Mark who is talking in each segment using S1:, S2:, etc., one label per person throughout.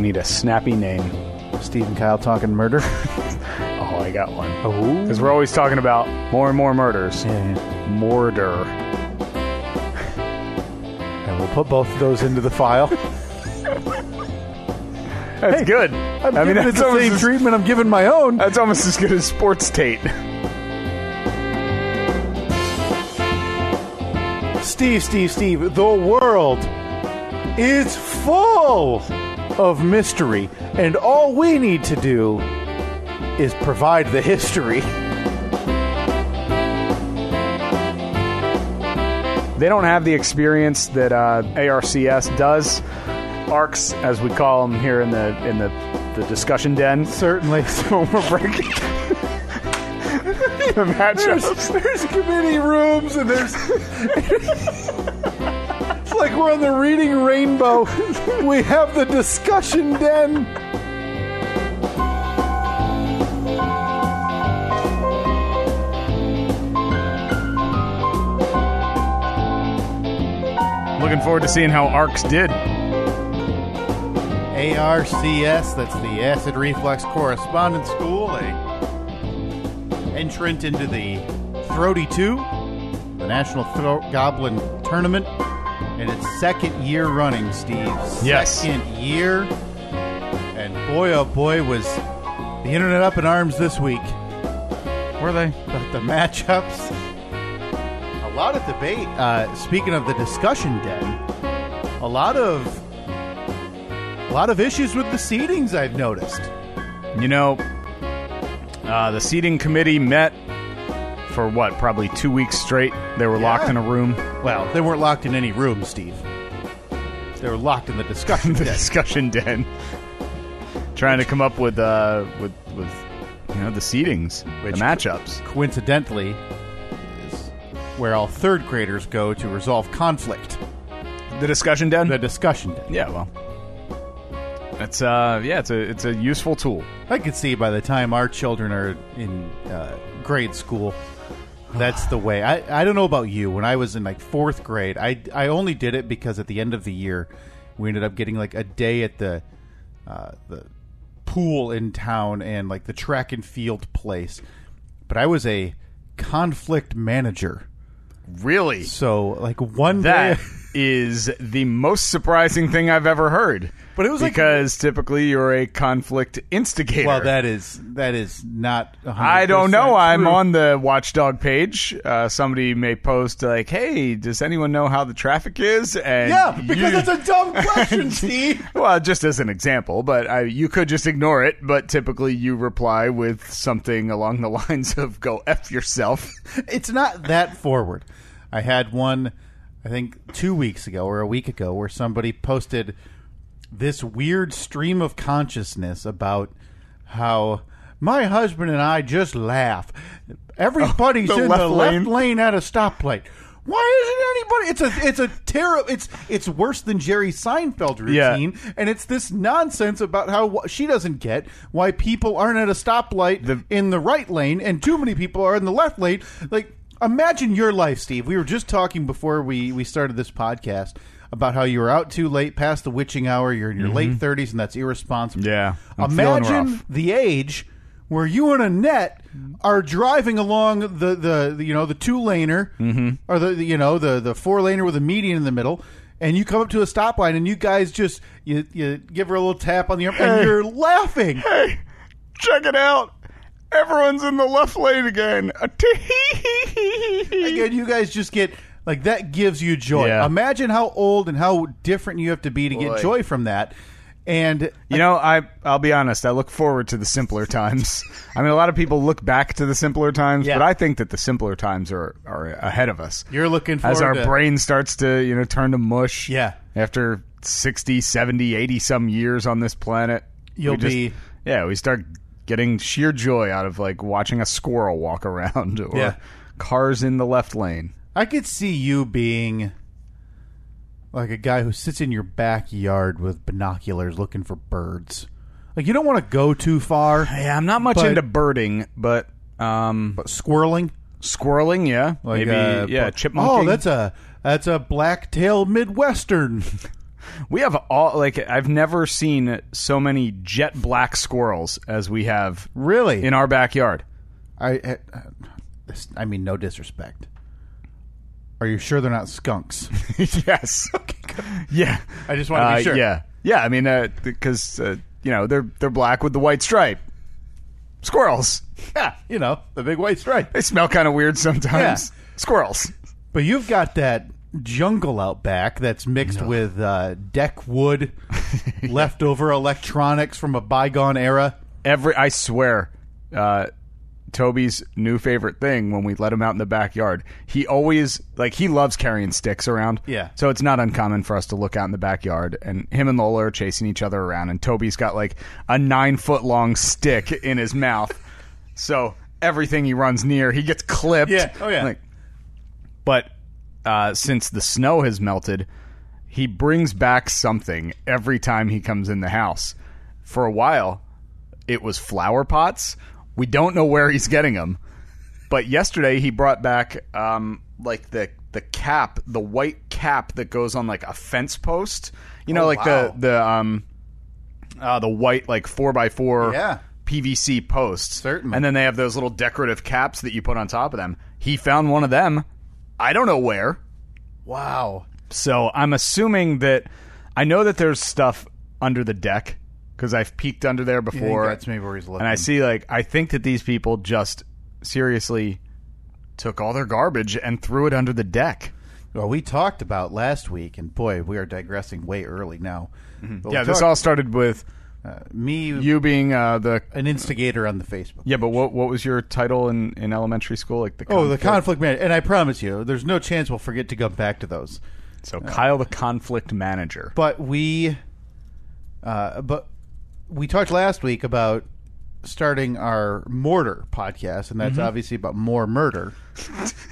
S1: need a snappy name.
S2: Steve and Kyle talking murder.
S1: Oh, I got one.
S2: Oh.
S1: Because we're always talking about more and more murders.
S2: Yeah, yeah.
S1: Mortar.
S2: And we'll put both of those into the file.
S1: That's good.
S2: I'm
S1: I mean,
S2: giving it
S1: that's
S2: the
S1: almost,
S2: same
S1: as,
S2: treatment I'm giving my own.
S1: that's almost as good as sports tape.
S2: Steve, Steve, Steve, the world is full of mystery, and all we need to do is provide the history.
S1: They don't have the experience that uh, ARCS does. ARCs, as we call them here in the in the, the discussion den.
S2: Certainly.
S1: So we're breaking the matchups.
S2: There's, there's committee rooms, and there's. it's like we're on the reading rainbow. We have the discussion den.
S1: Looking forward to seeing how ARCs did.
S3: ARCS, that's the Acid Reflux Correspondence School, a entrant into the Throaty 2, the National Throat Goblin Tournament, and its second year running, Steve.
S1: Yes.
S3: Second year. And boy, oh boy, was the internet up in arms this week.
S1: Were they?
S3: But the matchups, a lot of debate. Uh, speaking of the discussion den, a lot of a lot of issues with the seedings I've noticed.
S1: You know, uh, the seating committee met for what, probably two weeks straight. They were locked in a room.
S3: Well, they weren't locked in any room, Steve. They were locked in the discussion
S1: the
S3: den.
S1: discussion den, trying to come up with uh with with you know the seedings,
S3: Which-
S1: the matchups.
S3: Coincidentally, is where all third graders go to resolve conflict.
S1: The discussion den.
S3: The discussion den.
S1: yeah, well, that's uh yeah, it's a it's a useful tool.
S3: I could see by the time our children are in uh, grade school, that's the way. I, I don't know about you. When I was in like fourth grade, I, I only did it because at the end of the year, we ended up getting like a day at the uh, the pool in town and like the track and field place. But I was a conflict manager,
S1: Really,
S3: so like one
S1: that
S3: day.
S1: is the most surprising thing I've ever heard.
S3: But it was like-
S1: because typically you're a conflict instigator.
S3: Well, that is that is not. 100%
S1: I don't know. I'm
S3: true.
S1: on the watchdog page. Uh, somebody may post like, "Hey, does anyone know how the traffic is?" And
S3: Yeah, because
S1: you-
S3: it's a dumb question, Steve.
S1: well, just as an example, but I, you could just ignore it. But typically, you reply with something along the lines of "Go f yourself."
S3: it's not that forward. I had one, I think, two weeks ago or a week ago, where somebody posted this weird stream of consciousness about how my husband and I just laugh. Everybody's
S1: Oh, the
S3: in
S1: left
S3: the
S1: lane.
S3: left lane at a stoplight. Why isn't anybody? It's a it's a terrible. It's it's worse than Jerry Seinfeld
S1: Yeah.
S3: routine, and it's this nonsense about how wh- she doesn't get why people aren't at a stoplight
S1: The-
S3: in the right lane and too many people are in the left lane. Like, imagine your life, Steve. We were just talking before we, we started this podcast about how you were out too late, past the witching hour, you're in your late 30s, and that's irresponsible.
S1: Mm-hmm. Yeah, I'm feeling
S3: imagine
S1: rough.
S3: the age where you and Annette are driving along the, the, the you know the two laner
S1: Mm-hmm.
S3: or the, the, you know the the four laner with a median in the middle. And you come up to a stop line, and you guys just you, you give her a little tap on the arm, and you're laughing.
S1: hey, check it out! Everyone's in the left lane again. A tee-hee-hee-hee-hee.
S3: Again, you guys just get like that gives you joy.
S1: Yeah.
S3: Imagine how old and how different you have to be to
S1: Boy.
S3: get joy from that. And
S1: You know, I I'll be honest. I look forward to the simpler times. I mean, a lot of people look back to the simpler times,
S3: Yeah.
S1: but I think that the simpler times are are ahead of us.
S3: you're looking forward
S1: as our
S3: to
S1: brain starts to, you know, turn to mush.
S3: Yeah.
S1: After 60, 70, 80 some years on this planet, we
S3: You'll
S1: just-
S3: be-
S1: Yeah, we start getting sheer joy out of like watching a squirrel walk around or
S3: Yeah.
S1: cars in the left lane.
S3: I could see you being like a guy who sits in your backyard with binoculars looking for birds. Like you don't want to go too far,
S1: Yeah, I'm not much
S3: But-
S1: into birding, but um
S3: but squirreling.
S1: squirreling, yeah.
S3: Like,
S1: Maybe
S3: uh,
S1: yeah,
S3: but-
S1: chipmunk.
S3: Oh, that's a that's a black-tailed midwestern.
S1: We have all like I've never seen so many jet black squirrels as we have
S3: Really?
S1: in our backyard.
S3: I, I, this- I mean, no disrespect. Are you sure they're not skunks?
S1: yes. Yeah.
S3: I just wanted to be
S1: Uh,
S3: sure.
S1: Yeah. Yeah. I mean, because uh, you know they're they're black with the white stripe. Squirrels.
S3: yeah, you know the big white stripe.
S1: They smell kind of weird sometimes.
S3: Yeah.
S1: Squirrels.
S3: But you've got that jungle out back that's mixed with uh, deck wood, leftover electronics from a bygone era.
S1: Every I swear, uh, Toby's new favorite thing when we let him out in the backyard. He always like he loves carrying sticks around.
S3: Yeah.
S1: So it's not uncommon for us to look out in the backyard and him and Lola are chasing each other around and Toby's got like a nine foot long stick in his mouth. So everything he runs near, he gets clipped.
S3: Yeah. Oh, yeah.
S1: Like, but uh, since the snow has melted, he brings back something every time he comes in the house. For a while, it was flower pots. We don't know where he's getting them, but yesterday he brought back um, like the the cap, the white cap that goes on like a fence post. You know,
S3: Oh,
S1: like
S3: wow.
S1: the the um, uh, the white like four by four
S3: Yeah.
S1: PVC posts.
S3: Certainly.
S1: And then they have those little decorative caps that you put on top of them. He found one of them. I don't know where.
S3: Wow.
S1: So I'm assuming that I know that there's stuff under the deck because I've peeked under there
S3: I think
S1: before.
S3: that's maybe where he's looking.
S1: and I see like I think that these people just seriously took all their garbage and threw it under the deck.
S3: Well, we talked about last week, and boy, we are digressing way early now. But we
S1: yeah, this
S3: talked-
S1: all started with
S3: uh, me,
S1: you being uh, the
S3: an instigator on the Facebook.
S1: yeah. But what what was your title in, in elementary school? Like the
S3: Oh, the conflict man, and I promise you, there's no chance we'll forget to come back to those.
S1: so Kyle the conflict manager.
S3: But we, uh, but we talked last week about starting our mortar podcast, and
S1: Mm-hmm.
S3: that's obviously about more murder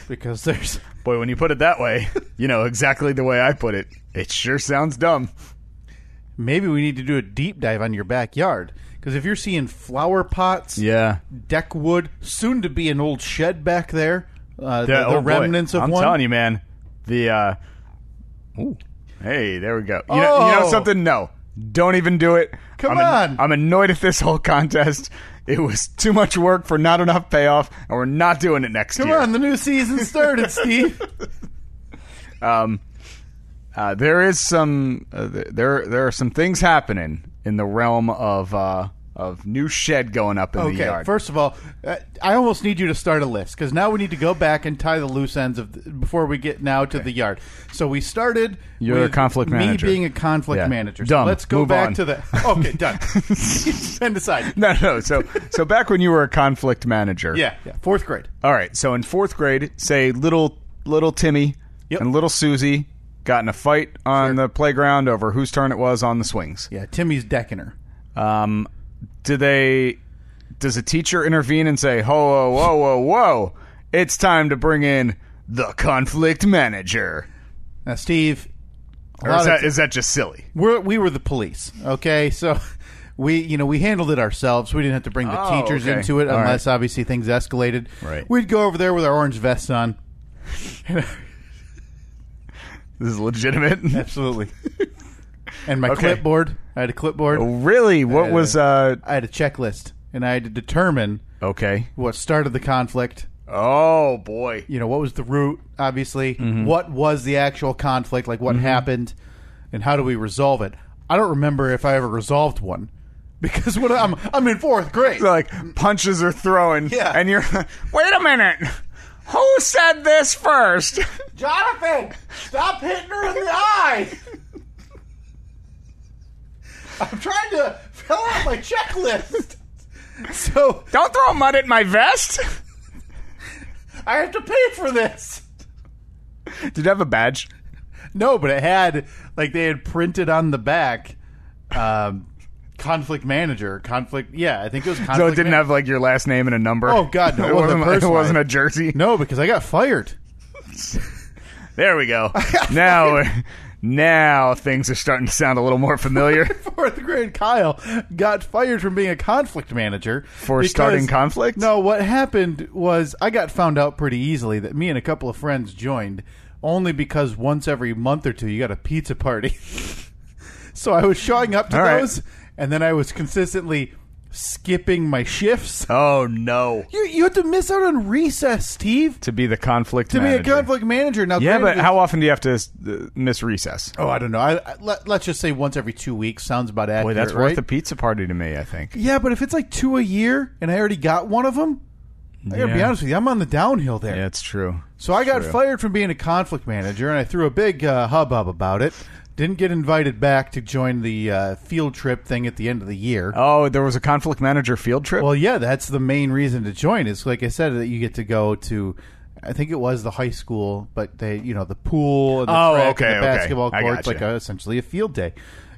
S3: because there's
S1: Boy, when you put it that way, you know exactly the way I put it. It sure sounds dumb.
S3: maybe we need to do a deep dive on your backyard because if you're seeing flower pots,
S1: Yeah.
S3: deck wood, soon to be an old shed back there. Uh, the, the
S1: oh, boy.
S3: remnants of
S1: I'm
S3: one.
S1: telling you, man. The uh ooh. Hey, there we go. You, know, you know
S3: Oh.
S1: something? No. Don't even do it. I'm
S3: Come
S1: an-
S3: on.
S1: I'm annoyed at this whole contest. It was too much work for not enough payoff, and we're not doing it next
S3: Come
S1: year.
S3: on, the new season started, Steve.
S1: Um, Uh, there is some uh, th- there there are some things happening in the realm of uh of new shed going up in the
S3: Okay,
S1: yard.
S3: first of all, uh, I almost need you to start a list because now we need to go back and tie the loose ends of the, before we get now to the yard. So we started.
S1: You're a
S3: with
S1: conflict
S3: me
S1: manager.
S3: being a conflict
S1: Yeah.
S3: manager.
S1: Dumb.
S3: So let's go
S1: Move
S3: back
S1: on.
S3: to the. Okay, done. and aside.
S1: no, no. So, so back when you were a conflict manager,
S3: Yeah, yeah, fourth grade.
S1: All right, so in fourth grade, say little little Timmy
S3: Yep.
S1: and little Susie got in a fight on the playground over whose turn it was on the swings.
S3: Yeah, Timmy's decking her.
S1: Um, do they? Does a teacher intervene and say, "Ho, whoa, whoa, whoa, whoa! It's time to bring in the conflict manager"?
S3: Now, Steve. a
S1: Or
S3: lot
S1: is
S3: of
S1: that,
S3: ti-
S1: is that just silly?
S3: we're, we were the police. Okay, so we you know we handled it ourselves. We didn't have to bring the
S1: Oh,
S3: teachers
S1: okay.
S3: into it
S1: All right.
S3: unless obviously things escalated.
S1: Right.
S3: We'd go over there with our orange vests on.
S1: This is legitimate.
S3: Absolutely. and my
S1: Okay. Oh.
S3: clipboard. I had a clipboard.
S1: really? What was? uh
S3: I had a checklist, and I had to determine
S1: Okay.
S3: what started the conflict.
S1: Oh boy.
S3: You know what was the root? Obviously, what was the actual conflict? Like what happened, and how do we resolve it? I don't remember if I ever resolved one because what I'm I'm in fourth grade.
S1: like punches are throwing.
S3: Yeah.
S1: And you're wait a minute. Who said this first?
S3: Jonathan, stop hitting her in the eye. I'm trying to fill out my checklist. So
S1: Don't throw mud at my vest.
S3: I have to pay for this.
S1: Did you have a badge?
S3: No, but it had like they had printed on the back um conflict manager, conflict yeah, I think it was conflict
S1: So it didn't
S3: man-
S1: have like your last name and a number.
S3: Oh, God, no,
S1: it
S3: it wasn't
S1: wasn't. It
S3: personalized.
S1: wasn't a jersey.
S3: No, because I got fired.
S1: There we go. now, we're- now things are starting to sound a little more familiar
S3: Fourth grade Kyle got fired from being a conflict manager
S1: for starting conflict.
S3: conflict. No, what happened was I got found out pretty easily that me and a couple of friends joined only because once every month or two you got a pizza party. So I was showing up to
S1: All right.
S3: those, and then I was consistently skipping my shifts.
S1: Oh no.
S3: You, you have to miss out on recess, Steve,
S1: To be the conflict
S3: to
S1: manager.
S3: be a conflict manager. Now,
S1: Yeah, but
S3: granted-
S1: how often do you have to uh, miss recess?
S3: Oh, I don't know. I, I, let, let's just say once every two weeks sounds about accurate.
S1: Boy, that's
S3: right?
S1: worth a pizza party to me. I think.
S3: Yeah, but if it's like two a year, and I already got one of them, I gotta be
S1: Yeah.
S3: honest with you, I'm on the downhill there.
S1: Yeah, it's true.
S3: So I got
S1: True.
S3: fired from being a conflict manager, and I threw a big uh, hubbub about it. Didn't get invited back to join the uh, field trip thing at the end of the year.
S1: Oh, there was a conflict manager field trip.
S3: Well, yeah, that's the main reason to join. Is like I said, that you get to go to. I think it was the high school, but they, you know, the pool and the
S1: Oh,
S3: track
S1: okay,
S3: and the
S1: okay.
S3: basketball
S1: I
S3: courts,
S1: gotcha.
S3: like a, essentially a field day.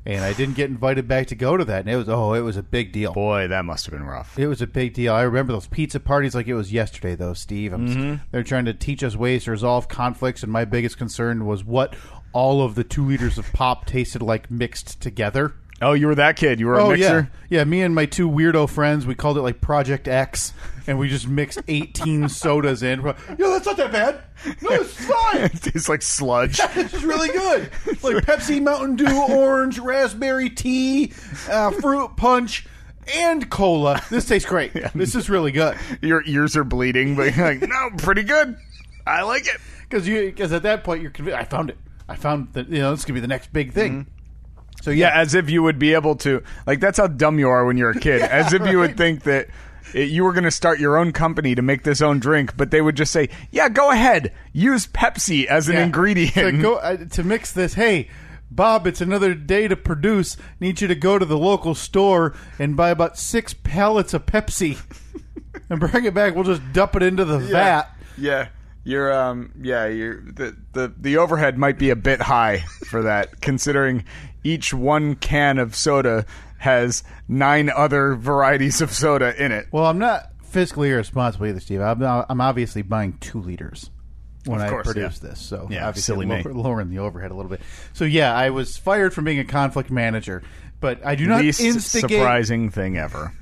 S3: And I didn't get invited back to go to that, and it was oh, it was a big deal.
S1: Boy, that must have been rough.
S3: It was a big deal. I remember those pizza parties like it was yesterday, though, Steve. I'm-
S1: Mm-hmm.
S3: They're trying to teach us ways to resolve conflicts, and my biggest concern was what all of the two liters of pop tasted like mixed together.
S1: Oh, you were that kid. You were a mixer.
S3: yeah, yeah. Me and my two weirdo friends, we called it like Project X, and we just mixed 18 sodas in. We're like, Yo, that's not that bad. No, it's fine.
S1: it tastes like sludge.
S3: This is really good. Like Pepsi, Mountain Dew, orange, raspberry tea, uh, fruit punch, and cola. This tastes great. This is really good.
S1: Your ears are bleeding, but you're like, no, pretty good. I like it.
S3: because you because at that point you're convinced. I found it. I found that you know this could be the next big thing. So yeah,
S1: Yeah, as if you would be able to. Like that's how dumb you are when you're a kid. as if you would think that it, you were going to start your own company to make this own drink, but they would just say, "Yeah, go ahead. Use Pepsi as an
S3: yeah.
S1: ingredient."
S3: to, go, uh, to mix this. Hey, Bob, it's another day to produce. Need you to go to the local store and buy about six pallets of Pepsi and bring it back. We'll just dump it into the vat.
S1: Yeah. Your um yeah, your the, the the overhead might be a bit high for that, considering each one can of soda has nine other varieties of soda in it.
S3: Well, I'm not fiscally irresponsible either, Steve. I'm, I'm obviously buying two liters when
S1: Of
S3: I
S1: course,
S3: produce
S1: yeah.
S3: this, so
S1: Yeah,
S3: obviously
S1: silly me.
S3: lower, lowering the overhead a little bit. So yeah, I was fired from being a conflict manager, but I do not
S1: Least
S3: instigate.
S1: surprising thing ever.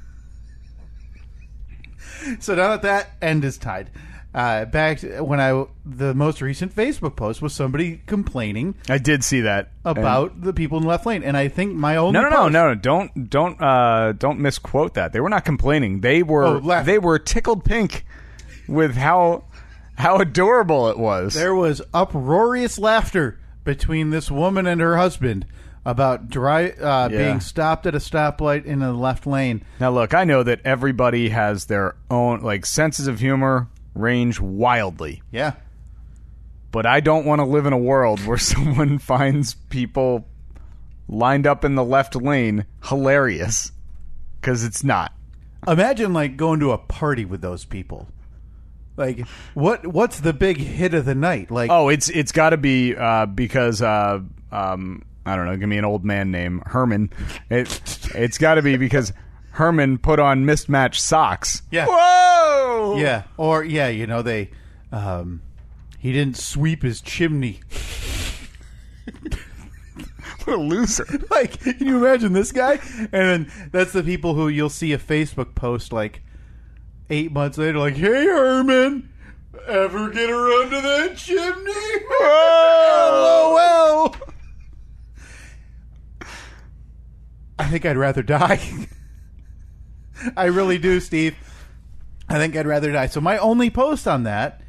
S3: So now that that end is tied. Uh, back to when I the most recent Facebook post was somebody complaining
S1: I did see that And-
S3: about the people in the left lane, and I think my only
S1: no, no, no,
S3: post-
S1: no, no! Don't, don't, uh, don't misquote that. They were not complaining. They were,
S3: Oh, laughing.
S1: they were tickled pink with how, how adorable it was.
S3: There was uproarious laughter between this woman and her husband about dry, uh,
S1: Yeah.
S3: being stopped at a stoplight in the left lane.
S1: Now, look, I know that everybody has their own like senses of humor range wildly,
S3: Yeah.
S1: but I don't want to live in a world where someone finds people lined up in the left lane hilarious because it's not.
S3: Imagine like going to a party with those people. Like what what's the big hit of the night? Like
S1: Oh, it's it's got to be uh, because uh, um, I don't know. Give me an old man name, Herman. It it's got to be because Herman put on mismatched socks.
S3: Yeah.
S1: Whoa.
S3: yeah, or yeah, you know they um he didn't sweep his chimney.
S1: What a loser.
S3: like can you imagine this guy and then that's the people who you'll see a facebook post like eight months later like hey herman ever get around to that chimney
S1: Oh.
S3: lol i think i'd rather die i really do steve i think i'd rather die so my only post on that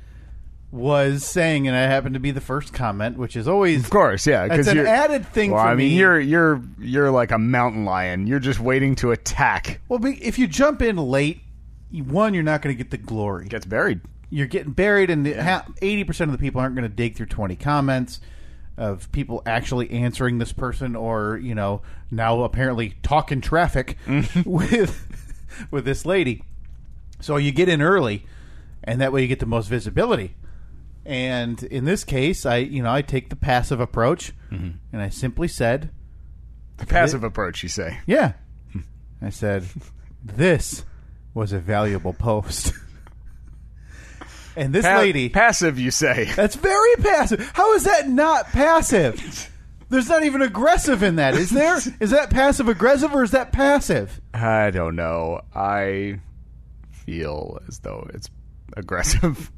S3: was saying and i happened to be the first comment which is always
S1: Of course, yeah.
S3: That's
S1: 'cause
S3: an
S1: you're-
S3: added thing
S1: Well,
S3: for
S1: I mean,
S3: me.
S1: you're you're you're like a mountain lion. You're just waiting to attack.
S3: Well, be- if you jump in late, you- one, you're not going to get the glory.
S1: Gets buried.
S3: You're getting buried, and eighty percent of the people aren't going to dig through twenty comments of people actually answering this person, or you know, now apparently talking traffic with with this lady. So you get in early, and that way you get the most visibility. And in this case, I you know I take the passive approach, and I simply said,
S1: The passive approach, you say.
S3: yeah. I said, this was a valuable post. and this
S1: Pa-
S3: lady.
S1: Passive, you say.
S3: that's very passive. How is that not passive? There's not even aggressive in that, is there? Is that passive aggressive or is that passive?
S1: I don't know. I feel as though it's aggressive.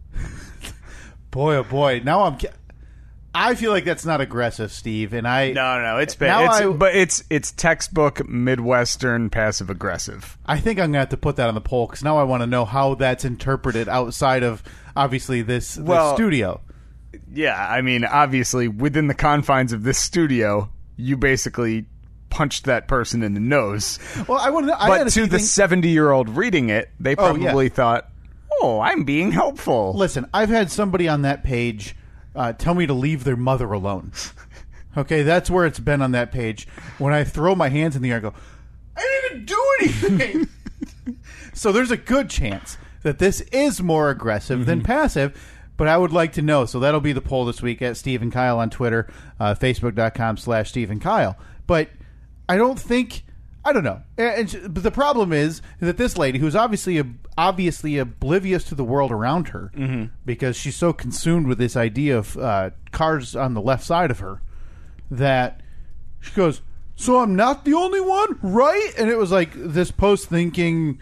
S3: Boy, oh boy. Now I'm. ca- I feel like that's not aggressive, Steve. And I
S1: No, no, no. It's been,
S3: Now
S1: it's,
S3: I-
S1: but it's it's textbook Midwestern passive aggressive.
S3: I think I'm gonna have to put that on the poll because now I want to know how that's interpreted outside of obviously this, this
S1: Well-
S3: studio.
S1: Yeah, I mean, obviously, within the confines of this studio, you basically punched that person in the nose.
S3: Well, I want to. I
S1: But
S3: honestly
S1: to the
S3: think-
S1: seventy-year-old reading it, they
S3: Oh, yeah.
S1: probably thought, "Oh, I'm being helpful."
S3: Listen, I've had somebody on that page uh, tell me to leave their mother alone. Okay, that's where it's been on that page. When I throw my hands in the air and go, I didn't do anything. so there's a good chance that this is more aggressive than passive, but I would like to know. So that'll be the poll this week at Steve and Kyle on Twitter, uh, facebook.com slash Steve and Kyle. But I don't think. I don't know, And- and sh- but the problem is that this lady, who's obviously ob- obviously oblivious to the world around her, because she's so consumed with this idea of uh, cars on the left side of her, that she goes, So I'm not the only one, right? And it was like this post thinking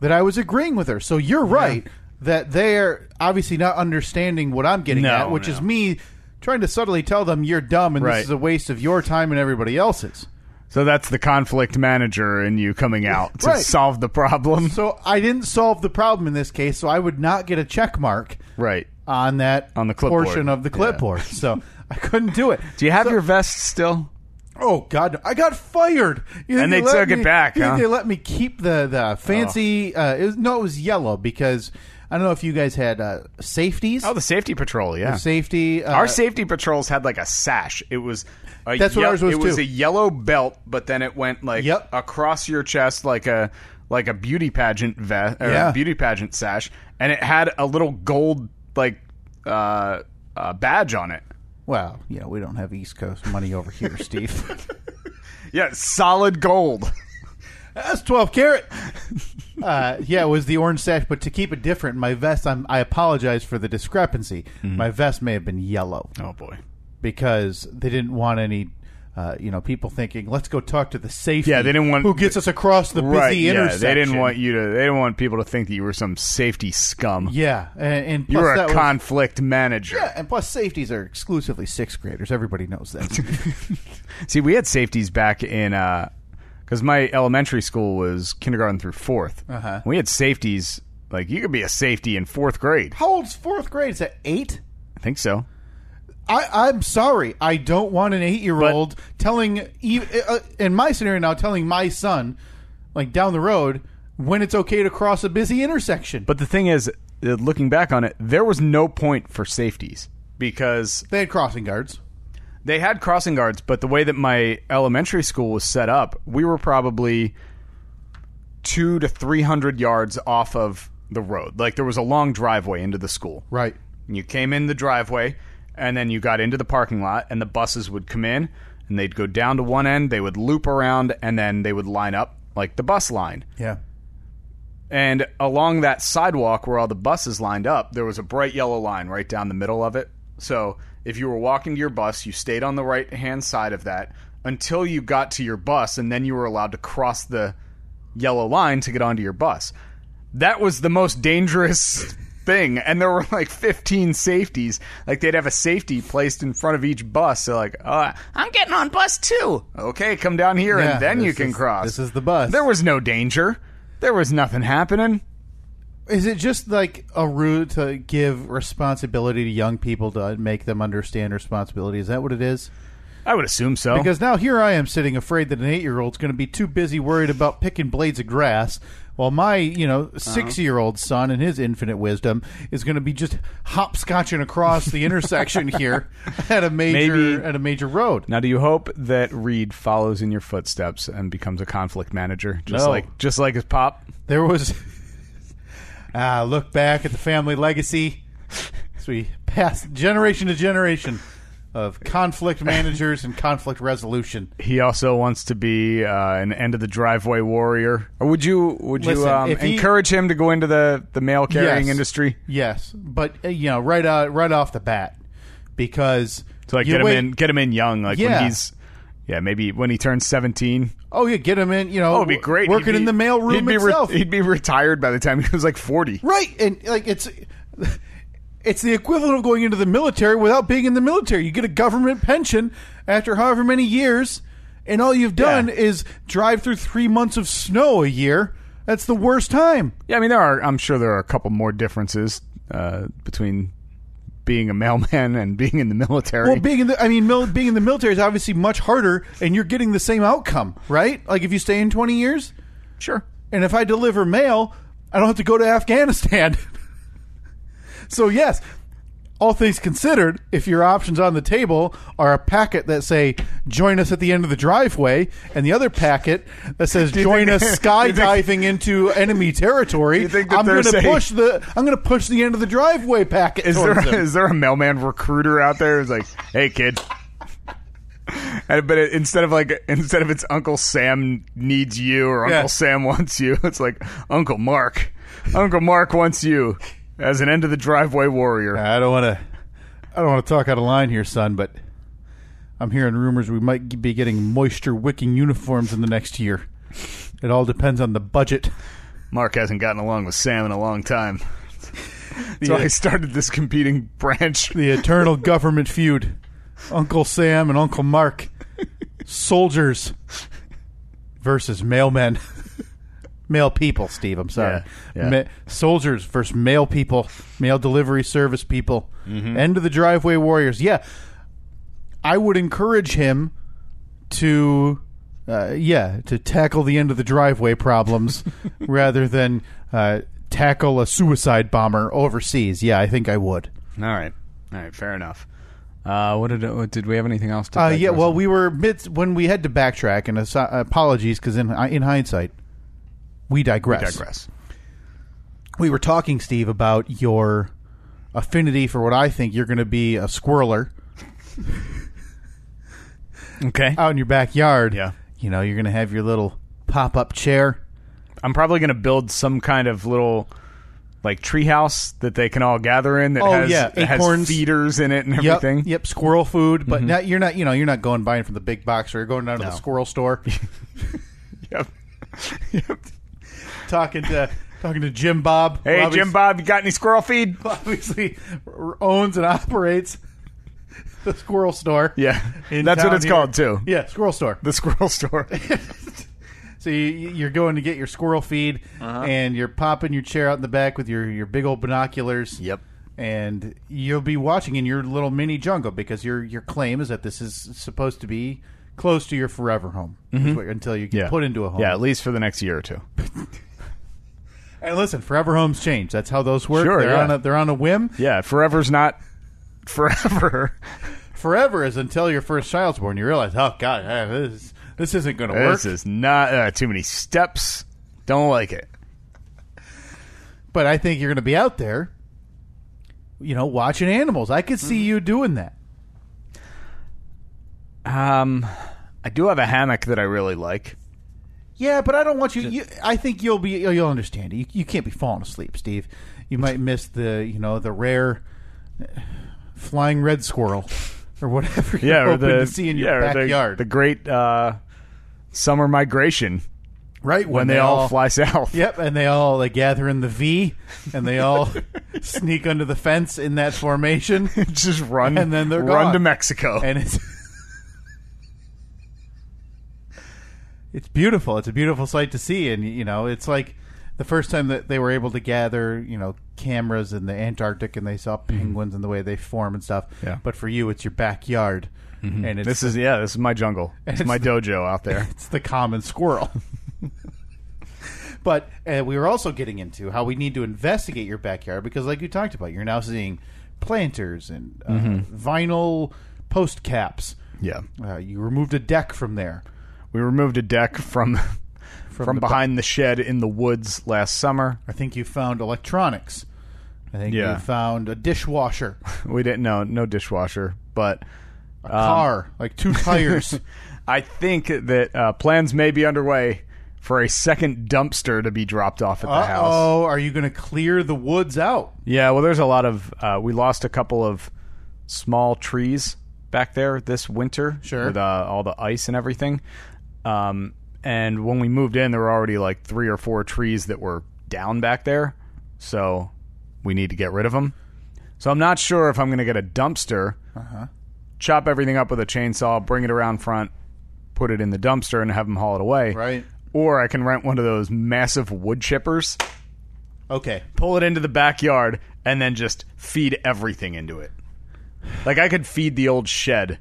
S3: that I was agreeing with her. So you're right that they're obviously not understanding what I'm getting
S1: No,
S3: at, which
S1: no.
S3: is me trying to subtly tell them you're dumb and
S1: Right.
S3: this is a waste of your time and everybody else's.
S1: So that's the conflict manager in you coming out to
S3: Right.
S1: solve the problem.
S3: So I didn't solve the problem in this case, so I would not get a check mark
S1: Right.
S3: on that
S1: On the clipboard.
S3: portion of the
S1: Yeah.
S3: clipboard. So I couldn't do it.
S1: Do you have your vest still?
S3: Oh God, I got fired. You think
S1: And they
S3: let
S1: took it
S3: me-
S1: back,
S3: you think
S1: huh?
S3: They let me keep the the fancy. Uh, it was, no, it was yellow because I don't know if you guys had uh, safeties.
S1: Oh, the safety patrol. Yeah.
S3: safety. Uh,
S1: Our safety patrols had like a sash. It was a
S3: That's what
S1: ye-
S3: ours was,
S1: It was
S3: too.
S1: a yellow belt, but then it went like
S3: Yep.
S1: across your chest like a like a beauty pageant vest or
S3: Yeah.
S1: beauty pageant sash, and it had a little gold like uh, uh, badge on it.
S3: well, you know we don't have East Coast money over here, Steve.
S1: Yeah, solid gold.
S3: That's twelve carat. uh, yeah, it was the orange sash, but to keep it different, my vest. I'm, I apologize for the discrepancy.
S1: Mm-hmm.
S3: My vest may have been yellow.
S1: Oh boy.
S3: because they didn't want any, uh, you know, people thinking, "Let's go talk to the safety."
S1: Yeah, they didn't want-
S3: who gets us across the busy
S1: Right. Yeah,
S3: intersection.
S1: they didn't want you to. They didn't want people to think that you were some safety scum.
S3: Yeah, and, and
S1: you
S3: plus
S1: were
S3: that
S1: a
S3: was-
S1: conflict manager.
S3: Yeah, and plus safeties are exclusively sixth graders. Everybody knows that.
S1: See, we had safeties back in because my elementary school was kindergarten through 4th
S3: Uh-huh.
S1: We had safeties like you could be a safety in fourth grade.
S3: How old's fourth grade? Is that eight?
S1: I think so.
S3: I, I'm sorry. I don't want an eight-year-old telling, e- uh, in my scenario now, telling my son, like down the road, when it's okay to cross a busy intersection.
S1: But the thing is, uh, looking back on it, there was no point for safeties because
S3: they had crossing guards.
S1: they had crossing guards. But the way that my elementary school was set up, we were probably two to three hundred yards off of the road. Like there was a long driveway into the school.
S3: Right.
S1: And You came in the driveway, and then you got into the parking lot, and the buses would come in, and they'd go down to one end, they would loop around, and then they would line up like the bus line.
S3: Yeah.
S1: And along that sidewalk where all the buses lined up, there was a bright yellow line right down the middle of it. So if you were walking to your bus, you stayed on the right hand side of that until you got to your bus, and then you were allowed to cross the yellow line to get onto your bus. That was the most dangerous thing. And there were like 15 safeties. Like they'd have a safety placed in front of each bus. So, like, oh, I'm getting on bus two. Okay, come down here
S3: Yeah,
S1: and then you
S3: this
S1: can
S3: is-
S1: cross.
S3: this is the bus.
S1: There was no danger, there was nothing happening.
S3: Is it just like a ruse to give responsibility to young people to make them understand responsibility? Is that what it is?
S1: I would assume so.
S3: Because now here I am sitting afraid that an eight year old's going to be too busy worried about picking blades of grass, while my, you know,
S1: Uh-huh.
S3: six year old son and his infinite wisdom is going to be just hopscotching across the intersection here at a major
S1: Maybe-
S3: at a major road.
S1: now, do you hope that Reed follows in your footsteps and becomes a conflict manager, just
S3: No.
S1: like just like his pop?
S3: There was ah look back at the family legacy as we pass generation to generation of conflict managers and conflict resolution.
S1: He also wants to be uh, an end of the driveway warrior. Or would you would you
S3: Listen,
S1: um,
S3: if he-
S1: encourage him to go into the the mail carrying
S3: Yes.
S1: industry
S3: Yes, but uh, you know right out right off the bat because
S1: to like
S3: you
S1: get
S3: wait-
S1: him in get him in young, like
S3: Yeah.
S1: when he's yeah maybe when he turns seventeen.
S3: Oh yeah, get him in. You know,
S1: Oh, it'd be great.
S3: Working
S1: He'd be-
S3: in the mail room
S1: he'd be re-
S3: itself.
S1: he'd be retired by the time he was like forty.
S3: Right, and like it's It's the equivalent of going into the military without being in the military. You get a government pension after however many years, and all you've done is drive through three months of snow a year. That's the worst time.
S1: Yeah, I mean, there are. I'm sure there are a couple more differences uh, between being a mailman and being in the military.
S3: Well, being in the, I mean, mil- being in the military is obviously much harder, and you're getting the same outcome, right? Like if you stay in 20 years,
S1: sure.
S3: and if I deliver mail, I don't have to go to Afghanistan. so yes, all things considered, if your options on the table are a packet that say "Join us at the end of the driveway" and the other packet that says
S1: you
S3: "Join
S1: think-
S3: us skydiving into enemy territory,"
S1: you think that
S3: I'm
S1: they're
S3: going to
S1: saying-
S3: push the I'm going to push the end of the driveway packet.
S1: Is
S3: towards
S1: there
S3: them.
S1: is there a mailman recruiter out there who's like, "Hey, kid." And, but it, instead of like instead of it's Uncle Sam needs you or Uncle
S3: Yeah.
S1: Sam wants you, it's like Uncle Mark. Uncle Mark wants you as an end of the driveway warrior.
S3: I don't want to. I don't want to talk out of line here, son, but I'm hearing rumors we might be getting moisture wicking uniforms in the next year. It all depends on the budget.
S1: Mark hasn't gotten along with Sam in a long time. so I started this competing branch.
S3: The eternal government feud. Uncle Sam and Uncle Mark. Soldiers versus mailmen. Male people, Steve. I'm sorry.
S1: Yeah, yeah.
S3: Ma- soldiers versus male people, mail delivery service people.
S1: Mm-hmm.
S3: End of the driveway warriors. Yeah, I would encourage him to, uh, yeah, to tackle the end of the driveway problems rather than uh, tackle a suicide bomber overseas. Yeah, I think I would.
S1: All right, all right, fair enough. Uh, what did what, did we have anything else to?
S3: Uh, yeah,
S1: digress
S3: well,
S1: on?
S3: we were mid when we had to backtrack, and as- uh, apologies because in in hindsight, we digress.
S1: We digress.
S3: We were talking, Steve, about your affinity for what I think you're going to be a squirreler
S1: Okay,
S3: out in your backyard.
S1: Yeah.
S3: you know, you're going to have your little pop up chair.
S1: I'm probably going to build some kind of little like treehouse that they can all gather in. That
S3: Oh,
S1: has,
S3: yeah,
S1: that has
S3: acorns.
S1: feeders in it and
S3: Yep,
S1: everything. Mm-hmm.
S3: yep, squirrel food, but not, you're not, you know, you're not going buying from the big box or you're going down to
S1: No.
S3: the squirrel store.
S1: Yep.
S3: talking to talking to Jim Bob.
S1: Hey,
S3: who
S1: Jim Bob, you got any squirrel feed?
S3: obviously r- owns and operates the squirrel store.
S1: Yeah,
S3: in
S1: that's what
S3: town
S1: it's
S3: here.
S1: called too.
S3: Yeah, squirrel store.
S1: The squirrel store.
S3: So you, you're going to get your squirrel feed,
S1: Uh-huh.
S3: and you're popping your chair out in the back with your, your big old binoculars.
S1: Yep.
S3: And you'll be watching in your little mini jungle because your your claim is that this is supposed to be close to your forever home is what- until you get
S1: Mm-hmm. yeah,
S3: put into a home.
S1: Yeah, at least for the next year or two.
S3: And listen, forever homes change. That's how those work.
S1: Sure,
S3: they're
S1: yeah.
S3: on a, they're on a whim.
S1: Yeah, forever's not forever.
S3: forever is until your first child's born. You realize, oh god, eh, this is, this isn't going to work.
S1: This is not uh, too many steps. Don't like it.
S3: but I think you're going to be out there, you know, watching animals. I could
S1: Mm-hmm.
S3: see you doing that.
S1: Um, I do have a hammock that I really like.
S3: Yeah, but I don't want you. you I think you'll be. You'll, you'll understand it. You, you can't be falling asleep, Steve. You might miss the you know the rare eh, flying red squirrel or whatever. You're
S1: Yeah, or
S3: hoping
S1: the
S3: to see in your
S1: yeah, or the-
S3: backyard,
S1: The, great uh, summer migration
S3: right
S1: when they, all, fly south.
S3: Yep, and they all they gather in the V, and they all sneak under the fence in that formation.
S1: Just run
S3: And then they're
S1: run
S3: gone.
S1: to Mexico.
S3: and it's it's beautiful. It's a beautiful sight to see, and you know, it's like the first time that they were able to gather, you know, cameras in the Antarctic, and they saw penguins and the way they form and stuff.
S1: Mm-hmm. Yeah. Mm-hmm.
S3: But for you, it's your backyard, and it's
S1: this is yeah, this is my jungle. It's,
S3: it's
S1: my
S3: the-
S1: dojo out there.
S3: it's the common squirrel. but uh, we were also getting into how we need to investigate your backyard because, like you talked about, you're now seeing planters and uh,
S1: Mm-hmm.
S3: vinyl post caps.
S1: yeah,
S3: Uh, you removed a deck from there.
S1: we removed a deck from from,
S3: the
S1: behind the shed in the woods last summer.
S3: I think you found electronics. I think
S1: Yeah.
S3: you found a dishwasher,
S1: We didn't no no dishwasher, but Um,
S3: a car, like two tires.
S1: I think that uh, plans may be underway for a second dumpster to be dropped off at the
S3: Uh
S1: house.
S3: oh, are you going to clear the woods out?
S1: Yeah, well, there's a lot of. Uh, we lost a couple of small trees back there this winter
S3: Sure.
S1: with uh, all the ice and everything. Um, and when we moved in, there were already like three or four trees that were down back there, so we need to get rid of them. So I'm not sure if I'm going to get a dumpster,
S3: Uh-huh.
S1: chop everything up with a chainsaw, bring it around front, put it in the dumpster, and have them haul it away.
S3: Right.
S1: Or I can rent one of those massive wood chippers,
S3: Okay.
S1: pull it into the backyard, and then just feed everything into it. Like I could feed the old shed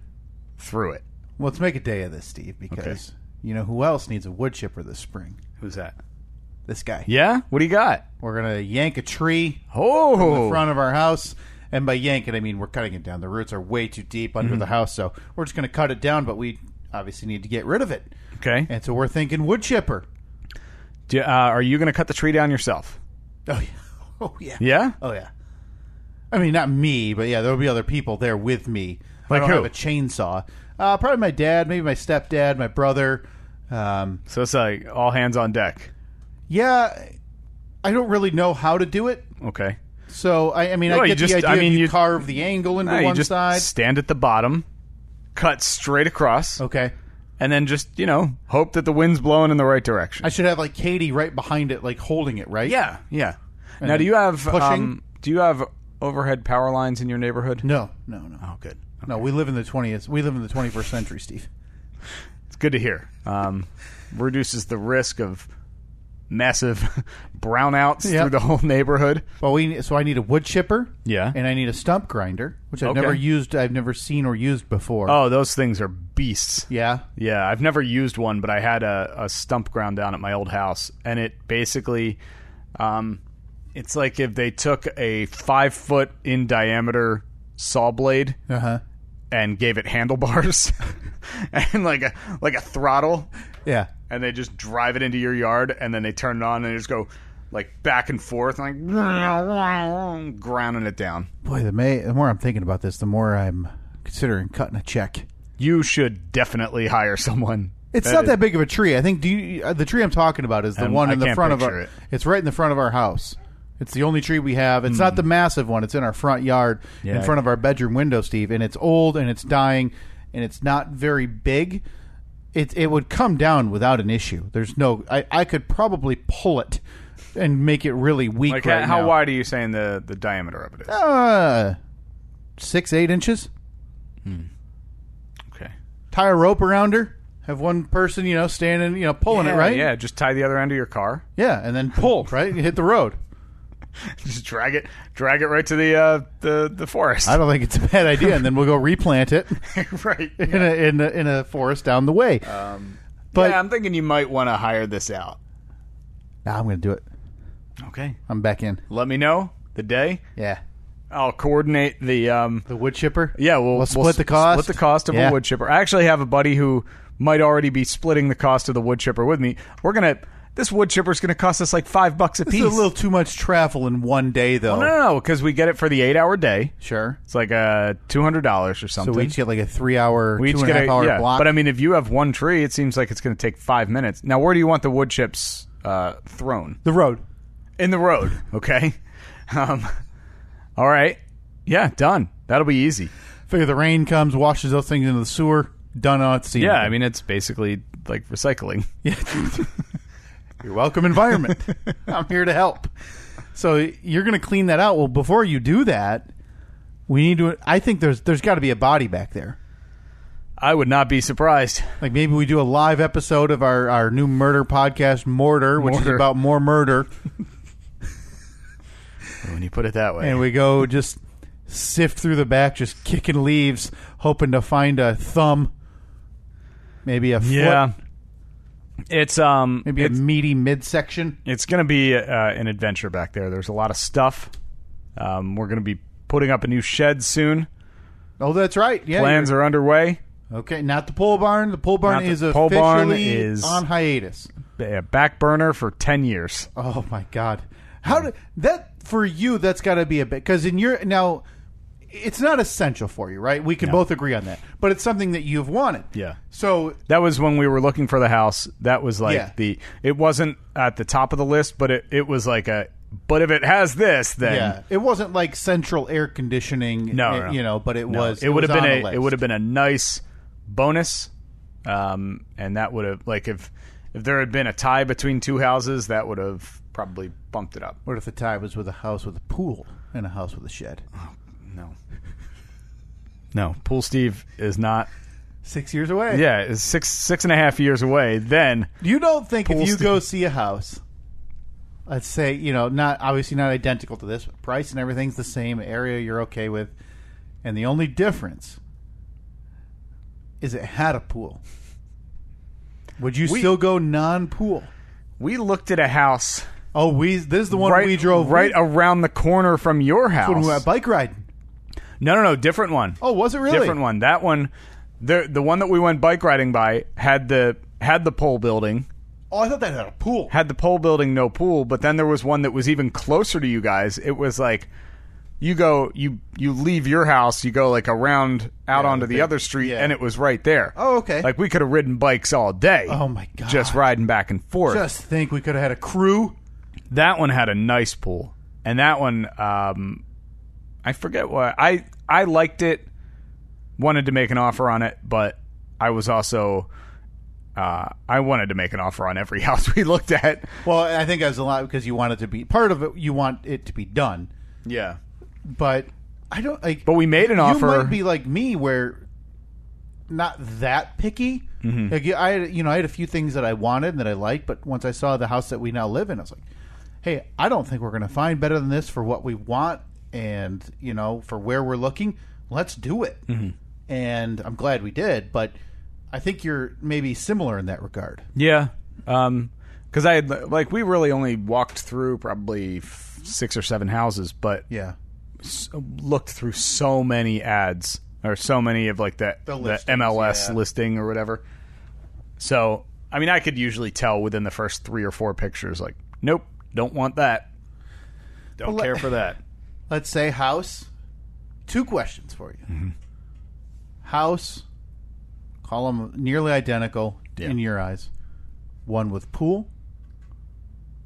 S1: through it.
S3: Well, let's make a day of this, Steve, because you know who else needs a wood chipper this spring?
S1: Who's that?
S3: This guy.
S1: Yeah. What do you got?
S3: We're gonna yank a tree in
S1: Oh,
S3: front of our house. And by yanking, I mean we're cutting it down. The roots are way too deep
S1: Mm-hmm.
S3: under the house, so we're just going to cut it down. But we obviously need to get rid of it,
S1: okay.
S3: and so we're thinking wood chipper.
S1: Do, uh, are you going to cut the tree down yourself?
S3: Oh yeah, oh yeah,
S1: Yeah.
S3: oh yeah. I mean, not me, but yeah, there'll be other people there with me.
S1: Like
S3: I don't
S1: who?
S3: have a chainsaw. Uh, probably my dad, maybe my stepdad, my brother. Um,
S1: So it's like all hands on deck.
S3: yeah, I don't really know how to do it.
S1: Okay.
S3: So I, I mean,
S1: No,
S3: I
S1: you
S3: get
S1: just-
S3: the idea.
S1: I mean,
S3: you,
S1: you-
S3: carve the angle into
S1: No, you
S3: one
S1: just
S3: side.
S1: stand at the bottom, cut straight across,
S3: Okay,
S1: and then just you know hope that the wind's blowing in the right direction.
S3: I should have like Katie right behind it, like holding it, right?
S1: yeah, yeah. now, do you have
S3: pushing?
S1: um, do you have overhead power lines in your neighborhood?
S3: No, no, no,
S1: Oh, good.
S3: no. We live in the twentieth. We live in the twenty-first century, Steve.
S1: It's good to hear. Um, reduces the risk of massive brownouts
S3: Yep.
S1: through the whole neighborhood.
S3: Well, we so I need a wood chipper.
S1: Yeah.
S3: and I need a stump grinder, which I've
S1: Okay.
S3: never used. I've never seen or used before.
S1: Oh, those things are beasts.
S3: yeah.
S1: Yeah, I've never used one, but I had a, a stump ground down at my old house, and it basically, um, it's like if they took a five foot in diameter saw blade
S3: Uh huh.
S1: and gave it handlebars and like a like a throttle,
S3: Yeah.
S1: and they just drive it into your yard, and then they turn it on and they just go like back and forth, like grounding it down.
S3: Boy, the, may, the more I'm thinking about this, the more I'm considering cutting a check.
S1: You should definitely hire someone.
S3: It's not that big of a tree. I think do you, uh, the tree I'm talking about is the
S1: Um,
S3: one
S1: I
S3: in the
S1: can't
S3: front of
S1: picture
S3: our.
S1: it.
S3: It's right in the front of our house. It's the only tree we have. It's not the massive one. It's in our front yard,
S1: Hmm. Yeah.
S3: in front of our bedroom window, Steve. And it's old and it's dying, and it's not very big. It it would come down without an issue. There's no. I, I could probably pull it and make it really weak.
S1: Like,
S3: right
S1: how
S3: now.
S1: wide are you saying the, the diameter of it is?
S3: Uh, six eight inches.
S1: Okay.
S3: Tie a rope around her. Have one person, you know, standing, you know, pulling
S1: yeah,
S3: it right.
S1: Yeah, just tie the other end of your car.
S3: Yeah, and then pull, right? You hit the road.
S1: Just drag it, drag it right to the uh, the the forest.
S3: I don't think it's a bad idea, and then we'll go replant it
S1: right.
S3: in a in a, in a forest down the way.
S1: Uh.
S3: but-
S1: yeah, I'm thinking you might want to hire this out.
S3: nah, I'm going to do it.
S1: Okay.
S3: I'm back in.
S1: Let me know the day.
S3: Yeah,
S1: I'll coordinate the um.
S3: the wood chipper.
S1: Yeah, we'll,
S3: We'll
S1: we'll
S3: split
S1: s-
S3: the cost.
S1: Split the cost of
S3: Yeah.
S1: a wood chipper. I actually have a buddy who might already be splitting the cost of the wood chipper with me. We're gonna. This wood chipper is gonna cost us like five bucks a
S3: This
S1: piece.
S3: is a little too much travel in one day, though.
S1: no, no, no, because we get it for the eight-hour day.
S3: Sure.
S1: It's like uh two hundred dollars or
S3: So
S1: something.
S3: we each get like a three hour,
S1: We
S3: two
S1: each
S3: and a
S1: get
S3: half
S1: a,
S3: hour
S1: yeah,
S3: block.
S1: But I mean, if you have one tree, it seems like it's going to take five minutes. Now, where do you want the wood chips uh, thrown?
S3: the road.
S1: In the road, okay? Um, all right. Yeah, done. That'll be easy.
S3: Figure the rain comes, washes those things into the sewer. Done Oh, on it.
S1: Yeah, I mean, it's basically like recycling.
S3: You're welcome, environment. I'm here to help. So you're going to clean that out. Well, before you do that, we need to. I think there's there's got to be a body back there.
S1: I would not be surprised.
S3: Like maybe we do a live episode of our our new murder podcast, Mortar, which is
S1: Mortar.
S3: about more murder,
S1: When you put it that way.
S3: and we go just sift through the back, just kicking leaves, hoping to find a thumb, maybe a foot,
S1: yeah. It's um
S3: maybe
S1: it's,
S3: a meaty midsection.
S1: it's going to be uh, an adventure back there. There's a lot of stuff. Um, we're going to be putting up a new shed soon.
S3: Oh, that's right. Yeah,
S1: Plans are underway.
S3: you're- okay. Not the pole barn. The pole
S1: Not
S3: barn
S1: the
S3: is
S1: pole
S3: officially
S1: barn is-
S3: on hiatus.
S1: a back burner for 10 years.
S3: Oh my god. How did that for you that's got to be a bit cuz in your now it's not essential for you, right? We can both agree on that. But it's something that you've wanted.
S1: Yeah.
S3: So
S1: That was when we were looking for the house. That was like
S3: Yeah.
S1: the it wasn't at the top of the list, but it, it was like a but if it has this then
S3: yeah, it wasn't like central air conditioning,
S1: No,
S3: eh,
S1: no, no.
S3: you know, but it
S1: no,
S3: was
S1: it would have
S3: was
S1: been
S3: on
S1: a
S3: the list.
S1: it would have been a nice bonus. Um and that would have like if if there had been a tie between two houses, that would have probably bumped it up.
S3: What if the tie was with a house with a pool and a house with a shed?
S1: No. No, Pool Steve is not.
S3: Six years away.
S1: Yeah, is six six and a half years away. Then
S3: You don't think if
S1: Pool
S3: you
S1: sta-
S3: go see a house, let's say you know not obviously not identical to this, but price and everything's the same, area you're okay with, and the only difference is it had a pool. Would you
S1: We-
S3: still go non-pool?
S1: we looked at a house
S3: Oh, we this is the one
S1: right
S3: we drove
S1: right
S3: we,
S1: around the corner from your
S3: when we
S1: house.
S3: went bike riding.
S1: no, no, no, different one.
S3: Oh, was it really
S1: different one. That one, the the one that we went bike riding by had the had the pole building,
S3: Oh, I thought that had a pool.
S1: had the pole building, no pool. But then there was one that was even closer to you guys. It was like you go you you leave your house, you go like around out
S3: Yeah,
S1: onto the
S3: big-
S1: other street,
S3: yeah.
S1: and it was right there.
S3: Oh, okay.
S1: Like we could have ridden bikes all day.
S3: Oh, my God.
S1: Just riding back and forth.
S3: Just think, we could have had a crew.
S1: that one had a nice pool, and that one, um, I forget what I I liked it. Wanted to make an offer on it, but I was also uh, I wanted to make an offer on every house we looked at.
S3: Well, I think that was a lot because you want it to be part of it. You want it to be done,
S1: Yeah,
S3: but I don't like.
S1: but we made an offer.
S3: You might be like me, where not that picky.
S1: Mm-hmm.
S3: Like I, had- you know, I had a few things that I wanted and that I liked, but once I saw the house that we now live in, I was like, "Hey, I don't think we're going to find better than this for what we want, and you know, for where we're looking. Let's do it."
S1: Mm-hmm.
S3: And I'm glad we did, but I think you're maybe similar in that regard.
S1: yeah, because I had like we really only walked through probably f- six or seven houses, but
S3: Yeah,
S1: s- looked through so many ads or so many of like that the,
S3: listings,
S1: MLS
S3: yeah.
S1: listing or whatever. So I mean, I could usually tell within the first three or four pictures, like, nope, don't want that, don't
S3: Well, let-
S1: care for that.
S3: let's say house. Two questions for you.
S1: Mm-hmm.
S3: House, call them nearly identical
S1: Yeah.
S3: in your eyes. One with pool,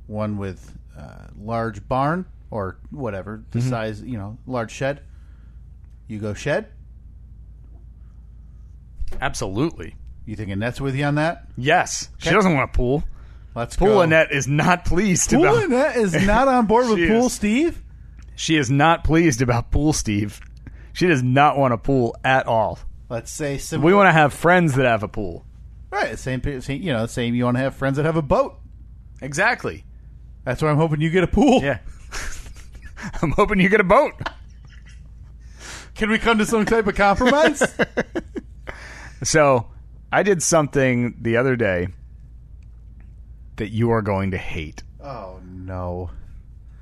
S3: one with uh, large barn or whatever the
S1: Mm-hmm.
S3: size, you know, large shed. You go shed.
S1: Absolutely,
S3: You think Annette's with you on that?
S1: yes. She doesn't want a pool.
S3: Let's
S1: Pool
S3: go.
S1: Annette is not pleased
S3: Pool
S1: about.
S3: Annette is not on board with
S1: She
S3: pool,
S1: is.
S3: Steve.
S1: She is not pleased about pool, Steve. She does not want a pool at all.
S3: Let's say sim-
S1: We want to have friends that have a pool.
S3: right. Same, pe- same, you know, same. You want to have friends that have a boat.
S1: Exactly.
S3: That's why I'm hoping you get a pool.
S1: Yeah. I'm hoping you get a boat.
S3: Can we come to some type of compromise?
S1: So I did something the other day that you are going to hate.
S3: oh no.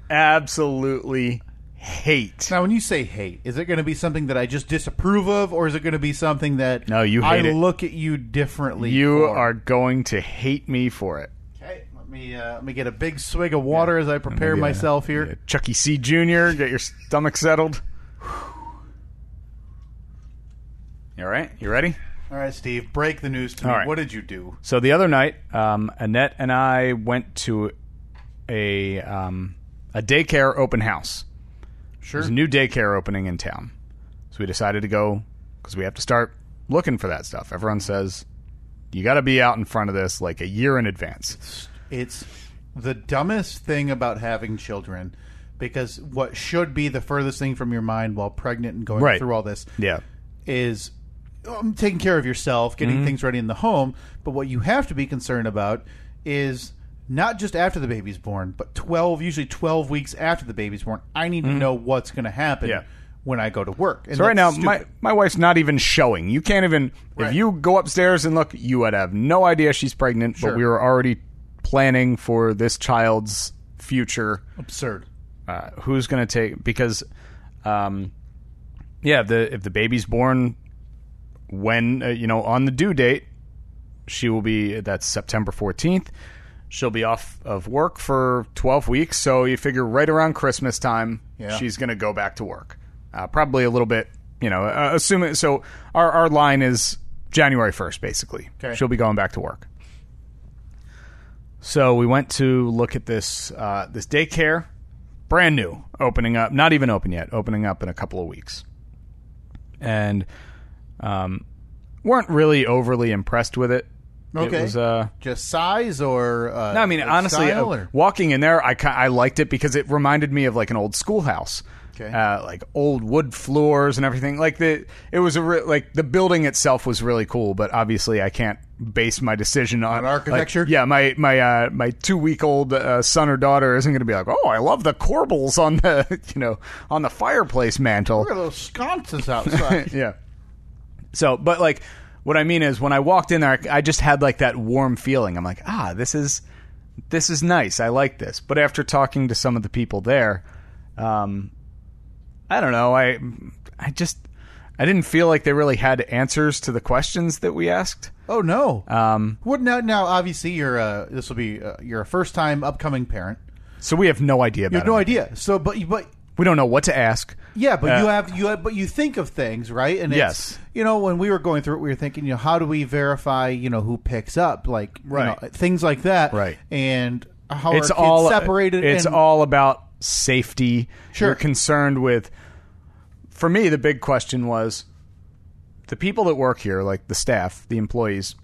S1: Absolutely hate.
S3: Now when you say hate, is it going to be something that I just disapprove of or is it going to be something that
S1: No, you hate
S3: I
S1: it.
S3: look at you differently?
S1: You
S3: for?
S1: are going to hate me for it.
S3: Okay, let me uh, let me get a big swig of water as I prepare
S1: Maybe, uh,
S3: myself here.
S1: yeah, Chucky C. Jr., get your stomach settled. You All right, you ready?
S3: All right, Steve, break the news to me.
S1: All right.
S3: What did you do?
S1: So the other night, um, Annette and I went to a um, a daycare open house.
S3: Sure.
S1: There's a new daycare opening in town. So we decided to go because we have to start looking for that stuff. Everyone says you got to be out in front of this like a year in advance.
S3: It's the dumbest thing about having children because what should be the furthest thing from your mind while pregnant and going
S1: Right.
S3: through all this
S1: Yeah.
S3: is um, taking care of yourself, getting
S1: Mm-hmm.
S3: things ready in the home. But what you have to be concerned about is not just after the baby's born, but 12, usually 12 weeks after the baby's born. I need to know what's going to happen
S1: Mm-hmm. Yeah.
S3: when I go to work. And
S1: So right now,
S3: that's
S1: my,
S3: stupid.
S1: my wife's not even showing. You can't even
S3: Right.
S1: if you go upstairs and look, you would have no idea she's pregnant.
S3: Sure.
S1: But we were already planning for this child's future.
S3: absurd.
S1: uh, who's going to take because um, yeah the if the baby's born when uh, you know on the due date she will be that's September 14th she'll be off of work for 12 weeks so you figure right around Christmas time
S3: Yeah.
S1: she's going to go back to work uh, probably a little bit you know uh, assuming so our our line is January 1st basically
S3: Okay.
S1: she'll be going back to work so we went to look at this uh, this daycare brand new, opening up, not even open yet, opening up in a couple of weeks. And um, weren't really overly impressed with it.
S3: Okay.
S1: It was, uh,
S3: Just size or. Uh,
S1: no, I mean,
S3: like
S1: honestly,
S3: style
S1: uh,
S3: or-
S1: walking in there, I, ki- I liked it because it reminded me of like an old schoolhouse.
S3: Okay.
S1: uh, like old wood floors and everything. Like the it was a re- like the building itself was really cool, but obviously I can't base my decision on,
S3: On architecture?
S1: like, yeah, my my uh, my two week old uh, son or daughter isn't going to be like, oh, I love the corbels on the you know on the fireplace mantle.
S3: Look at those sconces outside.
S1: yeah. So, but like, what I mean is, when I walked in there, I, I just had like that warm feeling. I'm like, ah, this is this is nice. I like this. But after talking to some of the people there, um, I don't know. I I just I didn't feel like they really had answers to the questions that we asked.
S3: oh no.
S1: Um,
S3: What now? Now, obviously, you're uh, this will be uh, you're a first time upcoming parent.
S1: so we have no idea. About
S3: You have no
S1: it.
S3: idea. So, but you- but
S1: We don't know what to ask.
S3: yeah, but
S1: Uh,
S3: you have you have, but you think of things right. And it's-
S1: Yes.
S3: you know when we were going through it, we were thinking, you know, how do we verify, you know, who picks up, like you
S1: Right.
S3: know, things like that,
S1: Right.
S3: And how
S1: it's
S3: are kids
S1: all
S3: separated.
S1: It's
S3: and,
S1: all about safety.
S3: Sure.
S1: You're concerned with. For me, the big question was the people that work here, like the staff, the employees.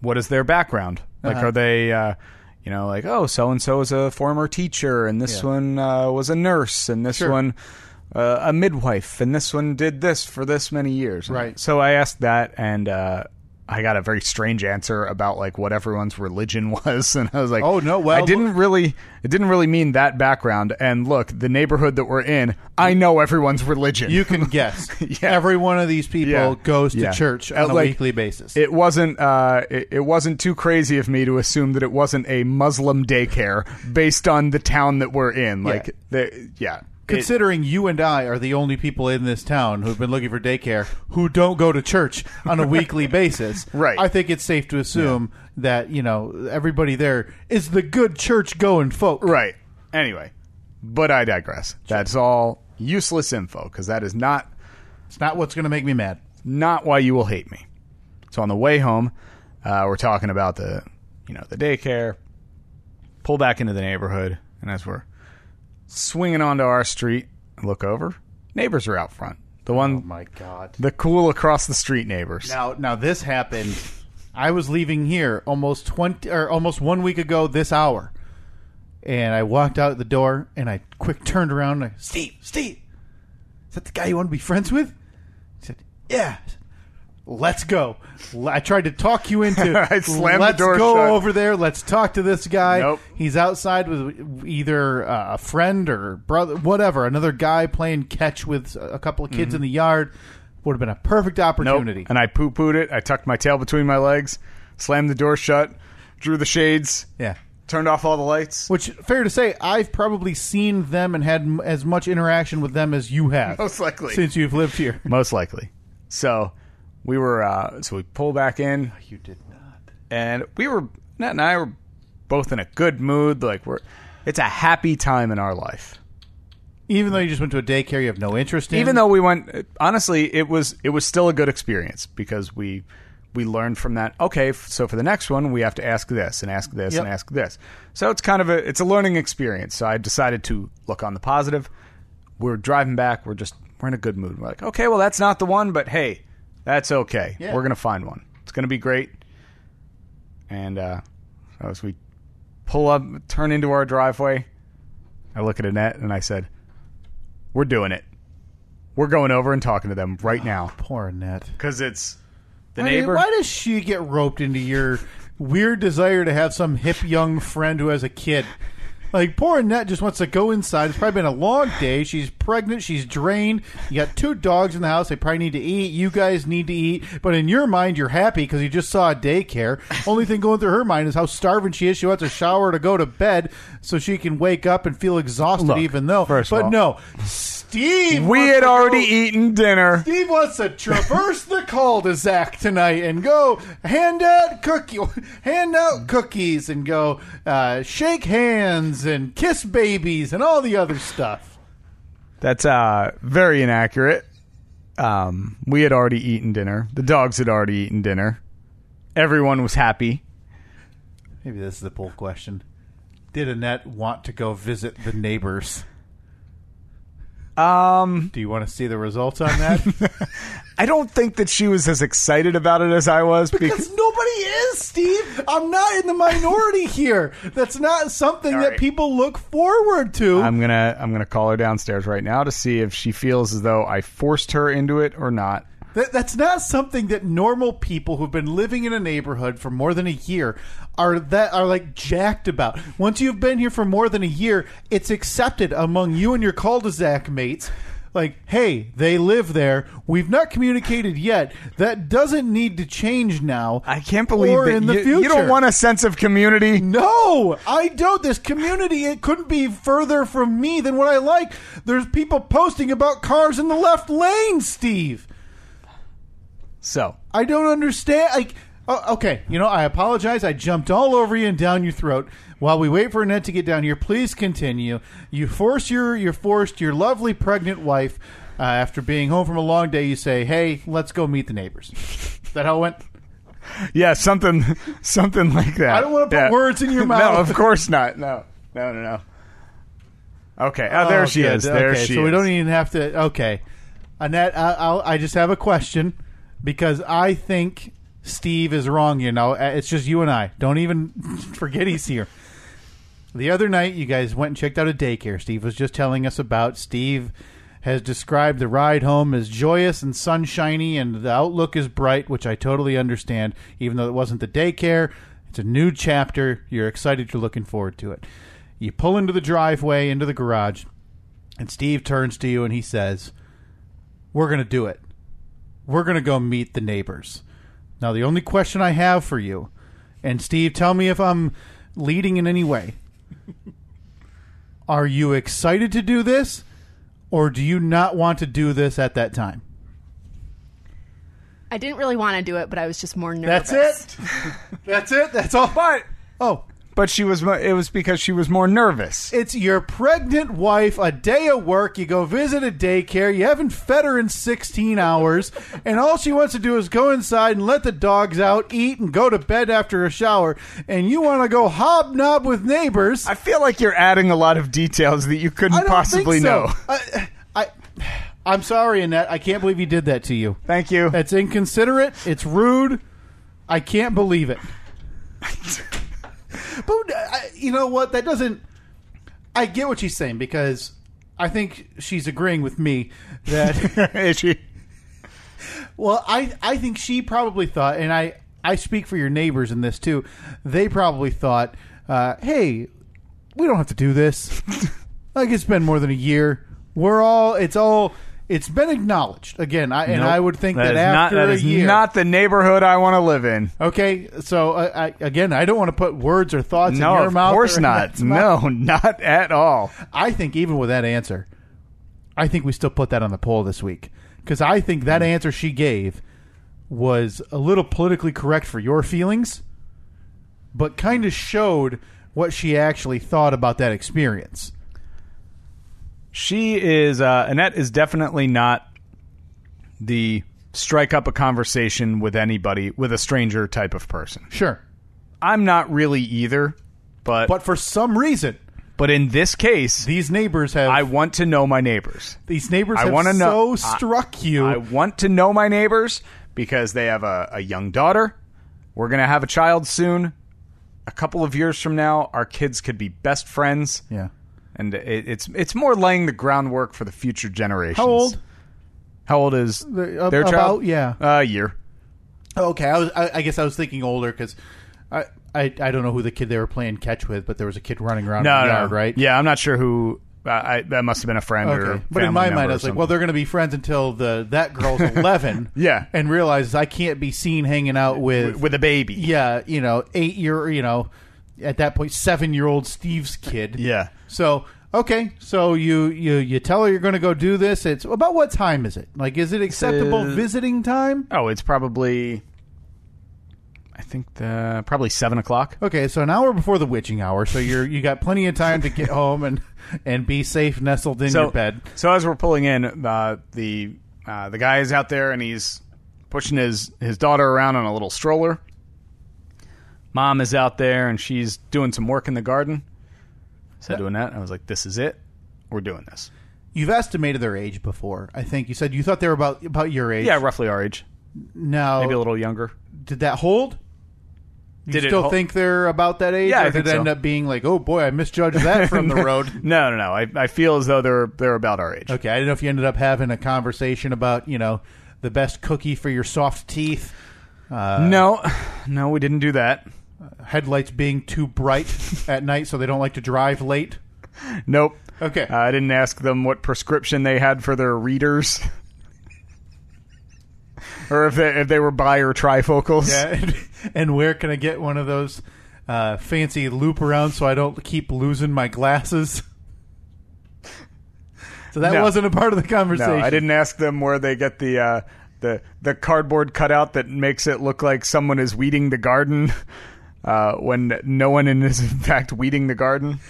S1: What is their background? Like,
S3: Uh-huh.
S1: are they, uh, you know, like oh, so and so is a former teacher, and this
S3: Yeah.
S1: one uh, was a nurse, and this
S3: Sure.
S1: one uh, a midwife, and this one did this for this many years.
S3: Right.
S1: So I asked that, and uh, I got a very strange answer about like what everyone's religion was, and I was like,
S3: Oh, no, well,
S1: I didn't really, it didn't really mean that background. And look, the neighborhood that we're in, I know everyone's religion.
S3: You can guess.
S1: Yeah.
S3: Every one of these people
S1: Yeah.
S3: goes to
S1: Yeah.
S3: church
S1: Uh,
S3: on a
S1: like,
S3: weekly basis.
S1: it wasn't, uh, it, it wasn't too crazy of me to assume that it wasn't a Muslim daycare based on the town that we're in. Like, the, yeah, It-
S3: Considering you and I are the only people in this town who've been looking for daycare who don't go to church on a weekly basis,
S1: Right.
S3: I think it's safe to assume that you know everybody there is the good church going folk.
S1: Right. Anyway, but I digress. That's all useless info because that is not
S3: It's not what's going to make me mad.
S1: not why you will hate me. So on the way home, uh, we're talking about the you know the daycare. Pull back into the neighborhood, and as we're swinging onto our street, I look over. Neighbors are out front. The one,
S3: My God.
S1: the cool across the street neighbors.
S3: Now, now this happened. I was leaving here almost twenty or almost one week ago this hour, and I walked out the door and I quick turned around. And I, Steve, Steve, is that the guy you want to be friends with? He said, Yeah. I said, Let's go. L- I tried to talk you into.
S1: I slammed the
S3: Let's
S1: door
S3: go
S1: shut."
S3: over there. Let's talk to this guy.
S1: Nope.
S3: He's outside with either uh, a friend or brother, whatever. Another guy playing catch with a couple of kids in the yard would have been a perfect
S1: Mm-hmm. Nope.
S3: opportunity.
S1: And I poo pooed it. I tucked my tail between my legs, slammed the door shut, drew the shades,
S3: Yeah.
S1: turned off all the lights.
S3: Which fair to say, I've probably seen them and had m- as much interaction with them as you have.
S1: Most likely.
S3: since you've lived here.
S1: most likely. So we were uh, so we pull back in,
S3: You did not.
S1: and we were Nat and I were both in a good mood. Like we're, it's a happy time in our life.
S3: Even though you just went to a daycare, you have no interest in.
S1: Even though we went, honestly, it was it was still a good experience because we we learned from that. Okay, f- so for the next one, we have to ask this and ask this
S3: Yep.
S1: and ask this. So it's kind of a it's a learning experience. So I decided to look on the positive. We're driving back. We're just we're in a good mood. We're like, okay, well that's not the one, but hey, that's okay.
S3: Yeah.
S1: We're gonna find one. It's gonna be great. And uh, so as we pull up, turn into our driveway, I look at Annette and I said, "We're doing it. We're going over and talking to them right now
S3: poor Annette.
S1: because it's the
S3: Why do-
S1: neighbor."
S3: Why does she get roped into your weird desire to have some hip young friend who has a kid? Like poor Annette just wants to go inside. It's probably been a long day. She's pregnant. She's drained. You got two dogs in the house. They probably need to eat. You guys need to eat. But in your mind, you're happy because you just saw a daycare. Only thing going through her mind is how starving she is. She wants a shower to go to bed so she can wake up and feel exhausted,
S1: Look,
S3: even though.
S1: first of
S3: but
S1: all-
S3: no, Steve.
S1: we
S3: wants
S1: had
S3: to go-
S1: already eaten dinner.
S3: Steve wants to traverse the cul-de-sac tonight and go hand out cookie, hand out cookies, and go uh, shake hands and kiss babies and all the other stuff.
S1: That's uh, very inaccurate. Um, we had already eaten dinner. The dogs had already eaten dinner. Everyone was happy.
S3: Maybe this is the poll question. Did Annette want to go visit the neighbors?
S1: Um,
S3: Do you want to see the results on that?
S1: I don't think that she was as excited about it as I was because
S3: Because nobody is, Steve. I'm not in the minority here. That's not something that
S1: right.
S3: people look forward to.
S1: I'm gonna I'm gonna call her downstairs right now to see if she feels as though I forced her into it or not.
S3: That, that's not something that normal people who've been living in a neighborhood for more than a year are that are like jacked about. Once you've been here for more than a year, it's accepted among you and your cul-de-sac mates. Like, hey, they live there. We've not communicated yet. That doesn't need to change now.
S1: I can't believe
S3: or
S1: that
S3: in the
S1: you,
S3: future.
S1: you don't want a sense of community.
S3: No, I don't. This community, it couldn't be further from me than what I like. There's people posting about cars in the left lane, Steve.
S1: So
S3: I don't understand. Like, oh, okay, you know, I apologize. I jumped all over you and down your throat. While we wait for Annette to get down here, please continue. You force your, you forced your lovely pregnant wife uh, after being home from a long day. You say, "Hey, let's go meet the neighbors." Is that how it went?
S1: yeah, something something like that.
S3: I don't wanna put
S1: Yeah.
S3: words in your
S1: no,
S3: mouth.
S1: of course not. No, no, no, no. Okay, oh, there she
S3: good.
S1: is. There
S3: okay,
S1: she
S3: so
S1: is.
S3: we don't e- even have to. Okay, Annette, I, I'll, I just have a question because I think Steve is wrong. You know, Uh, it's just you and I. Don't even forget he's here. The other night, you guys went and checked out a daycare. Steve was just telling us about. Steve has described the ride home as joyous and sunshiny, and the outlook is bright, which I totally understand. Even though it wasn't the daycare, it's a new chapter. You're excited. You're looking forward to it. You pull into the driveway, into the garage, and Steve turns to you and he says, We're going to do it. We're going to go meet the neighbors. Now, the only question I have for you, and Steve, tell me if I'm leading in any way. Are you excited to do this, or do you not want to do this at that time?
S4: I didn't really want to do it, but I was just more nervous.
S3: That's it. That's it. That's all.
S1: But
S3: Oh,
S1: but she was. mo- It was because she was more nervous.
S3: It's your pregnant wife, a day of work. You go visit a daycare. You haven't fed her in 16 hours. And all she wants to do is go inside and let the dogs out, eat, and go to bed after a shower. And you want to go hobnob with neighbors.
S1: I feel like you're adding a lot of details that you couldn't
S3: I don't think
S1: possibly
S3: so.
S1: know.
S3: I, I, I'm sorry, Annette. I can't believe you did that to you.
S1: Thank you.
S3: That's inconsiderate. It's rude. I can't believe it. but uh, I, you know what? That doesn't. I get what she's saying because I think she's agreeing with me that.
S1: Is she?
S3: Well, I I think she probably thought, and I I speak for your neighbors in this too. They probably thought, uh, hey, we don't have to do this. like it's been more than a year. We're all it's all it's been acknowledged again. I, and
S1: Nope.
S3: I would think that,
S1: is
S3: after
S1: not, that
S3: a
S1: is
S3: year,
S1: not the neighborhood I want to live in.
S3: okay. So uh, I, again, I don't want to put words or thoughts in
S1: No,
S3: your
S1: of
S3: mouth.
S1: course
S3: or in
S1: not.
S3: Matt's mouth.
S1: No, not at all.
S3: I think even with that answer, I think we still put that on the poll this week because I think
S1: Mm.
S3: that answer she gave was a little politically correct for your feelings, but kind of showed what she actually thought about that experience.
S1: She is uh, Annette is definitely not the strike up a conversation with anybody with a stranger type of person.
S3: Sure,
S1: I'm not really either, but but,
S3: but for some reason,
S1: in this case,
S3: these neighbors have
S1: I want to know my neighbors.
S3: these neighbors
S1: I
S3: have
S1: wanna
S3: so
S1: know- I-
S3: struck you.
S1: I want to know my neighbors because they have a, a young daughter. We're gonna have a child soon. A couple of years from now, our kids could be best friends.
S3: yeah,
S1: and it, it's it's more laying the groundwork for the future generations.
S3: how old?
S1: How old is
S3: The- ab-
S1: their child?
S3: about- yeah.
S1: a year.
S3: Okay, I was. I, I guess I was thinking older because. I, I, I don't know who the kid they were playing catch with, but there was a kid running around
S1: No,
S3: in the
S1: no,
S3: yard, right?
S1: Yeah, I'm not sure who. I, I that must have been a friend or.
S3: Okay. But in
S1: family
S3: my
S1: member
S3: mind, I
S1: or
S3: was like, well,
S1: something.
S3: they're going to be friends until the that girl's 11.
S1: Yeah.
S3: And realizes I can't be seen hanging out with,
S1: with a baby.
S3: yeah, you know, eight year, you know, at that point, seven year old Steve's kid.
S1: Yeah.
S3: So, okay. So you, you, you tell her you're going to go do this. It's about what time is it? Like, is it acceptable
S1: Uh,
S3: visiting time?
S1: Oh, it's probably. I think the probably seven o'clock.
S3: Okay, so an hour before the witching hour, so you're you got plenty of time to get home and and be safe nestled in your bed.
S1: So as we're pulling in, uh, the uh, the guy is out there and he's pushing his his daughter around on a little stroller. Mom is out there and she's doing some work in the garden. I said to Annette, I was like, "This is it. We're doing this."
S3: You've estimated their age before. I think you said you thought they were about about your age. Oh.
S1: Yeah, roughly our age,
S3: Now,
S1: maybe a little younger.
S3: did that hold? You
S1: Did it
S3: still
S1: hol-
S3: think they're about that age?
S1: Yeah, I
S3: or did
S1: think
S3: it
S1: so.
S3: end up being like, oh boy, I misjudged that from the road.
S1: No, no, no. I, I feel as though they're they're about our age.
S3: Okay, I don't know if you ended up having a conversation about you know the best cookie for your soft teeth, uh,
S1: No, no, we didn't do that.
S3: headlights being too bright at night so they don't like to drive late.
S1: Nope.
S3: Okay,
S1: Uh, I didn't ask them what prescription they had for their readers, or if they if they were bi or trifocals.
S3: Yeah, and, and where can I get one of those uh, fancy loop around so I don't keep losing my glasses? So that
S1: No.
S3: wasn't a part of the conversation.
S1: No, I didn't ask them where they get the uh, the the cardboard cutout that makes it look like someone is weeding the garden. Uh, when no one in is in fact weeding the garden.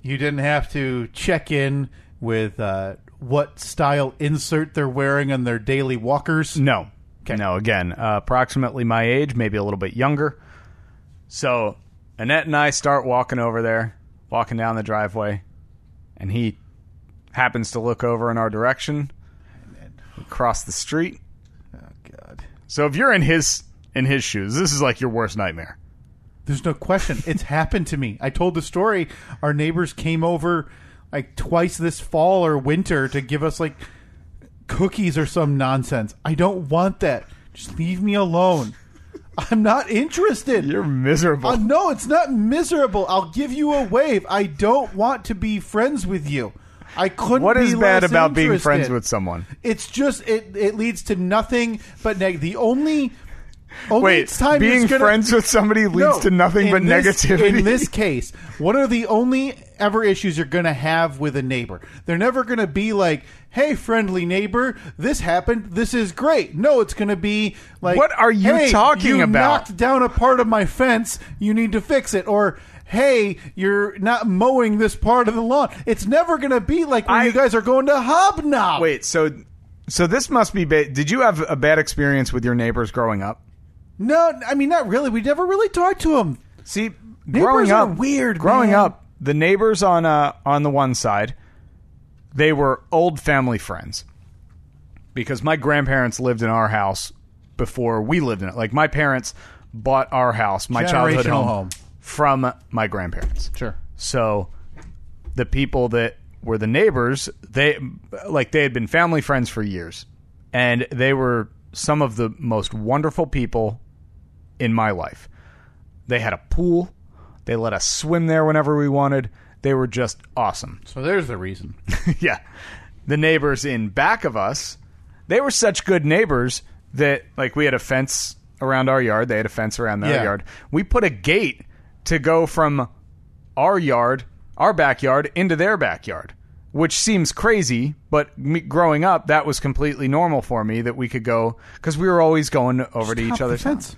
S3: You didn't have to check in with uh, what style insert they're wearing on their daily walkers.
S1: No. No, again, uh, approximately my age, maybe a little bit younger. So Annette and I start walking over there, walking down the driveway, and he happens to look over in our direction. We cross the street.
S3: Oh God,
S1: So if you're in his in his shoes, this is like your worst nightmare.
S3: there's no question. It's happened to me. I told the story. Our neighbors came over like twice this fall or winter to give us like cookies or some nonsense. I don't want that. Just leave me alone. I'm not interested.
S1: You're miserable.
S3: Uh, no, it's not miserable. I'll give you a wave. I don't want to be friends with you. I couldn't.
S1: what
S3: be
S1: is bad
S3: less
S1: about being friends
S3: interested.
S1: with someone?
S3: It's just it. It leads to nothing but neg. The only. only
S1: Wait,
S3: time
S1: being
S3: it's gonna-
S1: friends with somebody leads
S3: No,
S1: to nothing
S3: in
S1: but
S3: this-
S1: negativity.
S3: In this case, what are the only ever issues you're going to have with a neighbor? They're never going to be like, "Hey, friendly neighbor, this happened. This is great." No, it's going to be like,
S1: What are you
S3: "Hey,
S1: talking
S3: you
S1: about?"
S3: knocked down a part of my fence. You need to fix it." Or Hey, you're not mowing this part of the lawn. It's never going to be like when
S1: I-
S3: you guys are going to hobnob.
S1: Wait, so so this must be ba- did you have a bad experience with your neighbors growing up?
S3: No, I mean not really. We never really talked to him.
S1: See,
S3: Neighbors
S1: growing
S3: are
S1: up,
S3: weird,
S1: Growing
S3: man.
S1: up, the neighbors on uh, on the one side, they were old family friends because my grandparents lived in our house before we lived in it. Like my parents bought our house, my childhood
S3: Generational
S1: home,
S3: home.
S1: from my grandparents.
S3: Sure.
S1: So the people that were the neighbors, they like they had been family friends for years, and they were some of the most wonderful people in my life. They had a pool. They let us swim there whenever we wanted. They were just awesome.
S3: So there's the reason.
S1: yeah. The neighbors in back of us, they were such good neighbors that like we had a fence around our yard, they had a fence around their
S3: Yeah.
S1: yard. We put a gate to go from our yard, our backyard into their backyard, which seems crazy, but me, growing up that was completely normal for me that we could go cuz we were always going over to each other's house.
S3: fence.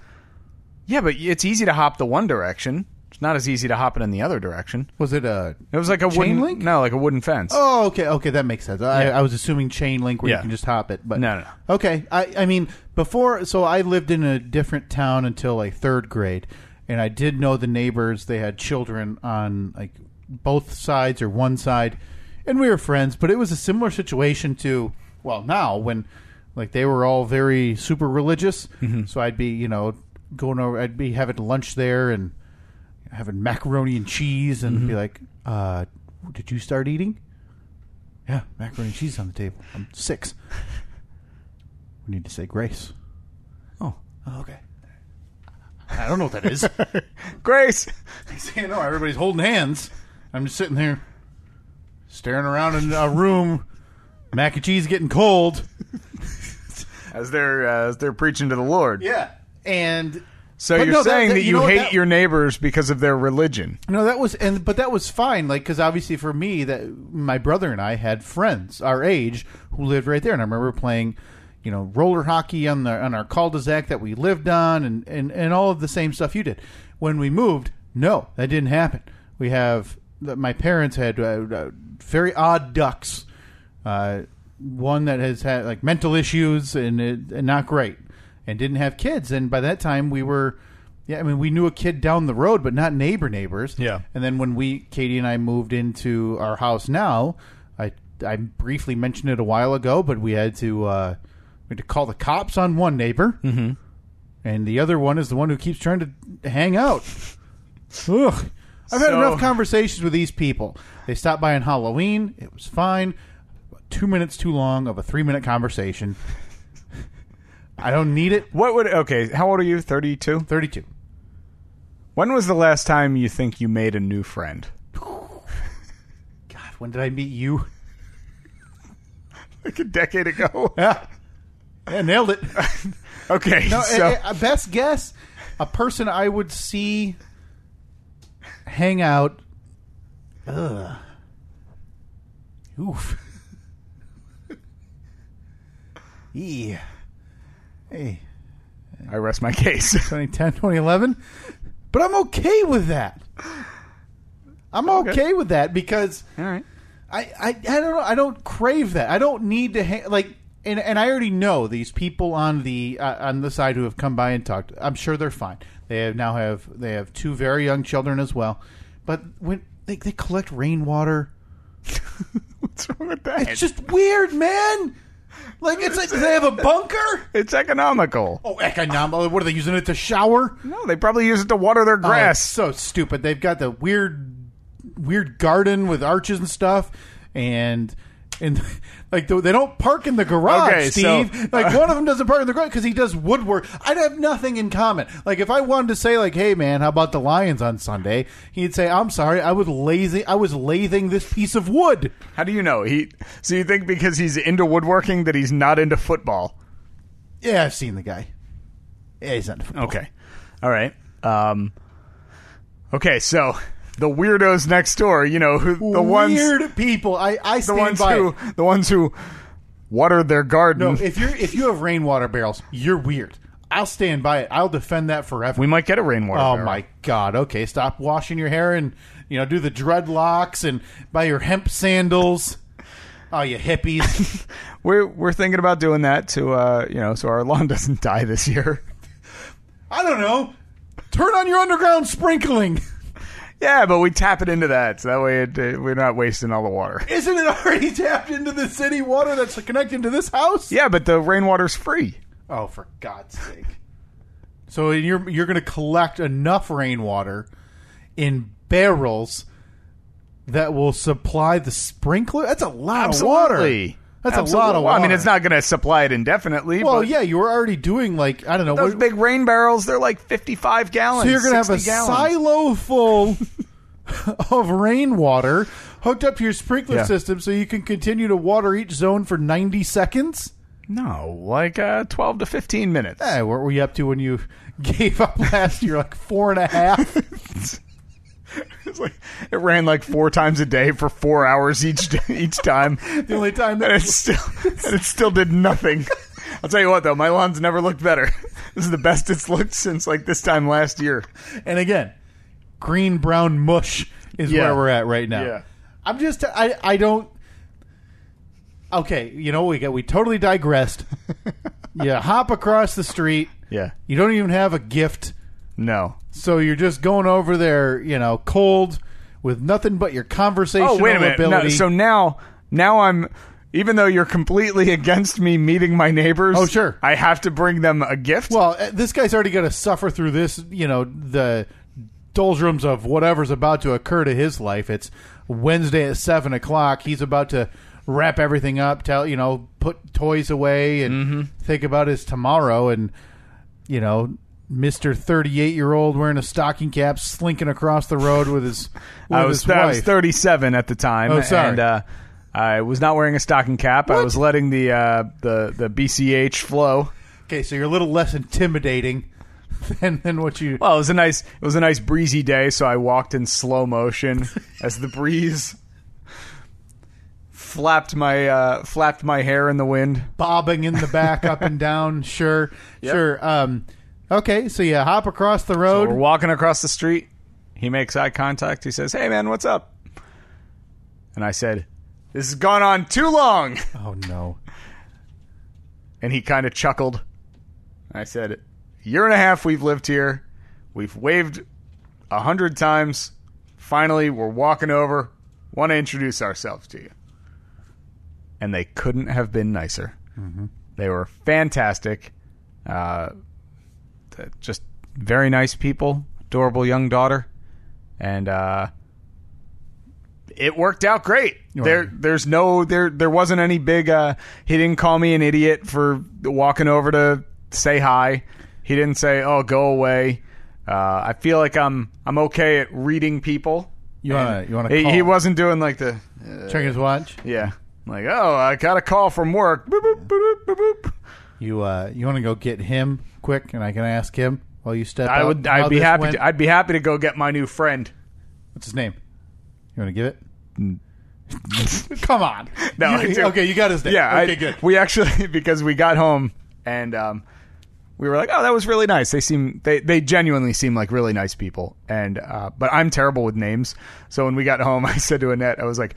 S1: Yeah, but it's easy to hop the one direction. It's not as easy to hop it in the other direction.
S3: Was it a?
S1: It was like a
S3: Chain
S1: wooden
S3: link?
S1: no, like a wooden fence.
S3: Oh, okay, okay, that makes sense. I,
S1: Yeah.
S3: I was assuming chain link where
S1: Yeah.
S3: you can just hop it, but
S1: No, no, no.
S3: Okay, I, I mean before, so I lived in a different town until like third grade, and I did know the neighbors. They had children on like both sides or one side, and we were friends. But it was a similar situation to well now when like they were all very super religious.
S1: Mm-hmm.
S3: So I'd be you know going over, I'd be having lunch there and having macaroni and cheese,
S1: Mm-hmm.
S3: and be like, uh, "Did you start eating?" Yeah, macaroni and cheese on the table. I'm six. We need to say grace.
S1: Oh.
S3: Oh, okay. I don't know what that is.
S1: Grace.
S3: you know, everybody's holding hands. I'm just sitting there staring around in a room. Mac and cheese getting cold.
S1: as they're uh, as they're preaching to the Lord.
S3: Yeah. And
S1: So
S3: But
S1: you're
S3: no, that-
S1: saying that,
S3: that- you
S1: you,
S3: know what,
S1: hate
S3: that-
S1: your neighbors because of their religion.
S3: No, that was and but that was fine. Like because obviously for me that my brother and I had friends our age who lived right there, and I remember playing, you know, roller hockey on the on our cul-de-sac that we lived on, and and and all of the same stuff you did. When we moved, no, that didn't happen. We have that my parents had uh, uh, very odd ducks. Uh, one that has had like mental issues and, it, and not great, and didn't have kids. And by that time we were. Yeah, I mean, we knew a kid down the road, but not neighbor neighbors.
S1: Yeah.
S3: And then when we, Katie and I, moved into our house now, I I briefly mentioned it a while ago, but we had to uh, we had to call the cops on one neighbor, mm-hmm. and the other one is the one who keeps trying to hang out. Ugh. I've had
S1: So-
S3: enough conversations with these people. They stopped by on Halloween. It was fine. Two minutes too long of a three minute conversation. I don't need it.
S1: What would okay? How old are you? Thirty two.
S3: 32.
S1: When was the last time you think you made a new friend?
S3: God, when did I meet you?
S1: Like a decade ago.
S3: Yeah. Yeah, nailed it.
S1: okay,
S3: No,
S1: so
S3: a- a- best guess, a person I would see hang out. Ugh. Oof. yeah. Hey,
S1: I rest my case.
S3: 2010, 2011. But I'm okay with that. I'm okay, with that because
S1: All right.
S3: I, I, I don't know. I don't crave that. I don't need to ha- like. And, and I already know these people on the uh, on the side who have come by and talked. I'm sure they're fine. They have now have they have two very young children as well. But when they, they collect rainwater,
S1: What's wrong with that?
S3: it's just weird, man. Like it's like they have a bunker.
S1: It's economical.
S3: Oh, economical. What are they using it to shower?
S1: No, they probably use it to water their
S3: Oh, it's
S1: grass.
S3: so stupid. They've got the weird, weird garden with arches and stuff, and and like the, they don't park in the garage.
S1: Okay, so-
S3: Steve, like one of them doesn't park in the garage because he does woodwork. I'd have nothing in common. Like if I wanted to say like, hey man, how about the Lions on Sunday? He'd say, I'm sorry, I was lazy. I was lathing this piece of wood.
S1: How do you know? He so you think because he's into woodworking that he's not into football?
S3: Yeah, I've seen the guy. Yeah, he's not.
S1: Okay. All right. Um Okay, so the weirdos next door, you know, who the ones
S3: weird people. I I
S1: the
S3: stand
S1: ones
S3: by. it.
S1: who the ones who water their
S3: No,
S1: garden.
S3: if you're if you have rainwater barrels, you're weird. I'll stand by it. I'll defend that forever.
S1: we might get a rainwater.
S3: oh
S1: barrel.
S3: my god. Okay, stop washing your hair and you know do the dreadlocks and buy your hemp sandals. Oh, you hippies!
S1: We're we're thinking about doing that to uh, you know, so our lawn doesn't die this year.
S3: I don't know. Turn on your underground sprinkling.
S1: yeah, but we tap it into that so that way it, uh, we're not wasting all the water.
S3: Isn't it already tapped into the city water that's connecting to this house?
S1: Yeah, but the rainwater's free.
S3: Oh, for God's sake! So you're you're going to collect enough rainwater in barrels that will supply the sprinkler. That's a lot of water.
S1: Absolutely.
S3: That's
S1: Absolutely.
S3: a lot of
S1: Well,
S3: water.
S1: I mean, it's not going to supply it indefinitely.
S3: Well,
S1: but
S3: yeah, you were already doing like I don't know.
S1: those
S3: what-
S1: big rain barrels, they're like 55 gallons.
S3: so you're going to have a
S1: 60 gallons.
S3: silo full of rainwater hooked up to your sprinkler
S1: Yeah.
S3: system, so you can continue to water each zone for ninety seconds.
S1: No, like uh, 12 to 15 minutes.
S3: Hey, what were you up to when you gave up last year? Like four and a half.
S1: It's like- it ran like four times a day for four hours each day, each time.
S3: the only time
S1: and
S3: that
S1: it still and it still did nothing. I'll tell you what though, my lawn's never looked better. This is the best it's looked since like this time last year.
S3: And again, green brown mush is
S1: Yeah.
S3: where we're at right now.
S1: Yeah.
S3: I'm just I I don't. Okay, you know we got we totally digressed. yeah, hop across the street.
S1: Yeah.
S3: You don't even have a gift,
S1: No.
S3: so you're just going over there, you know, cold with nothing but your conversational
S1: Oh wait a minute. No,
S3: ability.
S1: so now now I'm even though you're completely against me meeting my neighbors.
S3: Oh, sure.
S1: I have to bring them a gift.
S3: well, uh, this guy's already got to suffer through this, you know, the doldrums of whatever's about to occur to his life. It's Wednesday at seven o'clock. He's about to wrap everything up, tell you know, put toys away, and
S1: Mm-hmm.
S3: think about his tomorrow. And you know, Mister thirty-eight-year-old wearing a stocking cap, slinking across the road with his with
S1: I was
S3: his
S1: I
S3: wife.
S1: was 37 at the time
S3: Oh, sorry.
S1: and uh I was not wearing a stocking cap. I was letting the uh, the the BCH flow.
S3: okay, so you're a little less intimidating than than what you.
S1: Well, it was a nice it was a nice breezy day, so I walked in slow motion as the breeze flapped my uh, flapped my hair in the wind.
S3: bobbing in the back up and down sure sure um okay so you hop across the road
S1: We're walking across the street. He makes eye contact. He says, "Hey, man, what's up?" And I said, "This has gone on too long."
S3: oh no
S1: And he kind of chuckled. I said, "Year and a half we've lived here. We've waved a hundred times. Finally, we're walking over. Want to introduce ourselves to you." and they couldn't have been nicer. They were fantastic. Uh, th- just very nice people, adorable young daughter, and uh, it worked out great. There, there's no there. There wasn't any big. Uh, he didn't call me an idiot for walking over to say hi. He didn't say, "Oh, go away." Uh, I feel like I'm I'm okay at reading people.
S3: You wanna-
S1: And
S3: you wanna
S1: He,
S3: call.
S1: he wasn't doing like the
S3: Check his watch.
S1: yeah. Like, oh, I got a call from work. Boop, boop, boop, boop, boop, boop.
S3: You uh, you want to go get him quick, and I can ask him while you step.
S1: I
S3: out
S1: would.
S3: how
S1: I'd be
S3: this
S1: happy.
S3: went?
S1: To, I'd be happy to go get my new friend.
S3: What's his name? You want to give it? Come on.
S1: Mm. No,
S3: You-
S1: I do.
S3: okay, you got his name.
S1: Yeah.
S3: okay,
S1: I-
S3: good.
S1: We actually because we got home and um, we were like, oh, that was really nice. They seem they they genuinely seem like really nice people. And uh, but I'm terrible with names, so when we got home, I said to Annette, I was like.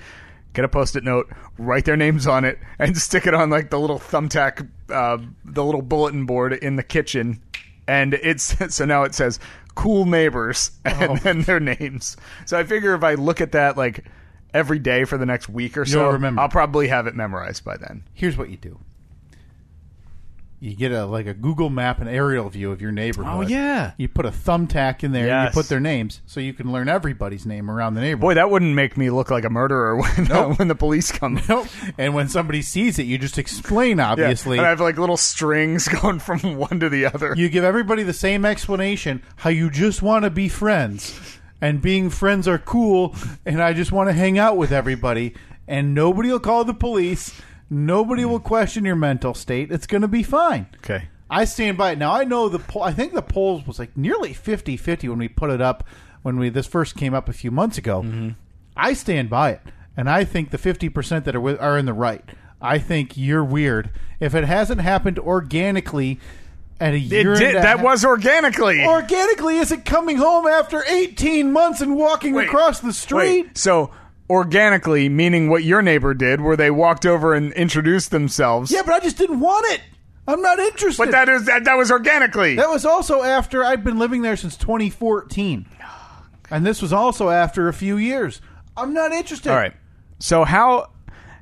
S1: Get a post-it note, write their names on it, and stick it on like the little thumbtack, uh, the little bulletin board in the kitchen, and it's so now it says "cool neighbors" and
S3: Oh.
S1: then their names. So I figure if I look at that like every day for the next week or so,
S3: You'll remember.
S1: I'll probably have it memorized by then.
S3: Here's what you do. You get a like a Google map and aerial view of your neighborhood.
S1: Oh, yeah.
S3: You put a thumbtack in there. and
S1: Yes.
S3: You put their names so you can learn everybody's name around the neighborhood.
S1: Boy, that wouldn't make me look like a murderer when when the police come.
S3: Nope. And when somebody sees it, you just explain.
S1: Yeah.
S3: Obviously,
S1: and I have like little strings going from one to the other.
S3: you give everybody the same explanation how you just want to be friends and being friends are cool and i just want to hang out with everybody and nobody will call the police nobody will question your mental state it's going to be fine
S1: okay,
S3: i stand by it now i know the poll i think the polls was like nearly 50-50 when we put it up when we this first came up a few months ago
S1: Mm-hmm.
S3: i stand by it and i think the 50% that are, with, are in the right i think you're weird if it hasn't happened organically at a
S1: it
S3: year
S1: did.
S3: and a
S1: That
S3: half-
S1: was organically.
S3: organically is it coming home after 18 months and walking
S1: Wait,
S3: across the street
S1: Wait, so organically, meaning what your neighbor did, where they walked over and introduced themselves.
S3: yeah but i just didn't want it i'm not interested
S1: But that is that, that was organically.
S3: that was also after i'd been living there since 2014 and this was also after a few years i'm not interested
S1: All right. So how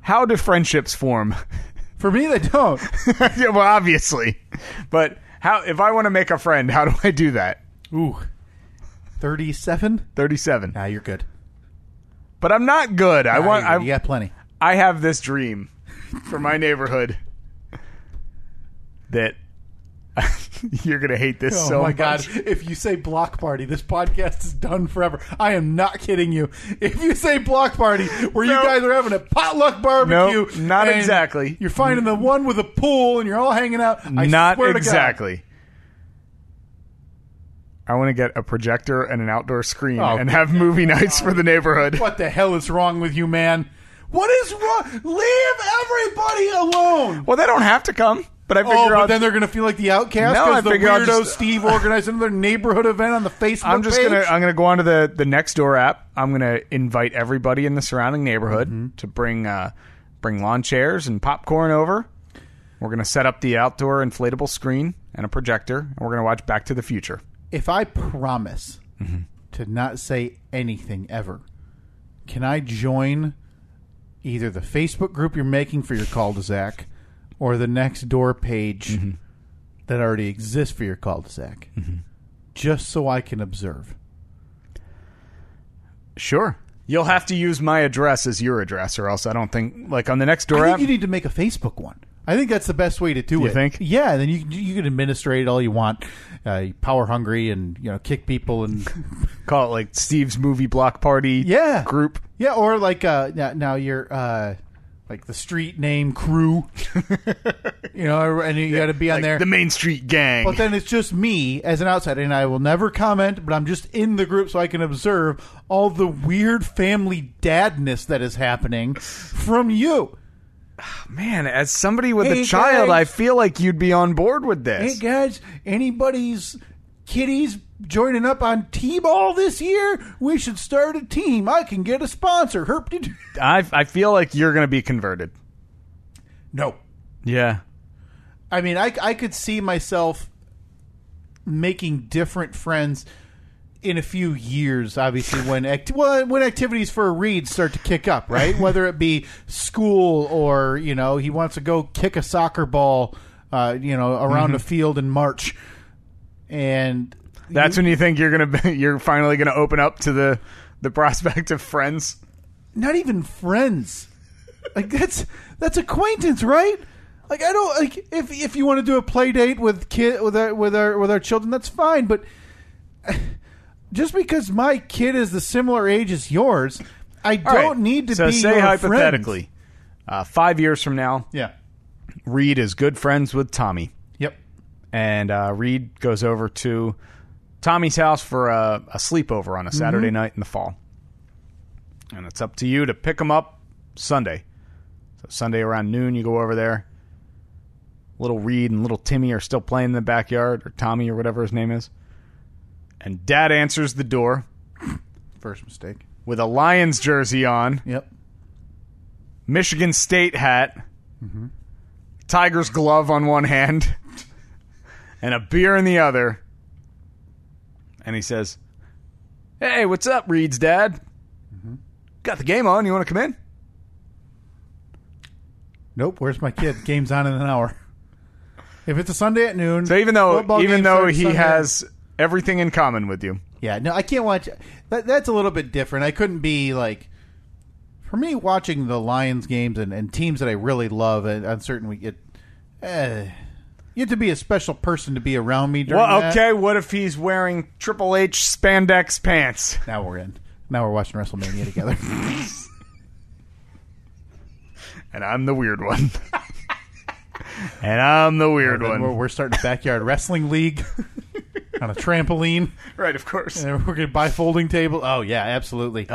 S1: how do friendships form?
S3: for me they don't
S1: yeah, well, obviously, but how if I want to make a friend, how do I do that?
S3: ooh 37
S1: Thirty-seven.
S3: nah you're good
S1: But I'm not good. I
S3: Nah,
S1: want.
S3: you're good.
S1: I,
S3: you got plenty
S1: I have this dream for my neighborhood that you're gonna hate this
S3: Oh
S1: so
S3: my
S1: much.
S3: god! If you say block party, this podcast is done forever. I am not kidding you. If you say block party, where you
S1: No.
S3: guys are having a potluck barbecue,
S1: No, not
S3: and
S1: exactly.
S3: You're finding the one with a pool, and you're all hanging out. I
S1: not
S3: swear to God.
S1: exactly. I want to get a projector and an outdoor screen
S3: Oh,
S1: and have movie nights for the neighborhood.
S3: What the hell is wrong with you, man? What is wrong? Leave everybody alone.
S1: Well, they don't have to come, but I figure
S3: Oh, but
S1: out.
S3: then they're gonna feel like the outcast
S1: No,
S3: because
S1: I
S3: the
S1: figure I'll
S3: weirdo
S1: just- uh,
S3: Steve organized another neighborhood event on the Facebook.
S1: I'm just
S3: page.
S1: gonna uh, I'm gonna go onto the the next door app. I'm gonna invite everybody in the surrounding neighborhood
S3: Mm-hmm.
S1: to bring uh, bring lawn chairs and popcorn over. We're gonna set up the outdoor inflatable screen and a projector, and we're gonna watch Back to the Future.
S3: if I promise
S1: Mm-hmm.
S3: to not say anything ever, can I join either the Facebook group you're making for your call to Zach or the next door page
S1: Mm-hmm.
S3: that already exists for your call to Zach? Just so I can observe.
S1: Sure. You'll have to use my address as your address, or else I don't think like on the next door
S3: I
S1: app.
S3: think you need to make a Facebook one. I think that's the best way to do
S1: you
S3: it.
S1: think?
S3: Yeah, then you you can administrate all you want, uh, power hungry, and you know kick people and
S1: call it like Steve's movie block party.
S3: Yeah.
S1: Group.
S3: Yeah, or like uh, now, now you're uh, like the street name crew, you know, and you got to be on
S1: Like
S3: there.
S1: the Main Street Gang.
S3: but then it's just me as an outsider, and I will never comment. But I'm just in the group so I can observe all the weird family dadness that is happening from you.
S1: Man, as somebody with
S3: Hey,
S1: a child,
S3: guys.
S1: I feel like you'd be on board with
S3: Hey
S1: this.
S3: guys, anybody's kiddies joining up on t-ball this year? We should start a team. I can get a sponsor. Herp did
S1: I I feel like you're gonna be converted.
S3: no.
S1: Yeah.
S3: I mean, I, I could see myself making different friends in a few years, obviously, when act- well, when activities for Reed start to kick up, right? Whether it be school or you know he wants to go kick a soccer ball, uh, you know, around a field in March, and
S1: That's when you think you're gonna be, you're finally gonna open up to the the prospect of friends.
S3: not even friends. Like that's that's acquaintance, right? Like I don't like if if you want to do a play date with kid with our with our with our children, that's fine. But just because my kid is the similar age as yours, I don't
S1: All right.
S3: need to
S1: so
S3: be
S1: say
S3: your
S1: hypothetically,
S3: friend.
S1: uh, five years from now,
S3: Yeah.
S1: Reed is good friends with Tommy,
S3: Yep.
S1: and uh, Reed goes over to Tommy's house for a, a sleepover on a Saturday night in the fall, and it's up to you to pick him up Sunday. So Sunday around noon, you go over there. Little Reed and little Timmy are still playing in the backyard, or Tommy, or whatever his name is. And Dad answers the door
S3: First mistake.
S1: with a Lions jersey on,
S3: Yep.
S1: Michigan State hat, Tiger's glove on one hand, and a beer in the other. And he says, Hey, what's up, Reed's dad? Got the game on. You want to come in?
S3: Nope. Where's my kid? Game's on in an hour. If it's a Sunday at noon,
S1: So even though
S3: football
S1: even
S3: game
S1: though
S3: starts
S1: he
S3: Sunday.
S1: has everything in common with you,
S3: Yeah, no, I can't watch. That, that's a little bit different. I couldn't be like, for me, watching the Lions games and, and teams that I really love and on certain week, it, eh, you have to be a special person to be around me. During
S1: well,
S3: that.
S1: okay. What if he's wearing Triple H spandex pants?
S3: Now we're in. Now we're watching WrestleMania together.
S1: And I'm the weird one. and I'm the weird
S3: Then
S1: one.
S3: we're, we're starting a backyard wrestling league on a trampoline,
S1: Right, of course.
S3: and we're gonna buy folding table. Oh yeah, absolutely.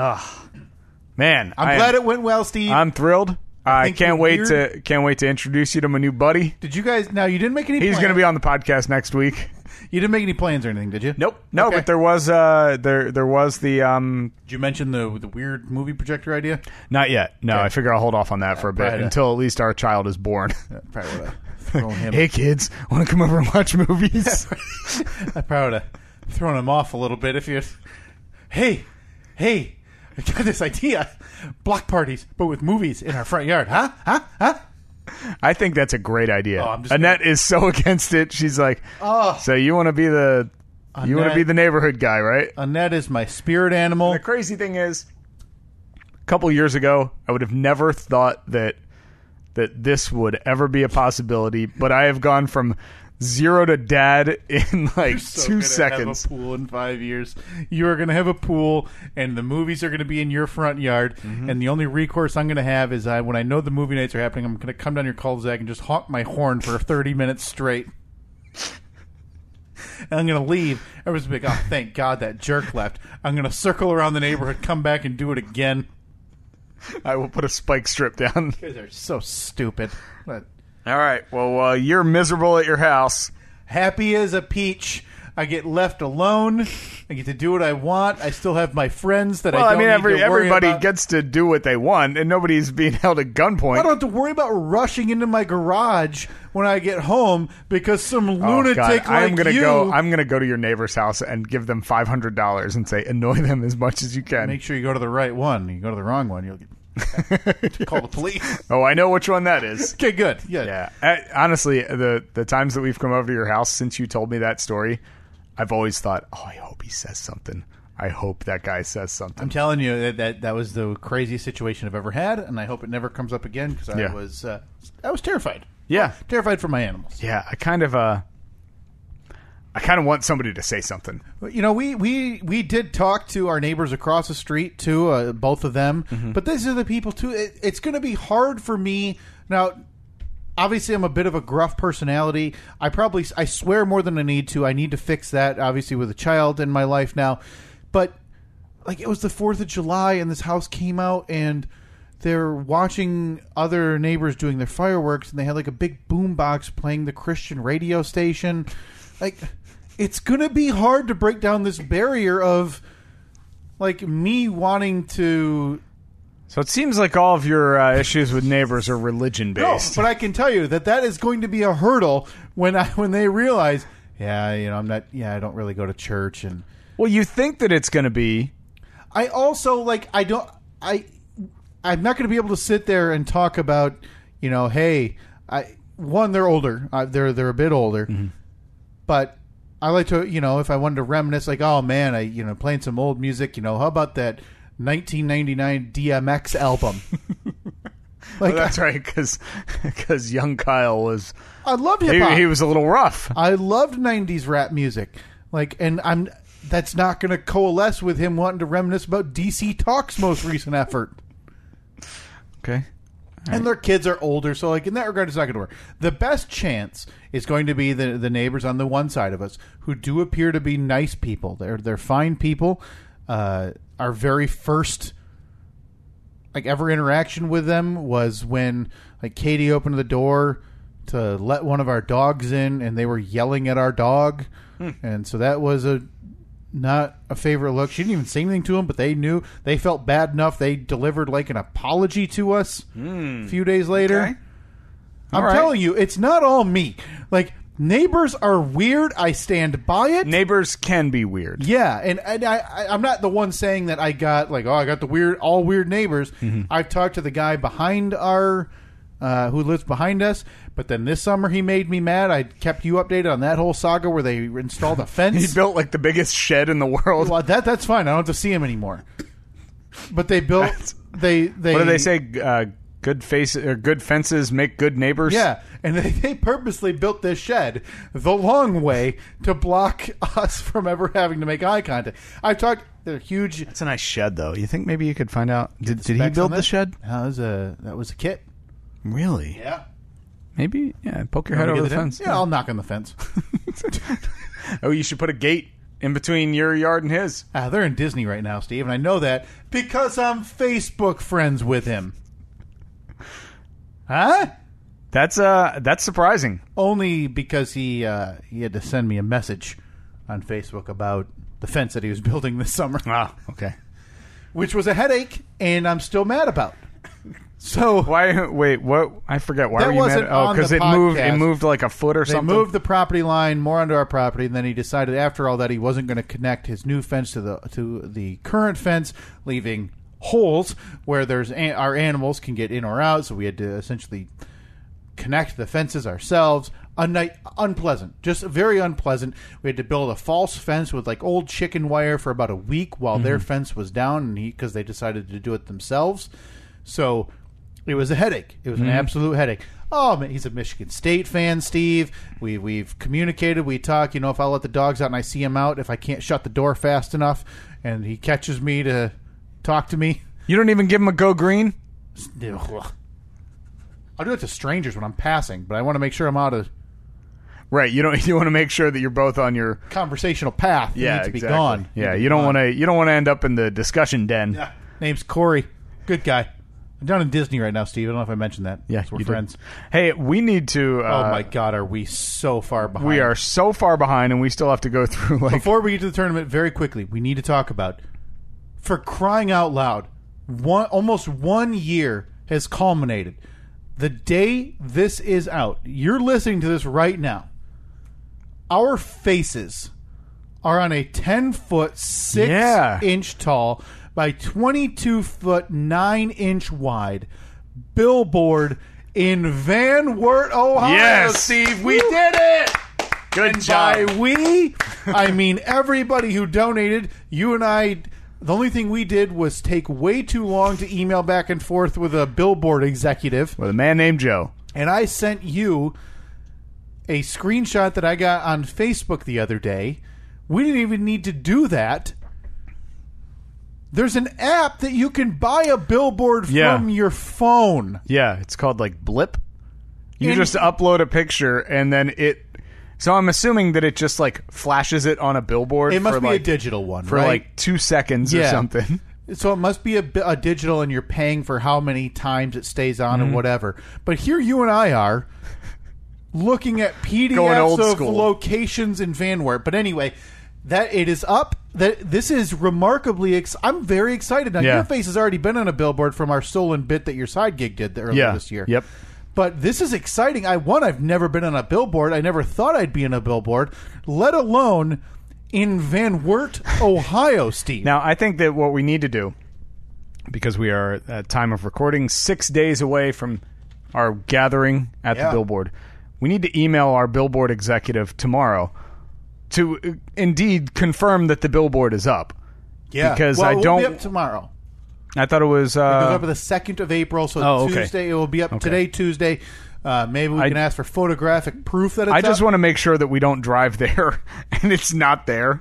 S1: Man,
S3: I'm glad it went well, Steve.
S1: Uh, I'm thrilled. I
S3: think
S1: can't
S3: you're
S1: wait
S3: weird.
S1: to can't wait to introduce you to my new buddy.
S3: Did you guys? Now you didn't make any.
S1: He's
S3: plans.
S1: going to be on the podcast next week.
S3: You didn't make any plans or anything, did you?
S1: No,
S3: Okay.
S1: but there was uh there there was the um
S3: Did you mention the the weird movie projector idea?
S1: not yet. No,
S3: Okay.
S1: I figure I'll hold off on that for a bit
S3: right.
S1: until at least our child is born.
S3: Probably would have thrown him.
S1: hey kids, want to come over and watch movies?
S3: I probably would have thrown him off a little bit if you. Hey, hey, I got this idea: block parties, but with movies in our front yard, huh? Huh? Huh?
S1: I think that's a great idea.
S3: Oh, I'm just
S1: Annette is so against it. She's like,
S3: Oh.
S1: so you want to be the you want to
S3: Annette.
S1: be the neighborhood guy, right?"
S3: Annette is my spirit animal.
S1: The crazy thing is, a couple years ago, I would have never thought that that this would ever be a possibility, but I have gone from zero to dad in like two seconds.
S3: Have a pool in five years. You are going to have a pool, and the movies are going to be in your front yard. And the only recourse I'm going to have is I, when I know the movie nights are happening, I'm going to come down your cul-de-sac and just honk my horn for 30 minutes straight. And I'm going to leave. Everyone's going to be like, oh, thank God that jerk left. I'm going to circle around the neighborhood, come back, and do it again.
S1: I will put a spike strip down.
S3: You guys are so stupid. But
S1: All right. Well, uh, you're miserable at your house.
S3: happy as a peach. I get left alone. I get to do what I want. I still have my friends that
S1: Well,
S3: I
S1: I,
S3: don't
S1: mean,
S3: need
S1: every,
S3: to worry
S1: everybody
S3: about.
S1: gets to do what they want, and nobody's being held at
S3: I
S1: gunpoint.
S3: don't have to worry about rushing into my garage when I get home because some
S1: Oh,
S3: lunatic
S1: God,
S3: like
S1: I am gonna
S3: you.
S1: go. I'm gonna go to your neighbor's house and give them five hundred dollars and say annoy them as much as you can.
S3: Make sure you go to the right one. You go to the wrong one, you'll get call the police.
S1: oh, I know which one that is.
S3: Okay, good. Yeah.
S1: Yeah. I, honestly, the the times that we've come over to your house since you told me that story, I've always thought, oh, I hope he says something. I hope that guy says something.
S3: I'm telling you that, that that was the craziest situation I've ever had, and I hope it never comes up again because I
S1: Yeah.
S3: was uh, I was terrified,
S1: Yeah.
S3: terrified for my animals.
S1: Yeah. I kind of uh, I kind of want somebody to say something.
S3: But, You know, we, we, we did talk to our neighbors across the street too, uh, both of them. But these are the people too. It, it's going to be hard for me now. Obviously, I'm a bit of a gruff personality. I probably I swear more than I need to. I need to fix that. Obviously, with a child in my life now, but like it was the Fourth of July, and this house came out and. They're watching other neighbors doing their fireworks, and they had like a big boom box playing the Christian radio station. Like, it's gonna be hard to break down this barrier of like me wanting to
S1: So it seems like all of your uh, issues with neighbors are religion
S3: no,
S1: based.
S3: but I can tell you that that is going to be a hurdle when I when they realize, yeah, you know, I'm not, yeah, I don't really go to church, and
S1: Well, you think that it's going to be
S3: I also like I don't I I'm not going to be able to sit there and talk about you know hey I one they're older uh, they're they're a bit older
S1: Mm-hmm.
S3: but I like to you know if I wanted to reminisce like oh man I you know playing some old music you know how about that 1999 DMX album like
S1: Well, that's right, because young Kyle was
S3: I, I love hip
S1: he,
S3: hop
S1: he was a little rough.
S3: I loved '90s rap music, like, and I'm that's not going to coalesce with him wanting to reminisce about DC Talk's most recent effort.
S1: Okay,
S3: And their kids are older, so like in that regard, it's not going to work. The best chance is going to be the the neighbors on the one side of us who do appear to be nice people. They're they're fine people. Uh, our very first like ever interaction with them was when like Katie opened the door to let one of our dogs in, and they were yelling at our dog,
S1: Hmm.
S3: and so that was a not a favorite look. She didn't even say anything to him, but they knew they felt bad enough. They delivered like an apology to us a few days later.
S1: Hmm. Okay.
S3: I'm
S1: All right.
S3: telling you, it's not all me. Like neighbors are weird. I stand by it.
S1: neighbors can be weird.
S3: Yeah, and, and I, I I'm not the one saying that I got like oh I got the weird all weird neighbors.
S1: Mm-hmm.
S3: I've talked to the guy behind our uh, who lives behind us, but then this summer he made me mad. I kept you updated on that whole saga where they installed a
S1: He
S3: fence.
S1: built like the biggest shed in the world.
S3: well, that that's fine. I don't have to see him anymore. But they built they they
S1: What do they say? Uh, good faces or good fences make good neighbors.
S3: Yeah, and they, they purposely built this shed the long way to block us from ever having to make eye contact. I've talked. They're huge
S1: it's a nice shed though. You think maybe you could find out? Did, did he
S3: specs
S1: build
S3: on
S1: the
S3: this?
S1: shed?
S3: That was a that was a kit.
S1: Really?
S3: Yeah.
S1: Maybe. Yeah. Poke your head over the fence.
S3: Yeah, I'll knock on the fence.
S1: Oh, you should put a gate in between your yard and his.
S3: Ah, they're in Disney right now, Steve, and I know that because I'm Facebook friends with him. Huh?
S1: That's uh, that's surprising.
S3: Only because he uh, he had to send me a message on Facebook about the fence that he was building this summer,
S1: Ah, okay.
S3: which was a headache, and I'm still mad about. So
S1: Why? Wait, what? I forget. Why
S3: That
S1: were you mad?
S3: wasn't
S1: at- Oh,
S3: on the
S1: because it moved. It
S3: podcast.
S1: moved like a foot or
S3: They
S1: something.
S3: moved the property line more onto our property, and then he decided after all that he wasn't going to connect his new fence to the to the current fence, leaving holes where there's an- our animals can get in or out. So we had to essentially connect the fences ourselves. A night unpleasant, just very unpleasant. We had to build a false fence with like old chicken wire for about a week while their fence was down, and because they decided to do it themselves, so it was a headache. It was an absolute headache. Oh man, he's a Michigan State fan, Steve. We we've communicated, we talk. You know, if I let the dogs out and I see him out, if I can't shut the door fast enough, and he catches me to talk to me,
S1: You don't even give him a go green.
S3: Ugh. I'll do it to strangers when I'm passing, but I want to make sure I'm out of
S1: Right. You don't. You want to make sure that you're both on your.
S3: conversational path. You
S1: Yeah.
S3: need to
S1: exactly.
S3: be gone.
S1: Yeah. You don't want to. You don't want to end up in the discussion den.
S3: Yeah. Name's Corey. Good guy. I'm down in Disney right now, Steve. I don't know if I mentioned that.
S1: Yeah.
S3: So we're
S1: you did.
S3: friends.
S1: Hey, we need to. Uh,
S3: oh my God, are we so far behind?
S1: We are so far behind, and we still have to go through like.
S3: Before we get to the tournament, very quickly, we need to talk about for crying out loud. One almost one year has culminated. The day this is out, you're listening to this right now. Our faces are on a ten foot six
S1: Yeah.
S3: inch tall by twenty two foot nine inch wide billboard in Van Wert, Ohio.
S1: Yes!
S3: Steve, we did it.
S1: Good
S3: By we, I mean everybody who donated. You and I, the only thing we did was take way too long to email back and forth with a billboard executive.
S1: With a man named Joe.
S3: And I sent you a screenshot that I got on Facebook the other day. We didn't even need to do that. There's an app that you can buy a billboard
S1: Yeah.
S3: from your phone.
S1: Yeah, it's called like Blip. You
S3: And-
S1: just upload a picture, and then it. So I'm assuming that it just like flashes it on a billboard.
S3: It must
S1: for,
S3: be
S1: like,
S3: a digital one,
S1: for
S3: right?
S1: like two seconds or
S3: Yeah.
S1: something.
S3: So it must be a, bi- a digital, and you're paying for how many times it stays on
S1: Mm-hmm.
S3: and whatever. But here you and I are looking at
S1: Going old
S3: PDFs of
S1: school.
S3: locations in Van Wert. But anyway, that it is up. That this is remarkably. Ex- I'm very excited now.
S1: Yeah.
S3: Your face has already been on a billboard from our stolen bit that your side gig did earlier
S1: Yeah.
S3: this year.
S1: Yep.
S3: But this is exciting. I one, I've never been on a billboard. I never thought I'd be on a billboard, let alone in Van Wert, Ohio, Steve.
S1: Now, I think that what we need to do, because we are at time of recording, six days away from our gathering at
S3: Yeah.
S1: the billboard, we need to email our billboard executive tomorrow to uh, indeed confirm that the billboard is up.
S3: yeah,
S1: because
S3: well,
S1: I
S3: it will
S1: don't-
S3: be up tomorrow.
S1: I thought it was.
S3: It goes
S1: Uh,
S3: up on the second of April, so
S1: Oh, okay.
S3: Tuesday it will be up today, Tuesday. Uh, maybe we
S1: I-
S3: can ask for photographic proof that it's
S1: I just
S3: up.
S1: want to make sure that we don't drive there and it's not there.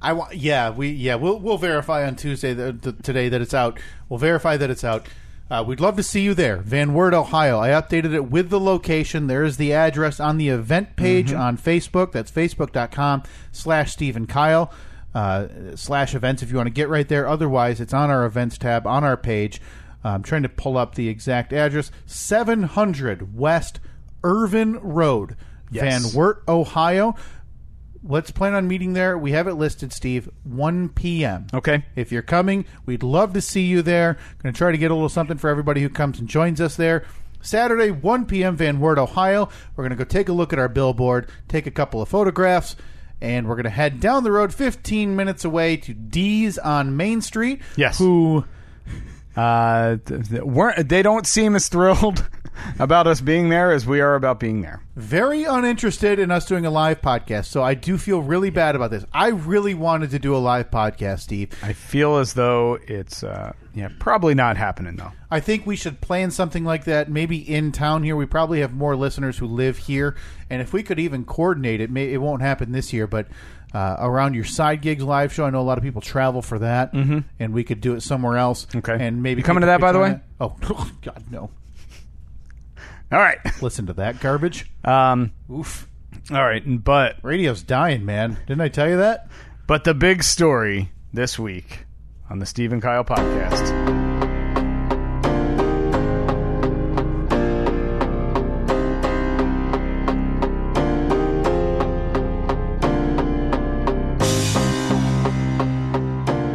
S3: I wa- yeah, we yeah, we'll we'll verify on Tuesday that, th- today that it's out. We'll verify that it's out. Uh, we'd love to see you there, Van Wert, Ohio. I updated it with the location. There is the address on the event page on Facebook. That's facebook.com slash Stephen Kyle uh, slash events if you want to get right there. Otherwise, it's on our events tab on our page. I'm trying to pull up the exact address 700 West Irvin Road,
S1: Yes.
S3: Van Wert, Ohio. Let's plan on meeting there. We have it listed, Steve, 1 p.m.
S1: Okay.
S3: If you're coming, we'd love to see you there. Going to try to get a little something for everybody who comes and joins us there. Saturday, 1 p.m., Van Wert, Ohio. We're going to go take a look at our billboard, take a couple of photographs, and we're going to head down the road 15 minutes away to D's on Main Street.
S1: Yes.
S3: Who
S1: Uh, th- th- weren't, they don't seem as thrilled about us being there as we are about being there.
S3: very uninterested in us doing a live podcast. So I do feel really bad about this. I really wanted to do a live podcast, Steve.
S1: I feel as though it's uh, yeah probably not happening though.
S3: I think we should plan something like that. Maybe in town here, we probably have more listeners who live here, and if we could even coordinate it, may, it won't happen this year, but uh, around your side gigs live show, I know a lot of people travel for that, mm-hmm. and we could do it somewhere else.
S1: Okay.
S3: and maybe
S1: You coming to
S3: people
S1: that, by
S3: could
S1: the way?
S3: join it. Oh God, no!
S1: All right,
S3: Listen to that garbage.
S1: um,
S3: Oof,
S1: all right, but
S3: radio's dying, man. Didn't I tell you that?
S1: but the big story this week on the Steve and Kyle podcast.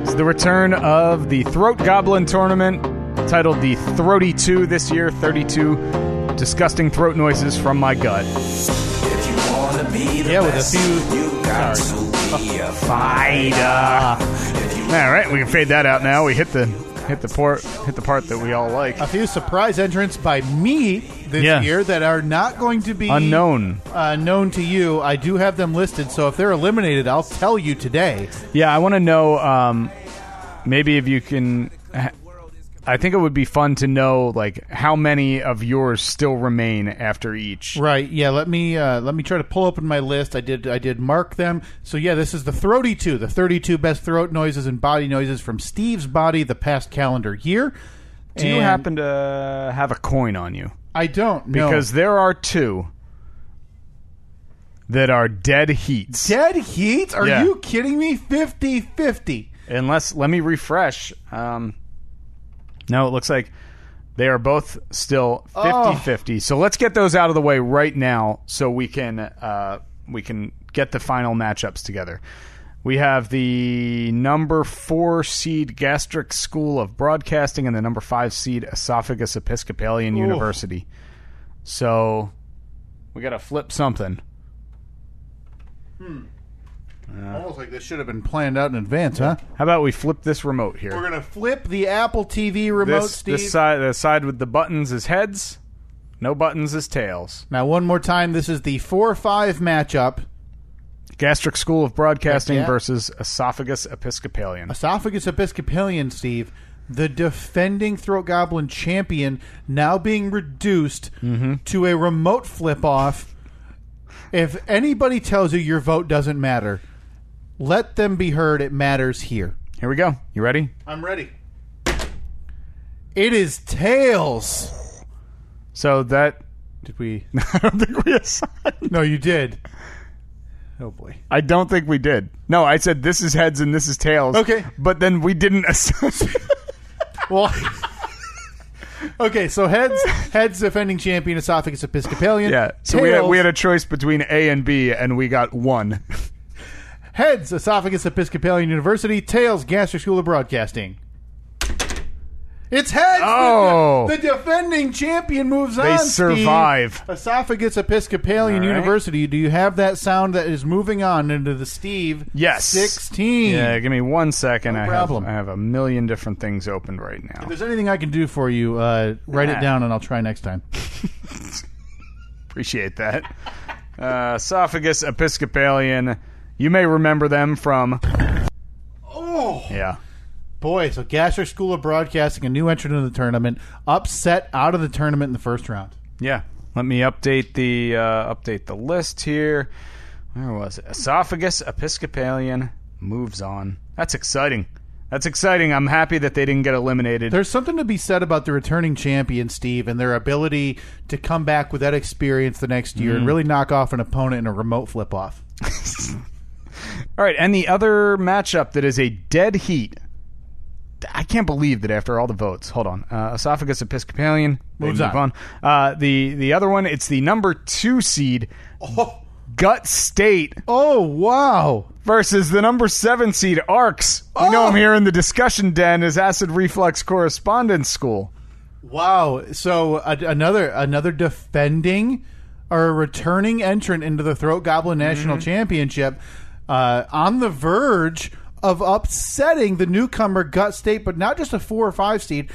S1: It's the return of the Throat Goblin tournament, titled the Throaty Two this year. Thirty-two disgusting throat noises from my gut.
S5: If you wanna be the
S3: Yeah, with a
S5: best,
S3: few- Oh.
S5: you got to be a
S1: Fighter.
S5: If you
S1: All right, we can fade that out now. We hit the hit the port hit the part that we all like.
S3: A few surprise entrants by me this
S1: Yeah.
S3: year that are not going to be
S1: Unknown.
S3: uh, known to you. I do have them listed, so if they're eliminated, I'll tell you today.
S1: Yeah, I want to know. Um, maybe if you can, I think it would be fun to know like how many of yours still remain after each.
S3: Right? Yeah. Let me uh, let me try to pull open my list. I did I did mark them. So yeah, this is the throaty two, the thirty two best throat noises and body noises from Steve's body the past calendar year.
S1: Do you
S3: And
S1: happen to have a coin on you?
S3: I don't know.
S1: Because there are two that are dead heats.
S3: dead heat. Are
S1: Yeah.
S3: you kidding me? 50-50.
S1: unless let me refresh um no it looks like they are both still 50 50 so let's get those out of the way right now so we can uh we can get the final matchups together we have the number four seed gastric school of broadcasting and the number five seed esophagus episcopalian university so we gotta flip something
S3: Almost like this should have been planned out in advance, huh?
S1: how about we flip this remote here
S3: We're gonna flip the Apple TV remote,
S1: this,
S3: Steve.
S1: this side the side with the buttons is heads no buttons is tails
S3: now one more time. This is the four five matchup.
S1: gastric school of broadcasting
S3: Heck yeah.
S1: versus esophagus episcopalian
S3: Esophagus Episcopalian, Steve, the defending Throat Goblin champion, now being reduced to a remote flip off. If anybody tells you your vote doesn't matter, let them be heard. It matters here.
S1: here we go you ready
S3: I'm ready. It is tails.
S1: so that
S3: Did we?
S1: i don't think we assigned
S3: No, you did. Oh boy.
S1: i don't think we did no i said this is heads and this is tails
S3: Okay.
S1: but then we didn't assign
S3: Well, okay. So heads, heads defending champion esophagus Episcopalian.
S1: yeah so we had,
S3: Tails-
S1: we had a choice between a and b and we got one
S3: Heads, Esophagus Episcopalian University. Tails, Gastric School of Broadcasting. It's heads. The-
S1: Oh.
S3: the, defending champion moves on. Steve.
S1: survive.
S3: Esophagus Episcopalian
S1: All right.
S3: University. Do you have that sound that is moving on into the Steve?
S1: Yes.
S3: sixteen.
S1: Yeah, give me one second. I,
S3: problem.
S1: Have, I have a million different things opened right
S3: If
S1: now.
S3: there's anything I can do for you, uh, write
S1: Yeah.
S3: it down and I'll try next time.
S1: Appreciate that. Uh, esophagus Episcopalian. You may remember them from.
S3: Oh.
S1: Yeah.
S3: Boy, so Gasser School of Broadcasting, a new entrant in the tournament, upset out of the tournament in the first round.
S1: Yeah. Let me update the uh, update the list here. Where was it? Esophagus Episcopalian moves on. That's exciting. That's exciting. I'm happy that they didn't get eliminated.
S3: There's something to be said about the returning champion, Steve, and their ability to come back with that experience the next year and really knock off an opponent in a remote flip off.
S1: All right, and the other matchup that is a dead heat. I can't believe that after all the votes. Hold on, uh, esophagus Episcopalian they
S3: Moves
S1: move
S3: on.
S1: Uh, the the other one, it's the number two seed, Gut State
S3: Oh, wow.
S1: versus the number seven seed Arcs. We know him here in the discussion den as Acid Reflux Correspondence School.
S3: Wow. So a, another another defending or a returning entrant into the Throat Goblin National
S1: Mm-hmm.
S3: Championship uh, on the verge of upsetting the newcomer Gut State, but not just a four or five seed.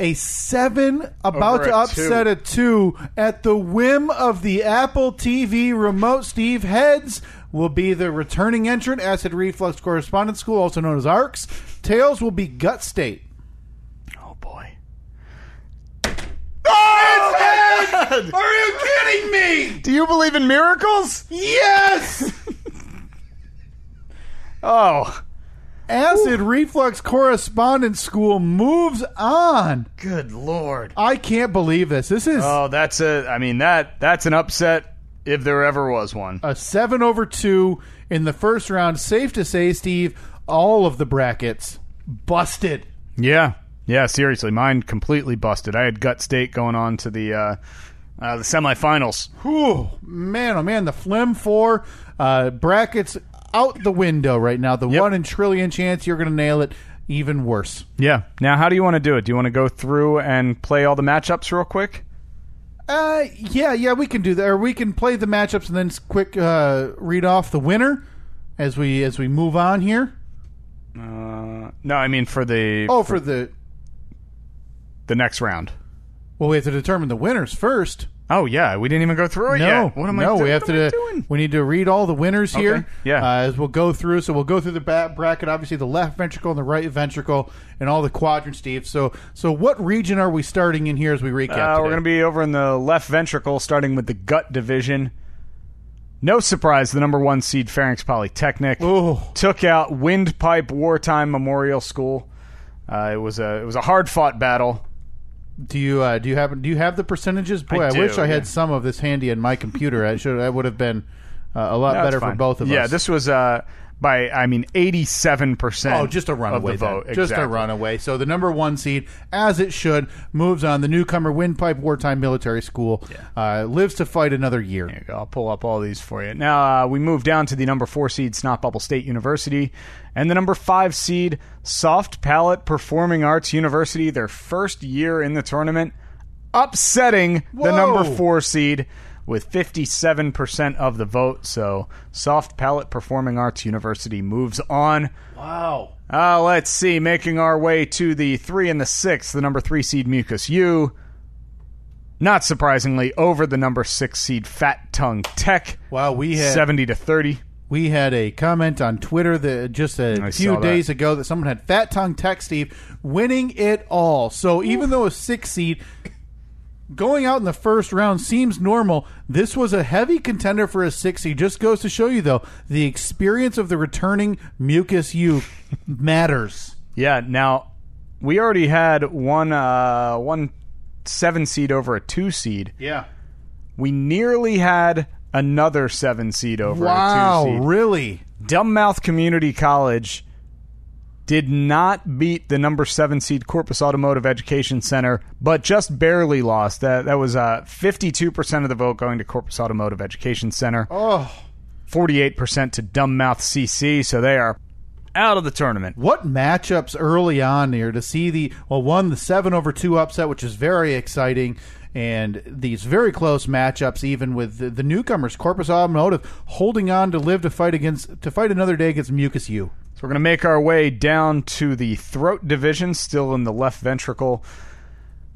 S3: A seven about
S1: Over
S3: to
S1: a
S3: upset
S1: two.
S3: a two at the whim of the Apple TV remote. Steve Heads will be the returning entrant, Acid Reflux Correspondence School, also known as ARCS. Tails will be Gut State.
S1: Oh boy.
S3: Oh, Are you kidding me?
S1: Oh, Do you believe in miracles?
S3: Yes!
S1: Oh,
S3: Acid Reflux Correspondence School moves on.
S1: good lord.
S3: I can't believe this. This is
S1: Oh, that's a. I mean that that's an upset if there ever was one.
S3: a 7 over 2 in the first round. Safe to say, Steve, all of the brackets busted.
S1: Yeah, yeah. Seriously, mine completely busted. I had gut state going on to the uh, uh, the semifinals.
S3: Whew, man, oh man, the Flim 4 uh, brackets out the window right now. The 1 in trillion chance you're going to nail it, even worse.
S1: Yeah. Now, how do you want to do it? Do you want to go through and play all the matchups real quick?
S3: Uh, yeah, yeah, we can do that. Or we can play the matchups and then s- quick uh, read off the winner as we as we move on here.
S1: Uh, no, I mean for the
S3: Oh, for the
S1: the next round.
S3: well, we have to determine the winners first.
S1: Oh yeah, we didn't even go through it
S3: No,
S1: yet. What am I?
S3: no,
S1: do-
S3: we have
S1: what
S3: to.
S1: am I doing?
S3: We need to read all the winners here.
S1: yeah.
S3: uh, as we'll go through. So we'll go through the back bracket. Obviously, the left ventricle and the right ventricle, and all the quadrants, Steve. So, so what region are we starting in here as we recap?
S1: Uh, we're
S3: today?
S1: going to be over in the left ventricle, starting with the gut division. No surprise, the number one seed, Pharynx Polytechnic,
S3: Ooh.
S1: took out Windpipe Wartime Memorial School. Uh, it was a it was a hard fought battle.
S3: Do you uh, do you have do you have the percentages? Boy, I,
S1: do,
S3: wish I
S1: yeah.
S3: had some of this handy in my computer. I should. That would have been uh, a lot
S1: No, it's
S3: better for
S1: fine.
S3: both of
S1: yeah,
S3: us.
S1: this was uh, by I mean eighty seven percent.
S3: Oh, just a runaway
S1: of the vote.
S3: then. Just a
S1: Exactly.
S3: runaway. So the number one seed, as it should, moves on. The newcomer, Windpipe Wartime Military School, uh, lives to fight another year.
S1: There you go. I'll pull up all these for you. Now uh, we move down to the number four seed, Snot Bubble State University, and the number five seed, Soft Palate Performing Arts University. Their first year in the tournament, upsetting the
S3: Whoa.
S1: number four seed with fifty-seven percent of the vote. So Soft Palate Performing Arts University moves on.
S3: Wow.
S1: Uh, let's see. Making our way to the three and the six, the number three seed Mucus U. Not surprisingly, over the number six seed Fat Tongue Tech,
S3: Wow, we had
S1: seventy to thirty.
S3: we had a comment on Twitter that just a
S1: I saw
S3: few
S1: that.
S3: days ago that someone had Fat Tongue Tech Steve winning it all. So even though a six seed going out in the first round seems normal, this was a heavy contender for a six seed. Just goes to show you though, the experience of the returning Mucus U matters.
S1: Yeah. Now we already had one uh, one seven seed over a two seed.
S3: Yeah.
S1: We nearly had another seven seed over a
S3: Wow,
S1: two seed.
S3: really?
S1: Dumbmouth Community College did not beat the number seven seed Corpus Automotive Education Center, but just barely lost. That that was uh, fifty-two percent of the vote going to Corpus Automotive Education Center,
S3: Oh,
S1: forty-eight percent to Dumbmouth CC. So they are out of the tournament.
S3: What matchups early on here to see the well one the seven over two upset, which is very exciting, and these very close matchups, even with the, the newcomers Corpus Automotive holding on to live to fight against to fight another day against Mucus U.
S1: So we're going to make our way down to the throat division, still in the left ventricle.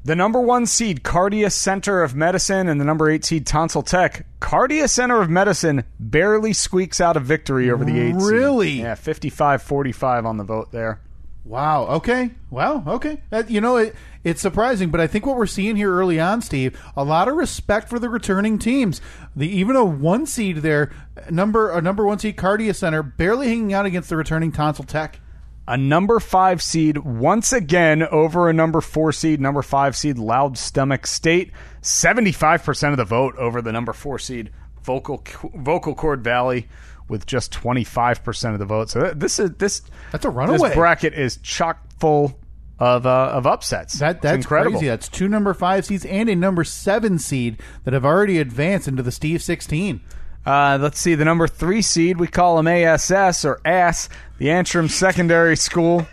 S1: The number one seed, Cardia Center of Medicine, and the number eight seed, Tonsil Tech. Cardia Center of Medicine barely squeaks out a victory over the eight seed.
S3: Really?
S1: Yeah, 55 45 on the vote there.
S3: Wow. Okay. Wow. Okay. That, you know, it, it's surprising, but I think what we're seeing here early on, Steve, a lot of respect for the returning teams. The even a one seed there, number a number one seed Cardia Center, barely hanging out against the returning Tonsil Tech.
S1: A number five seed once again over a number four seed, number five seed, Loud Stomach State. 75% of the vote over the number four seed, Vocal, vocal Cord Valley, with just 25% of the vote. So this is this.
S3: That's a
S1: This
S3: runaway.
S1: bracket is chock full of uh, of upsets.
S3: That
S1: It's
S3: that's
S1: incredible.
S3: crazy. That's two number five seeds and a number seven seed that have already advanced into the Steve sixteen.
S1: Uh, let's see the number three seed. We call him ASS or ASS, the Antrim Secondary School.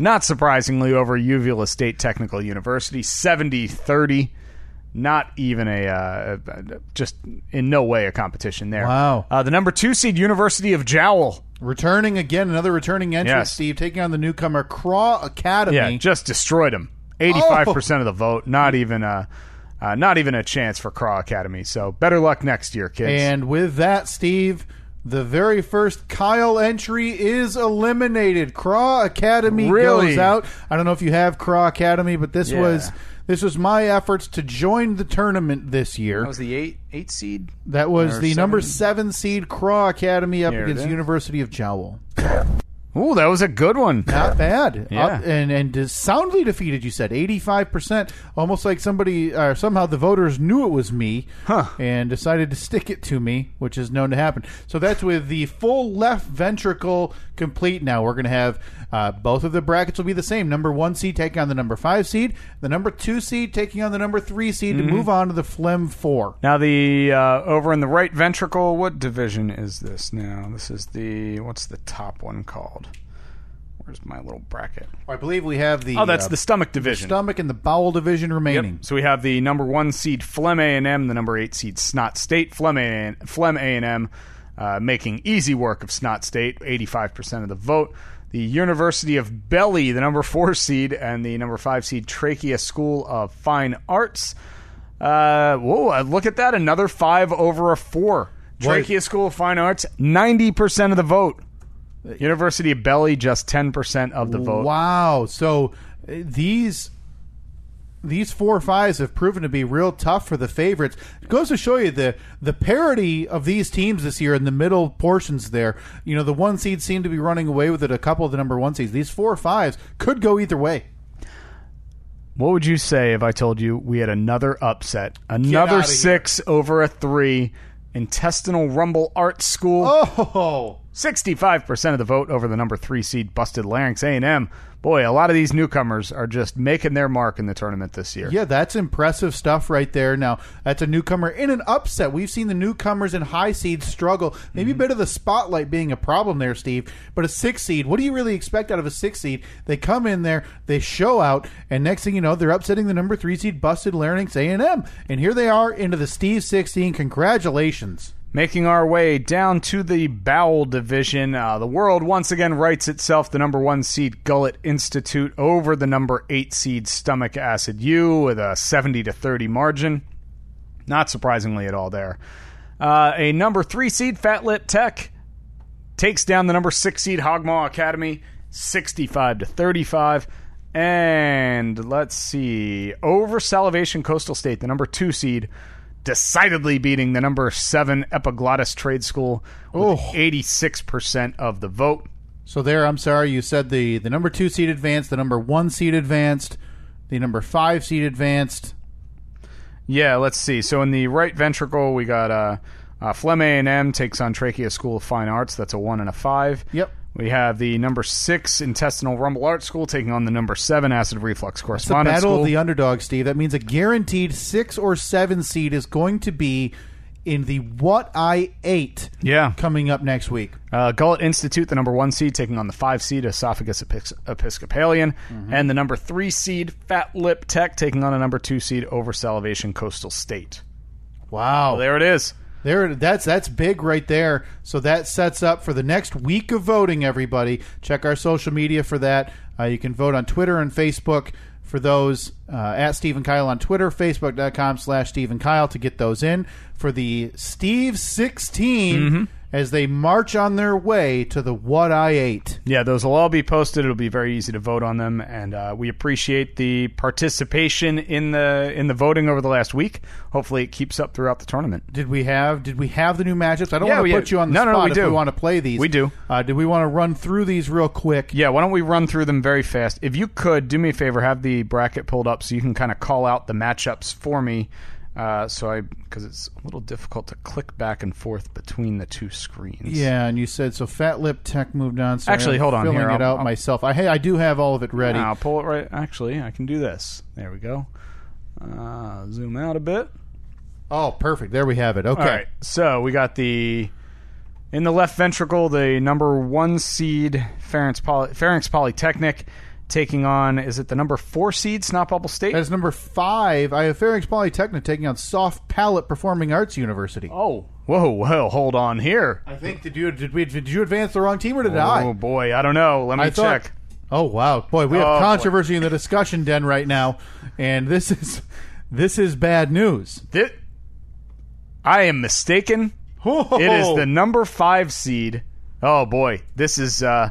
S1: Not surprisingly, over Uvula State Technical University, 70 30. Not even a, uh, just in no way a competition there.
S3: Wow.
S1: Uh, the number two seed, University of Jowl.
S3: Returning again, another returning entry,
S1: Yes.
S3: Steve, taking on the newcomer Craw Academy.
S1: Yeah, just destroyed him. Eighty-five percent of the vote.
S3: Oh.
S1: Not even a, uh, not even a chance for Craw Academy. So better luck next year, kids.
S3: And with that, Steve, the very first Kyle entry is eliminated. Craw Academy
S1: Really?
S3: goes out. I don't know if you have Craw Academy, but this
S1: Yeah.
S3: was this was my efforts to join the tournament this year.
S1: the eight eight seed.
S3: That was
S1: or
S3: the
S1: seven.
S3: number seven seed Craw Academy up
S1: There it
S3: against
S1: is.
S3: University of Jowl.
S1: Ooh, that was a good one.
S3: Not bad.
S1: Yeah.
S3: Up- and and just soundly defeated. You said eighty five percent, almost like somebody uh, somehow the voters knew it was me,
S1: Huh.
S3: and decided to stick it to me, which is known to happen. So that's with the full left ventricle complete. Now we're going to have uh, both of the brackets will be the same. Number one seed taking on the number five seed, the number two seed taking on the number three seed
S1: Mm-hmm.
S3: to move on to the phlegm four.
S1: Now the uh, over in the right ventricle. What division is this now? This is the what's the top one called? Where's my little bracket?
S3: I believe we have the
S1: Oh, that's
S3: uh,
S1: the stomach division.
S3: stomach and the bowel division remaining.
S1: So we have the number one seed Flem A and M, the number eight seed Snot State. Flem A Flem A and M uh, making easy work of Snot State, eighty-five percent of the vote. The University of Belly, the number four seed, and the number five seed Trachea School of Fine Arts. Uh, whoa! uh, Look at that, another five over a four. Trachea School of Fine Arts, ninety percent of the vote. University of Belly, just ten percent of the vote.
S3: Wow. So uh, these these four fives have proven to be real tough for the favorites. It goes to show you the the parity of these teams this year in the middle portions there. You know, the one seeds seem to be running away with it, a couple of the number one seeds. These four fives could go either way.
S1: What would you say if I told you we had another upset? Another
S3: outta here.
S1: six over a three. Intestinal Rumble Art School.
S3: Oh
S1: 65% of the vote over the number three seed Busted Larynx A&M. Boy, a lot of these newcomers are just making their mark in the tournament this year.
S3: yeah, that's impressive stuff right there. Now, that's a newcomer in an upset. We've seen the newcomers in high seeds struggle. Maybe a bit of the spotlight being a problem there, Steve. But a six seed, what do you really expect out of a six seed? They come in there, they show out, and next thing you know, they're upsetting the number three seed, busted larynx A and M, and here they are into the Steve sixteen. Congratulations.
S1: Making our way down to the bowel division, uh, the world once again writes itself. The number one seed Gullet Institute over the number eight seed Stomach Acid U with a seventy to thirty margin. Not surprisingly at all there. Uh, a number three seed Fat Lip Tech takes down the number six seed Hogmaw Academy, sixty-five to thirty-five. And let's see, over Salivation Coastal State, the number two seed, decidedly beating the number seven Epiglottis Trade School with
S3: Oh.
S1: eighty-six percent of the vote.
S3: So there, I'm sorry, you said the the number two seed advanced, the number one seed advanced, the number five seed advanced.
S1: Yeah, let's see. So in the right ventricle, we got uh, uh, Flem A and M takes on Trachea School of Fine Arts. That's a one and a five.
S3: Yep.
S1: We have the number six Intestinal Rumble Art School taking on the number seven Acid Reflux
S3: It's the
S1: Correspondence
S3: battle
S1: School.
S3: of the underdog, Steve. That means a guaranteed six or seven seed is going to be in the What I Ate
S1: Yeah.
S3: coming up next week.
S1: Uh, Gullet Institute, the number one seed, taking on the five seed Esophagus Epis- Episcopalian, and the number three seed Fat Lip Tech taking on a number two seed Over Salivation Coastal State.
S3: Wow.
S1: There it is.
S3: There, that's that's big right there. So that sets up for the next week of voting. Everybody, check our social media for that. Uh, you can vote on Twitter and Facebook for those uh, at Stephen Kyle on Twitter, Facebook.com slash Stephen Kyle to get those in for the Steve 16 as they march on their way to the What I Ate.
S1: Yeah, those will all be posted. It'll be very easy to vote on them, and uh, we appreciate the participation in the in the voting over the last week. Hopefully, it keeps up throughout the tournament.
S3: Did we have did we have the new matchups? I don't
S1: Yeah,
S3: want
S1: we-
S3: to put you on the
S1: no, no,
S3: spot
S1: no, we
S3: if
S1: do.
S3: we want to play these.
S1: We do.
S3: Uh, do we want to run through these real quick?
S1: Yeah, why don't we run through them very fast? If you could do me a favor, have the bracket pulled up so you can kind of call out the matchups for me. Uh, so I because it's a little difficult to click back and forth between the two screens.
S3: Yeah, and you said so. Fat Lip Tech moved on. So
S1: Actually,
S3: I'm
S1: hold on
S3: filling
S1: here.
S3: it
S1: I'll-
S3: out
S1: I'll-
S3: myself. I hey, I do have all of it ready.
S1: Now, I'll pull it right. Actually, I can do this. There we go. Uh, zoom out a bit.
S3: Oh, perfect. There we have it. Okay.
S1: All right. So we got the in the left ventricle, the number one seed Pharynx, Poly, Pharynx Polytechnic taking on is it the number four seed Snot Bubble State?
S3: As number five, I have Pharynx Polytechnic taking on Soft Palate Performing Arts University.
S1: oh, whoa, whoa, hold on here.
S3: I think did you did we did you advance the wrong team or did
S1: Oh
S3: I?
S1: boy, I don't know. Let me
S3: I thought-
S1: check.
S3: Oh wow, boy, we have
S1: Oh, boy.
S3: controversy in the discussion den right now, and this is this is bad news.
S1: Thi- I am mistaken. It
S3: Oh.
S1: is the number five seed. Oh boy, this is uh,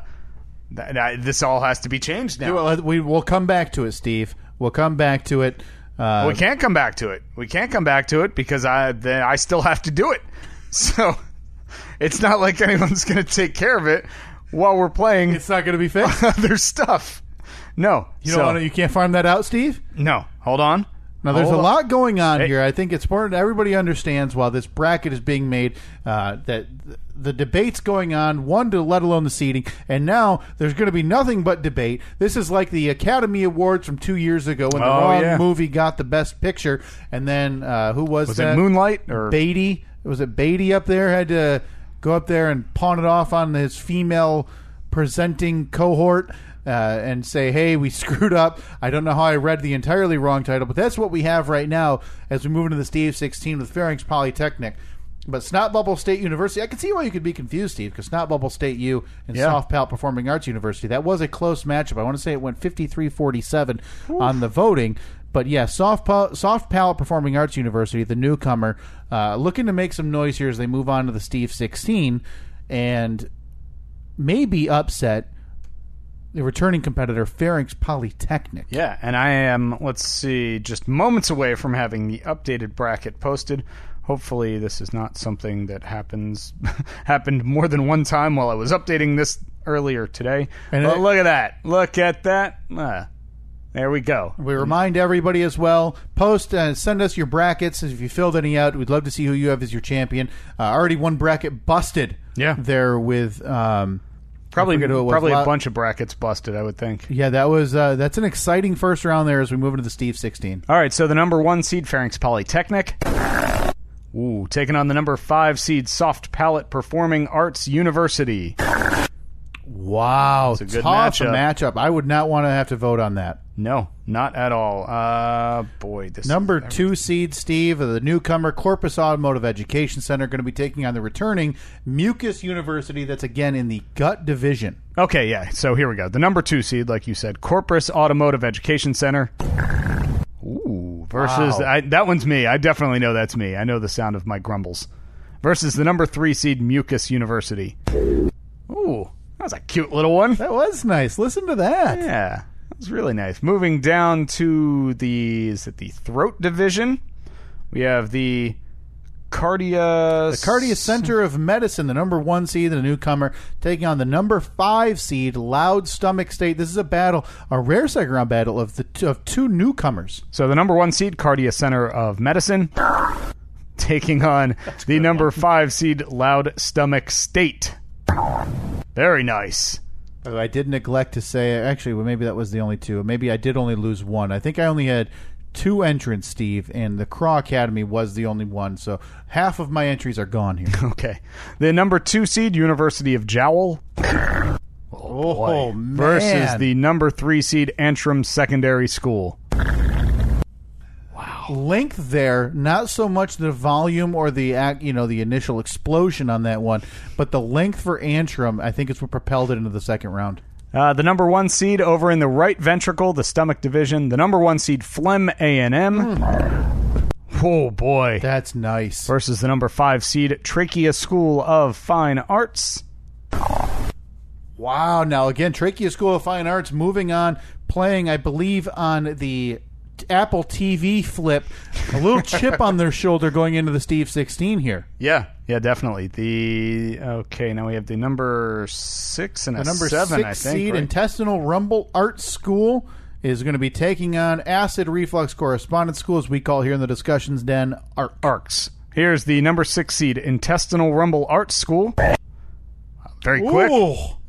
S1: th- th- this all has to be changed now.
S3: Well, we will come back to it, Steve. We'll come back to it. Uh,
S1: we can't come back to it. We can't come back to it because I then I still have to do it. So it's not like anyone's going to take care of it while we're playing
S3: It's not going to be fixed.
S1: other stuff. No,
S3: You don't
S1: So-
S3: want to, you can't farm that out, Steve.
S1: No, hold on.
S3: Now, there's
S1: Hold
S3: a
S1: on.
S3: lot going on
S1: Hey.
S3: here. I think it's important everybody understands while this bracket is being made uh, that th- the debate's going on. One to let alone the seating, and now there's going to be nothing but debate. This is like the Academy Awards from two years ago when the
S1: Oh,
S3: wrong
S1: yeah.
S3: movie got the best picture, and then uh, who was,
S1: Was
S3: that?
S1: it Moonlight or
S3: Beatty was it Beatty up there had to go up there and pawn it off on his female presenting cohort uh, and say, "Hey, we screwed up." I don't know how I read the entirely wrong title, but that's what we have right now as we move into the Steve 16 with Pharynx Polytechnic. But Snot Bubble State University, I can see why you could be confused, Steve, because Snot Bubble State U and
S1: Yeah.
S3: Soft Pal Performing Arts University, that was a close matchup. I want to say it went 53 47 on the voting. But yeah, Soft, Pal- Soft Palate Performing Arts University, the newcomer, uh, looking to make some noise here as they move on to the Steve 16 and maybe upset the returning competitor, Pharynx Polytechnic.
S1: Yeah, and I am, let's see, just moments away from having the updated bracket posted. Hopefully, this is not something that happens happened more than one time while I was updating this earlier today.
S3: And
S1: but
S3: it-
S1: look at that. Look at that. Ah, there we go.
S3: We remind everybody as well. Post and send us your brackets if you filled any out. We'd love to see who you have as your champion. Uh, already one bracket busted.
S1: Yeah.
S3: there with um,
S1: Probably
S3: I forget who it was.
S1: probably
S3: La-
S1: a bunch of brackets busted, I would think.
S3: Yeah, that was uh, that's an exciting first round there as we move into the Steve sixteen.
S1: All right, so the number one seed Pharynx Polytechnic. Ooh, taking on the number five seed Soft Palate Performing Arts University.
S3: Wow, it's
S1: a good
S3: tough
S1: matchup.
S3: matchup. I would not want to have to vote on that.
S1: No, not at all. Uh, boy, this
S3: Number two seed Steve, the newcomer Corpus Automotive Education Center, going to be taking on the returning Mucus University. That's again in the gut division.
S1: Okay, yeah. So here we go. The number two seed, like you said, Corpus Automotive Education Center. Ooh, versus
S3: Wow.
S1: I, that one's me. I definitely know that's me. I know the sound of my grumbles. Versus the number three seed, Mucus University. Ooh, that was a cute little one.
S3: That was nice. Listen to that.
S1: Yeah, that was really nice. Moving down to the is it the throat division? We have the cardia.
S3: The Cardia Center of Medicine, the number one seed, the newcomer, taking on the number five seed, Loud Stomach State. This is a battle, a rare second round battle of the two, of two newcomers.
S1: So the number one seed, Cardia Center of Medicine, taking on the number five seed, Loud Stomach State. Very nice.
S3: Oh, I did neglect to say, actually, well, maybe that was the only two. Maybe I did only lose one. I think I only had two entrants, Steve, and the Craw Academy was the only one. So half of my entries are gone here.
S1: Okay. The number two seed, University of Jowl,
S3: oh, man.
S1: versus the number three seed, Antrim Secondary School.
S3: length there. Not so much the volume or the ac- you know the initial explosion on that one, but the length for Antrim. I think is what propelled it into the second round.
S1: Uh, the number one seed over in the right ventricle, the stomach division. The number one seed, Phlegm A&M.
S3: Hmm.
S1: Oh, boy.
S3: That's nice.
S1: versus the number five seed, Trachea School of Fine Arts.
S3: Wow. Now, again, Trachea School of Fine Arts moving on, playing, I believe, on the Apple TV flip. A little chip on their shoulder going into the Steve 16 here.
S1: Yeah, yeah, definitely. The okay, now we have the number six and a
S3: The number
S1: seven.
S3: six
S1: I think
S3: seed
S1: right?
S3: Intestinal Rumble Art School is going to be taking on Acid Reflux Correspondence School, as we call here in the discussions den, Art.
S1: arcs. Here's the number six seed, Intestinal Rumble Arts School. Very quick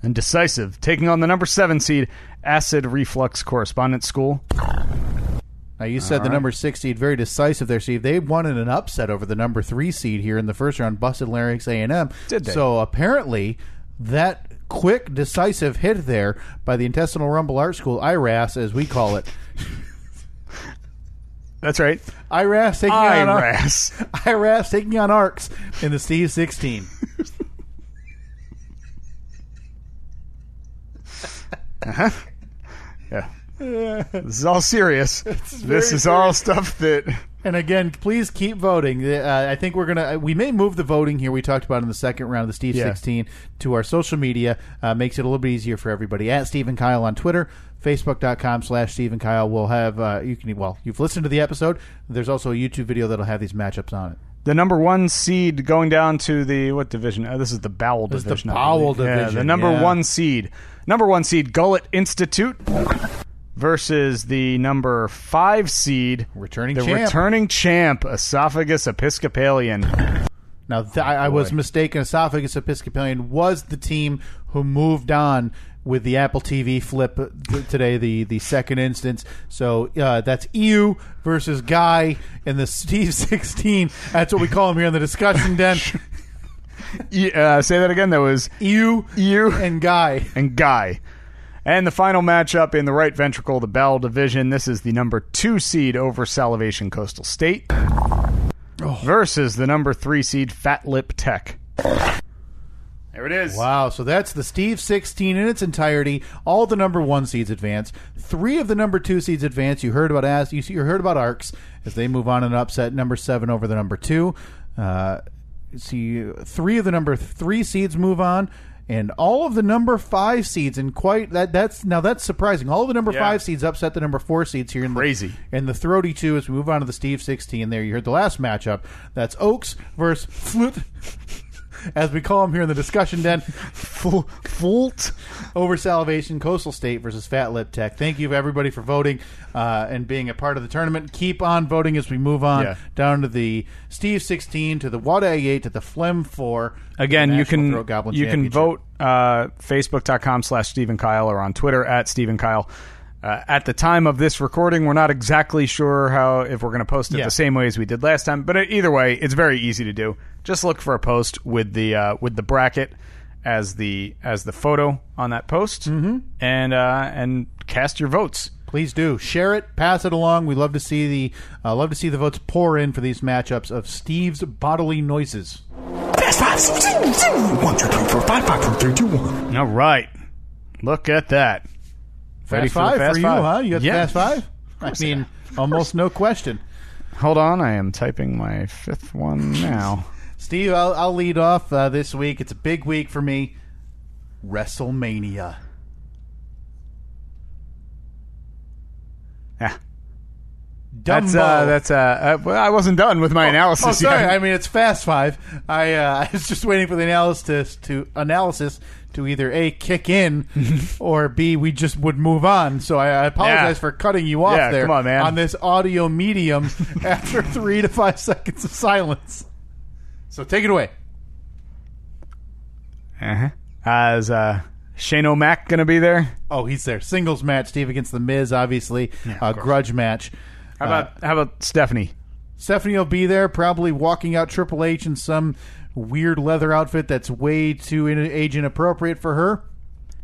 S1: and decisive, taking on the number seven seed, Acid Reflux Correspondence School.
S3: Now, you said the number six seed, very decisive there, Steve. They wanted an upset over the number three seed here in the first round, busted Larynx A&M.
S1: Did they?
S3: So apparently, that quick, decisive hit there by the Intestinal Rumble Art School, IRAS, as we call it.
S1: That's right,
S3: IRAS taking on Ar-
S1: IRAS.
S3: IRAS taking on ARCs in the Steve 16.
S1: yeah. This is all serious. This is, all stuff that
S3: And again, please keep voting. Uh, I think we're gonna we may move the voting here. We talked about in the second round of the Steve
S1: Yeah.
S3: sixteen to our social media uh, makes it a little bit easier for everybody. At Steve and Kyle on Twitter, Facebook.com slash Steve and Kyle. We'll have uh, you can well you've listened to the episode. There's also a YouTube video that'll have these matchups on it.
S1: the number one seed going down to the what division? Oh, this is the bowel
S3: This is the
S1: division. I
S3: bowel
S1: believe. Yeah, the
S3: division,
S1: number
S3: yeah.
S1: one seed, number one seed, Gullet Institute versus the number five seed,
S3: Returning
S1: the
S3: champ.
S1: returning champ, Esophagus Episcopalian.
S3: Now, th- I, I was mistaken. Esophagus Episcopalian was the team who moved on with the Apple TV flip uh, th- today, the, the second instance. So uh, that's EU versus Guy in the Steve 16. That's what we call him here in the discussion den.
S1: E- uh, say that again. That was
S3: EU
S1: you
S3: E and Guy.
S1: and Guy. And the final matchup in the right ventricle, the bowel division. This is the number two seed over Salivation Coastal State Oh. versus the number three seed Fat Lip Tech. There it is.
S3: Wow, so that's the Steve 16 in its entirety. All the number one seeds advance. Three of the number two seeds advance. You heard about As you, you heard about Arcs as they move on and upset number seven over the number two. Uh, see, three of the number three seeds move on, and all of the number five seeds. And quite that that's now that's surprising. All of the number
S1: Yeah.
S3: five seeds upset the number four seeds here in
S1: Crazy.
S3: the in the throaty two as we move on to the Steve 16. There you heard the last matchup. That's Oaks versus Flute. As we call them here in the discussion den,
S1: Full, fault.
S3: over Salvation, Coastal State versus Fat Lip Tech. Thank you, everybody, for voting uh, and being a part of the tournament. Keep on voting as we move on
S1: Yeah.
S3: down to the Steve 16, to the Wada 8, to the Flem 4.
S1: Again,
S3: the
S1: you
S3: National
S1: can
S3: Throat Goblin
S1: you can
S3: Championship.
S1: vote uh, facebook.com slash Stephen Kyle or on Twitter at Stephen Kyle. Uh, at the time of this recording, we're not exactly sure how if we're going to post it
S3: Yeah.
S1: the same way as we did last time, but uh, either way, it's very easy to do. Just look for a post with the uh, with the bracket as the as the photo on that post, mm-hmm. and uh, and cast your votes.
S3: Please do share it, pass it along. We love to see the uh, love to see the votes pour in for these matchups of Steve's bodily noises.
S5: Fast five. zoom, zoom, zoom. One, two, three, four, five, five, four, three, two, one.
S1: All right, look at that. Ready
S3: Fast
S1: for the
S3: five
S1: fast
S3: for you,
S1: five?
S3: huh? You got
S1: Yeah.
S3: the fast five. I mean, almost no question.
S1: Hold on, I am typing my fifth one now.
S3: Steve, I'll, I'll lead off uh, this week. It's a big week for me. WrestleMania.
S1: Yeah.
S3: Dumbo.
S1: That's uh, that's uh, uh, well, I wasn't done with my analysis.
S3: Oh, sorry.
S1: yet.
S3: I mean, it's fast five. I, uh, I was just waiting for the analysis to analysis to either a kick in or b we just would move on. So I, I apologize
S1: Yeah.
S3: for cutting you off
S1: Yeah,
S3: there
S1: come on, man.
S3: this audio medium after three to five seconds of silence. So take it away.
S1: Uh-huh. Uh, is uh, Shane O'Mac going to be there?
S3: Oh, he's there. Singles match, Steve against the Miz, obviously. uh, grudge match.
S1: How about how about Stephanie?
S3: Stephanie will be there, probably walking out Triple H in some weird leather outfit that's way too in- age inappropriate for her.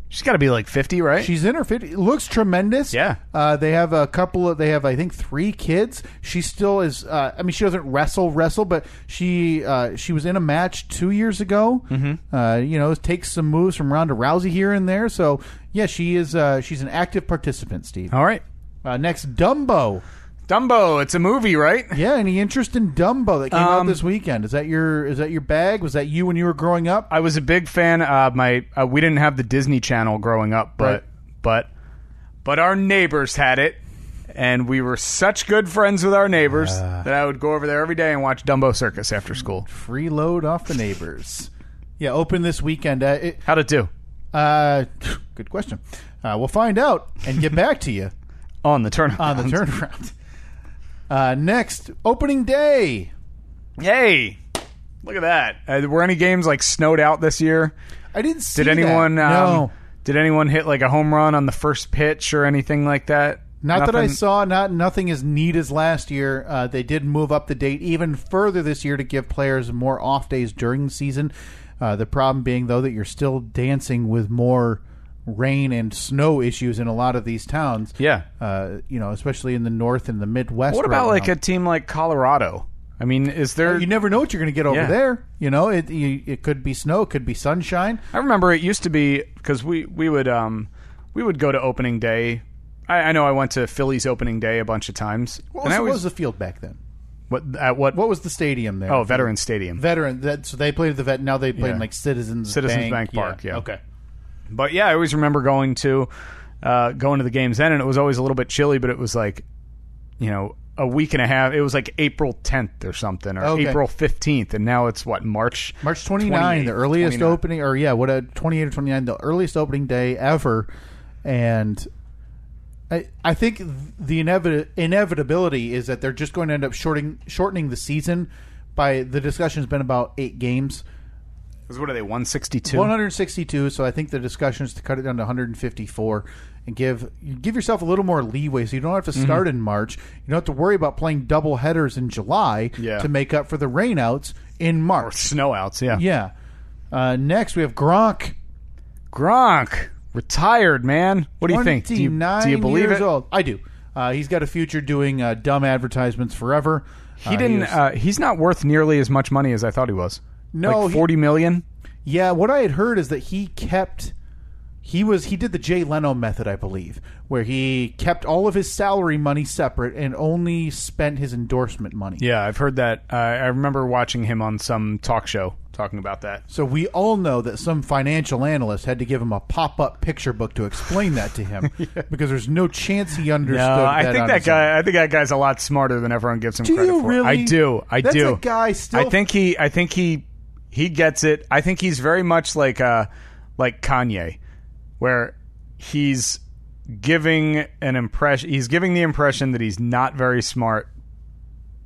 S1: She's got to be like fifty, right?
S3: She's in her 50s. Looks tremendous.
S1: Yeah.
S3: Uh, they have a couple of, they have, I think, three kids. She still is, uh, I mean, she doesn't wrestle, wrestle, but she uh, she was in a match two years ago. Mm-hmm. Uh, you know, takes some moves from Ronda Rousey here and there. So, yeah, she is, uh, she's an active participant, Steve.
S1: All right,
S3: Uh, next, Dumbo.
S1: Dumbo. It's a movie, right?
S3: Yeah, any interest in Dumbo that came out
S1: Um,
S3: this weekend? Is that your is that your bag? Was that you when you were growing up?
S1: I was a big fan. Uh, my uh, we didn't have the Disney Channel growing up, but
S3: Right.
S1: but but our neighbors had it, and we were such good friends with our neighbors that I would go over there every day and watch Dumbo Circus after school.
S3: Free load off the neighbors. yeah, open this weekend. Uh, it,
S1: How'd it do
S3: uh, good question. Uh, we'll find out and get back to you
S1: on the turn?
S3: on the turnaround. Uh, next, opening day.
S1: Hey, look at that! Uh, were any games like snowed out this year?
S3: I didn't see.
S1: Did anyone?
S3: That.
S1: Um,
S3: no,
S1: Did anyone hit like a home run on the first pitch or anything like that?
S3: Not that I
S1: Nothing?
S3: saw, not nothing as neat as last year. Uh, they did move up the date even further this year to give players more off days during the season. Uh, the problem being though that you're still dancing with more rain and snow issues in a lot of these towns.
S1: Yeah.
S3: uh, you know, especially in the north and the Midwest.
S1: What
S3: right
S1: about like
S3: now.
S1: a team like Colorado? I mean, is there?
S3: You never know what you're going to get over
S1: Yeah.
S3: there. You know, it you, it could be snow, it could be sunshine.
S1: I remember it used to be because we we would um we would go to opening day. I, I know I went to Philly's opening day a bunch of times.
S3: What
S1: and
S3: was,
S1: I
S3: what
S1: always-
S3: was the field back then?
S1: what at what,
S3: What was the stadium there?
S1: oh Veterans Stadium.
S3: veteran. That, so they played at the vet. Now they play
S1: Yeah.
S3: in like Citizens
S1: Citizens Bank Park, yeah.
S3: Okay.
S1: But yeah, I always remember going to uh, going to the games then, and it was always a little bit chilly, but it was like you know a week and a half. It was like April 10th or something, or
S3: Okay.
S1: April 15th, and now it's what March
S3: March 29, the
S1: 28th,
S3: earliest
S1: 29th.
S3: opening, or yeah, what a 28 or 29, the earliest opening day ever. And I, I think the inevit- inevitability is that they're just going to end up shorting, shortening the season by the discussion has been about eight games.
S1: 'Cause What are they? 162.
S3: 162. So I think the discussion is to cut it down to 154 and give give yourself a little more leeway, so you don't have to start in March. You don't have to worry about playing double headers in July
S1: Yeah.
S3: to make up for the rainouts in March.
S1: Snowouts, yeah.
S3: Yeah. Uh, next we have Gronk.
S1: Gronk retired, man. What do you think? Do you, do you
S3: 29
S1: believe
S3: years
S1: it?
S3: old. I do. Uh, he's got a future doing uh, dumb advertisements forever. Uh,
S1: He didn't.
S3: was-
S1: uh, he's not worth nearly as much money as I thought he was.
S3: No,
S1: like
S3: he-
S1: forty million.
S3: Yeah, what I had heard is that he kept he was he did the Jay Leno method, I believe, where he kept all of his salary money separate and only spent his endorsement money.
S1: Yeah, I've heard that. Uh, I remember watching him on some talk show talking about that.
S3: So we all know that some financial analyst had to give him a pop-up picture book to explain that to him because there's no chance he understood.
S1: No, I
S3: that
S1: think
S3: on
S1: that
S3: his own.
S1: guy. I think that guy's a lot smarter than everyone gives him
S3: Do
S1: credit
S3: you
S1: for.
S3: really?
S1: I do. I
S3: That's
S1: do.
S3: a guy still-
S1: I think he. I think he. He gets it. I think he's very much like uh, like Kanye, where he's giving an impression. He's giving the impression that he's not very smart,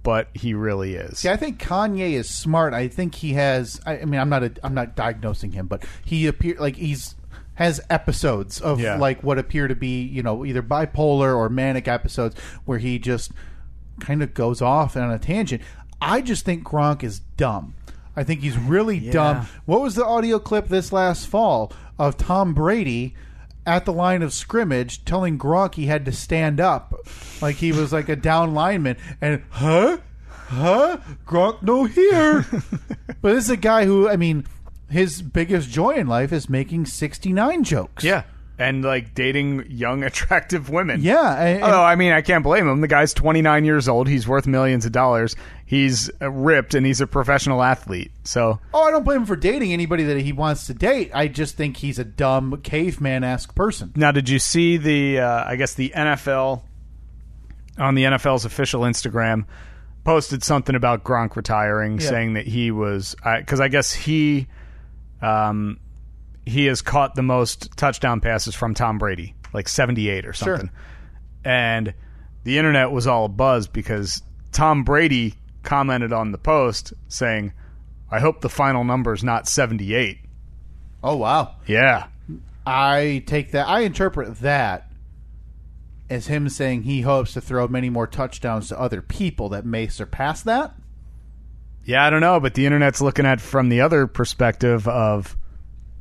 S1: but he really is.
S3: See, I think Kanye is smart. I think he has. I, I mean, I'm not. A, I'm not diagnosing him, but he appear like he's has episodes of
S1: Yeah.
S3: like what appear to be you know either bipolar or manic episodes where he just kind of goes off on a tangent. I just think Gronk is dumb. I think he's really dumb. What was the audio clip this last fall of Tom Brady? At the line of scrimmage, telling Gronk he had to stand up, like he was like a down lineman, and huh, huh? Gronk no here. but this is a guy who, I mean, his biggest joy in life is making 69 jokes.
S1: Yeah. And like dating young, attractive women.
S3: Yeah. And,
S1: Although, I mean, I can't blame him. The guy's 29 years old. He's worth millions of dollars. He's uh, ripped and he's a professional athlete. So,
S3: oh, I don't blame him for dating anybody that he wants to date. I just think he's a dumb caveman esque person.
S1: now did you see the, uh, I guess the NFL on the NFL's official Instagram posted something about Gronk retiring,
S3: Yeah.
S1: saying that he was, because I guess he, um, he has caught the most touchdown passes from Tom Brady, like 78 or something. and the internet was all abuzz because Tom Brady commented on the post saying, "I hope the final number is not 78."
S3: Oh, wow.
S1: Yeah.
S3: I take that. I interpret that as him saying he hopes to throw many more touchdowns to other people that may surpass that.
S1: Yeah, I don't know, but the internet's looking at it from the other perspective of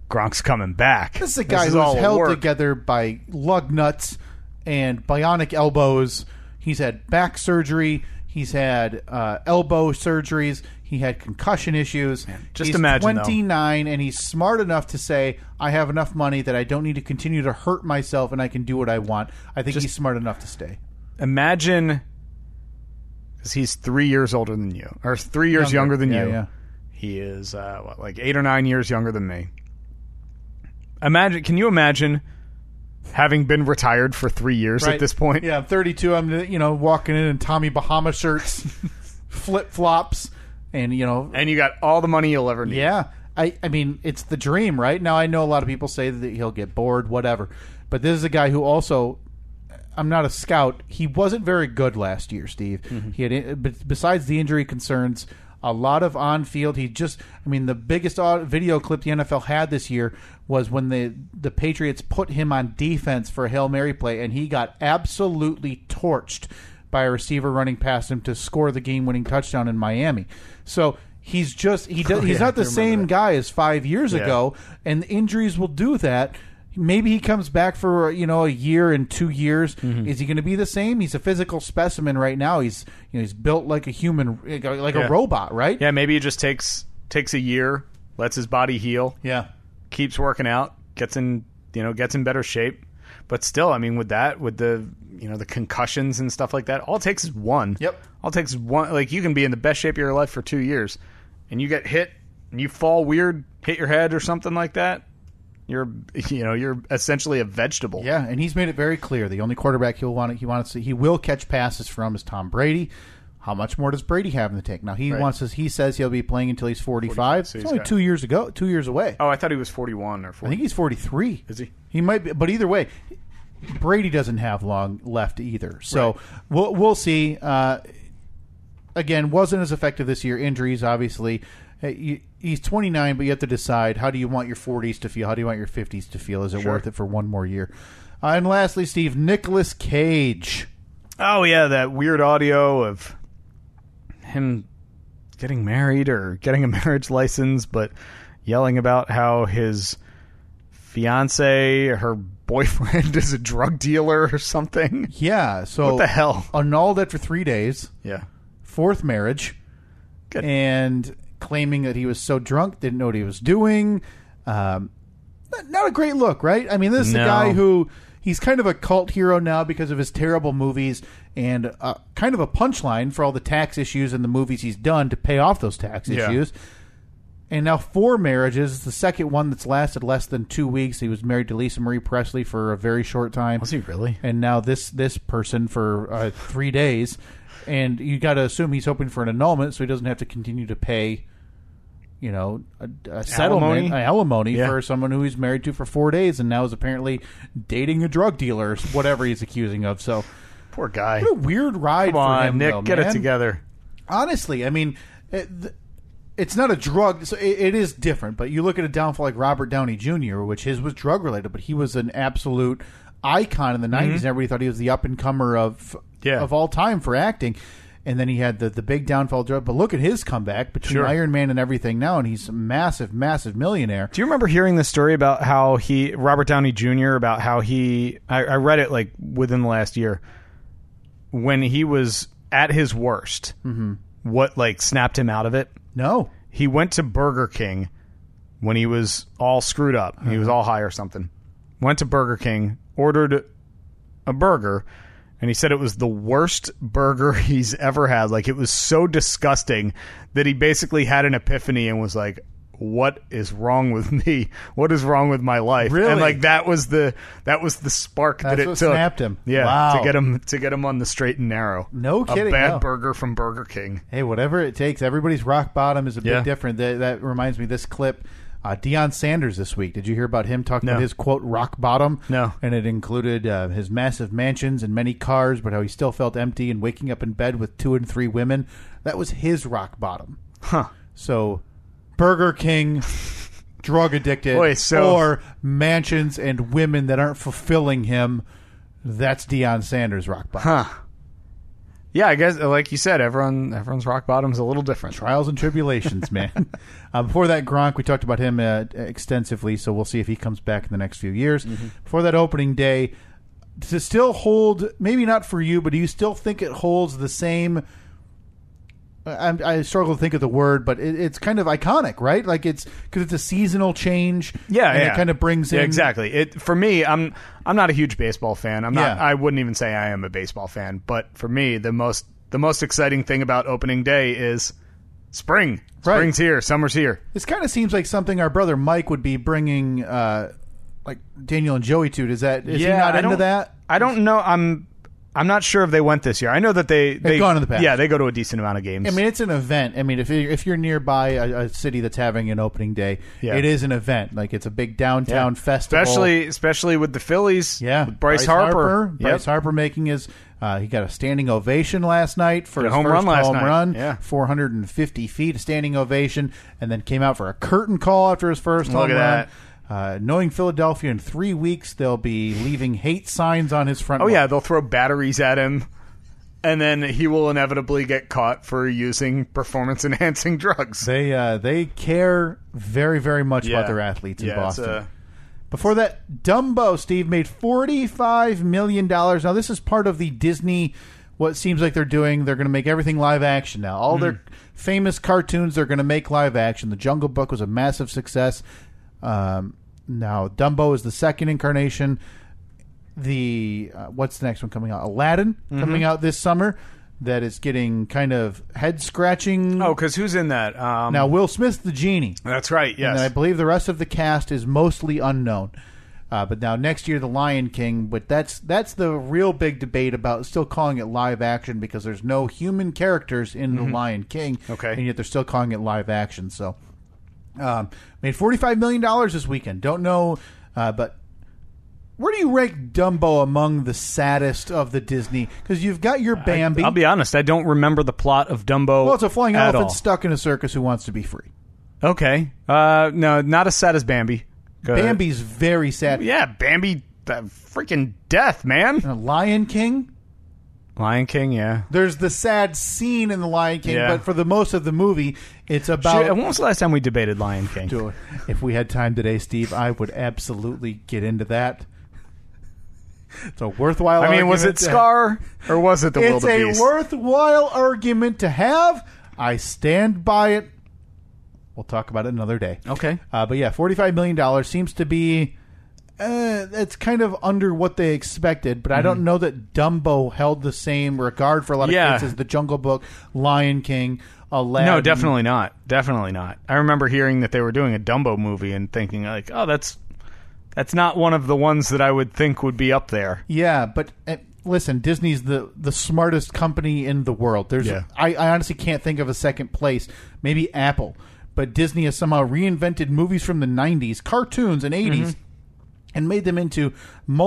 S1: Gronk's coming back.
S3: This is a guy who's
S1: all
S3: held
S1: work.
S3: together by lug nuts and bionic elbows. He's had back surgery. He's had uh, elbow surgeries. He had concussion issues.
S1: just
S3: he's
S1: imagine, though.
S3: 29, and he's smart enough to say, "I have enough money that I don't need to continue to hurt myself, and I can do what I want." I think he's smart enough to stay.
S1: Imagine, because he's three years older than you, or three years younger, than
S3: Yeah,
S1: you.
S3: yeah.
S1: He is uh, what, like eight or nine years younger than me. Imagine, can you imagine having been retired for three years at
S3: Right.
S1: this point?
S3: Yeah, I'm 32. I'm you know walking in in Tommy Bahama shirts, flip flops, and you know
S1: and you got all the money you'll ever need.
S3: Yeah, I I mean it's the dream, right? Now I know a lot of people say that he'll get bored, whatever, but this is a guy who also. I'm not a scout. He wasn't very good last year, Steve. He had, be- besides the injury concerns, a lot of on-field. He just, I mean, the biggest au- video clip the NFL had this year was when the the Patriots put him on defense for a hail mary play, and he got absolutely torched by a receiver running past him to score the game-winning touchdown in Miami. So he's just he does, he's not the same guy as five years ago, and injuries will do that. Maybe he comes back for you know a year and two years.
S1: Mm-hmm.
S3: Is he going to be the same? He's a physical specimen right now. He's you know he's built like a human, like a, like
S1: Yeah.
S3: a robot, right?
S1: Yeah, maybe he just takes takes a year, lets his body heal,
S3: yeah.
S1: keeps working out, gets in you know gets in better shape. But still, I mean, with that, with the you know the concussions and stuff like that, all it takes is one.
S3: Yep.
S1: All it takes is one. Like you can be in the best shape of your life for two years, and you get hit and you fall weird, hit your head or something like that. You're you know you're essentially a vegetable.
S3: Yeah, and he's made it very clear the only quarterback he'll want he wants to, he will catch passes from is Tom Brady. How much more does Brady have in the tank? Now he wants to, he says he'll be playing until he's forty five.
S1: so
S3: It's
S1: he's
S3: only
S1: got-
S3: two years ago, two years away.
S1: Oh, I thought he was forty-one or
S3: I
S1: forty.
S3: think he's forty three.
S1: Is he?
S3: He might be, but either way, Brady doesn't have long left either. So we'll we'll see. Uh, again, wasn't as effective this year. Injuries, obviously. Uh, you- He's 29, but you have to decide how do you want your 40s to feel? How do you want your 50s to feel? Is it worth it for one more year? Uh, and lastly, Steve, Nicholas Cage.
S1: Oh yeah, that weird audio of him getting married or getting a marriage license, but yelling about how his fiance, her boyfriend, is a drug dealer or something.
S3: Yeah, so.
S1: What the hell?
S3: Annulled it for three days,
S1: Yeah.
S3: fourth marriage,
S1: Good.
S3: and claiming that he was so drunk, didn't know what he was doing. Um, not, not a great look, right? I mean, this is a
S1: No.
S3: guy who he's kind of a cult hero now because of his terrible movies and uh, kind of a punchline for all the tax issues and the movies he's done to pay off those tax
S1: Yeah.
S3: issues. And now four marriages. It's the second one that's lasted less than two weeks. He was married to Lisa Marie Presley for a very short time.
S1: Was he really?
S3: And now this this person for uh, three days. And you got to assume he's hoping for an annulment, so he doesn't have to continue to pay you know, a, a settlement,
S1: Alimony?
S3: a alimony
S1: Yeah.
S3: for someone who he's married to for four days and now is apparently dating a drug dealer or whatever he's accusing of. So,
S1: Poor guy.
S3: what a weird ride
S1: Come
S3: for
S1: on,
S3: him,
S1: Nick,
S3: though,
S1: get it
S3: man.
S1: together.
S3: Honestly, I mean, it, th- it's not a drug. So it, it is different, but you look at a downfall like Robert Downey Jr., which his was drug related, but he was an absolute icon in the 90s. And everybody thought he was the up and comer of
S1: Mm-hmm. Yeah.
S3: of all time for acting. And then he had the, the big downfall drug. But look at his comeback between
S1: Sure.
S3: Iron Man and everything now, and he's a massive, massive millionaire.
S1: Do you remember hearing the story about how he Robert Downey Jr. about how he I, I read it like within the last year when he was at his worst. What like snapped him out of it?
S3: No.
S1: he went to Burger King when he was all screwed up. He
S3: Uh-huh.
S1: was all high or something. Went to Burger King, ordered a burger, and he said it was the worst burger he's ever had. Like it was so disgusting that he basically had an epiphany and was like, "What is wrong with me? What is wrong with my life?"
S3: Really?
S1: And like that was the that was the spark that
S3: That's
S1: it
S3: what
S1: took.
S3: snapped him.
S1: Yeah,
S3: Wow.
S1: to get him to get him on the straight and narrow.
S3: No kidding,
S1: A bad
S3: no.
S1: burger from Burger King.
S3: Hey, whatever it takes. Everybody's rock bottom is a
S1: Yeah.
S3: bit different. That, that reminds me of this clip. Uh, Deion Sanders this week. Did you hear about him talking
S1: No.
S3: about his quote rock bottom?
S1: No.
S3: And it included uh, his massive mansions and many cars, but how he still felt empty and waking up in bed with two and three women. That was his rock bottom.
S1: Huh.
S3: So, Burger King, drug addicted,
S1: Boy, so-
S3: or mansions and women that aren't fulfilling him. That's Deion Sanders rock bottom.
S1: Huh. Yeah, I guess like you said, everyone everyone's rock bottom's a little different.
S3: Trials and tribulations, man. uh, before that, Gronk, we talked about him uh, extensively, so we'll see if he comes back in the next few years.
S1: Mm-hmm.
S3: Before that opening day, to still hold, maybe not for you, but do you still think it holds the same? I, I struggle to think of the word, but it, it's kind of iconic, right? Like it's because it's a seasonal change.
S1: Yeah,
S3: and
S1: yeah.
S3: it kind of brings in
S1: Yeah, exactly. It for me, I'm I'm not a huge baseball fan. I'm not.
S3: Yeah.
S1: I wouldn't even say I am a baseball fan. But for me, the most the most exciting thing about opening day is spring.
S3: Right.
S1: Spring's here. Summer's here.
S3: This kind of seems like something our brother Mike would be bringing, uh, like Daniel and Joey to. Does that is he not
S1: I
S3: into
S1: don't-
S3: that?
S1: I don't know. I'm I'm not sure if they went this year. I know that they they've
S3: gone in the past.
S1: Yeah, they go to a decent amount of games.
S3: I mean, it's an event. I mean, if you're, if you're nearby a, a city that's having an opening day,
S1: Yeah.
S3: it is an event. Like it's a big downtown festival.
S1: especially especially with the Phillies.
S3: yeah,
S1: with Bryce, Harper. Yep.
S3: Bryce Harper making his uh, he got a standing ovation last night for
S1: Got a
S3: his
S1: home
S3: first
S1: run last
S3: home
S1: night.
S3: run.
S1: Yeah.
S3: 450 feet, a standing ovation, and then came out for a curtain call after his first
S1: Look
S3: home
S1: at
S3: run.
S1: that.
S3: Uh, knowing Philadelphia, in three weeks they'll be leaving hate signs on his front.
S1: Oh
S3: lawn.
S1: yeah, they'll throw batteries at him, and then he will inevitably get caught for using performance enhancing drugs.
S3: They uh, they care very very much
S1: Yeah.
S3: about their athletes in
S1: Yeah, it's,
S3: Boston.
S1: uh,
S3: Before that, Dumbo Steve made forty five million dollars. Now this is part of the Disney. What seems like they're doing, they're going to make everything live action now. All their famous cartoons, they're going to make live action. The Jungle Book was a massive success. Um, now Dumbo is the second incarnation. The uh, what's the next one coming out? Aladdin coming out this summer. That is getting kind of head scratching.
S1: oh, because who's in that? Um,
S3: Now, Will Smith, the genie.
S1: that's right. Yes,
S3: And I believe the rest of the cast is mostly unknown. Uh, but now next year, The Lion King. But that's that's the real big debate about still calling it live action because there's no human characters in The Lion King.
S1: Mm-hmm. Okay.
S3: and yet they're still calling it live action. So um, made forty five million dollars this weekend. Don't know, uh, but where do you rank Dumbo among the saddest of the Disney? Because you've got your Bambi.
S1: I'll be honest. I don't remember the plot of Dumbo.
S3: well, it's a flying
S1: at
S3: elephant
S1: all.
S3: stuck in a circus who wants to be free.
S1: Okay. Uh, no, not as sad as Bambi. Go ahead.
S3: Bambi's very sad.
S1: Yeah, Bambi. That freaking death, man.
S3: Uh, Lion King.
S1: Lion King. Yeah.
S3: There's the sad scene in The Lion King,
S1: Yeah.
S3: but for the most of the movie, it's about.
S1: Shit, when was the last time we debated Lion King?
S3: Uh, Dude, if we had time today, Steve, I would absolutely get into that. It's a worthwhile.
S1: I mean, was it
S3: argument to-
S1: Scar or was it the
S3: It's a
S1: Wildebeest?
S3: worthwhile argument to have. I stand by it. We'll talk about it another day.
S1: Okay.
S3: Uh, but yeah, forty-five million dollars seems to be. Uh, it's kind of under what they expected, but I don't know that Dumbo held the same regard for a lot of
S1: Mm-hmm. Yeah.
S3: kids as The Jungle Book, Lion King, Aladdin.
S1: No, definitely not. Definitely not. I remember hearing that they were doing a Dumbo movie and thinking like, "Oh, that's that's not one of the ones that I would think would be up there."
S3: Yeah, but uh, listen, Disney's the the smartest company in the world. There's,
S1: Yeah.
S3: I, I honestly can't think of a second place. Maybe Apple, but Disney has somehow reinvented movies from the '90s, cartoons, and '80s,
S1: Mm-hmm.
S3: and made them into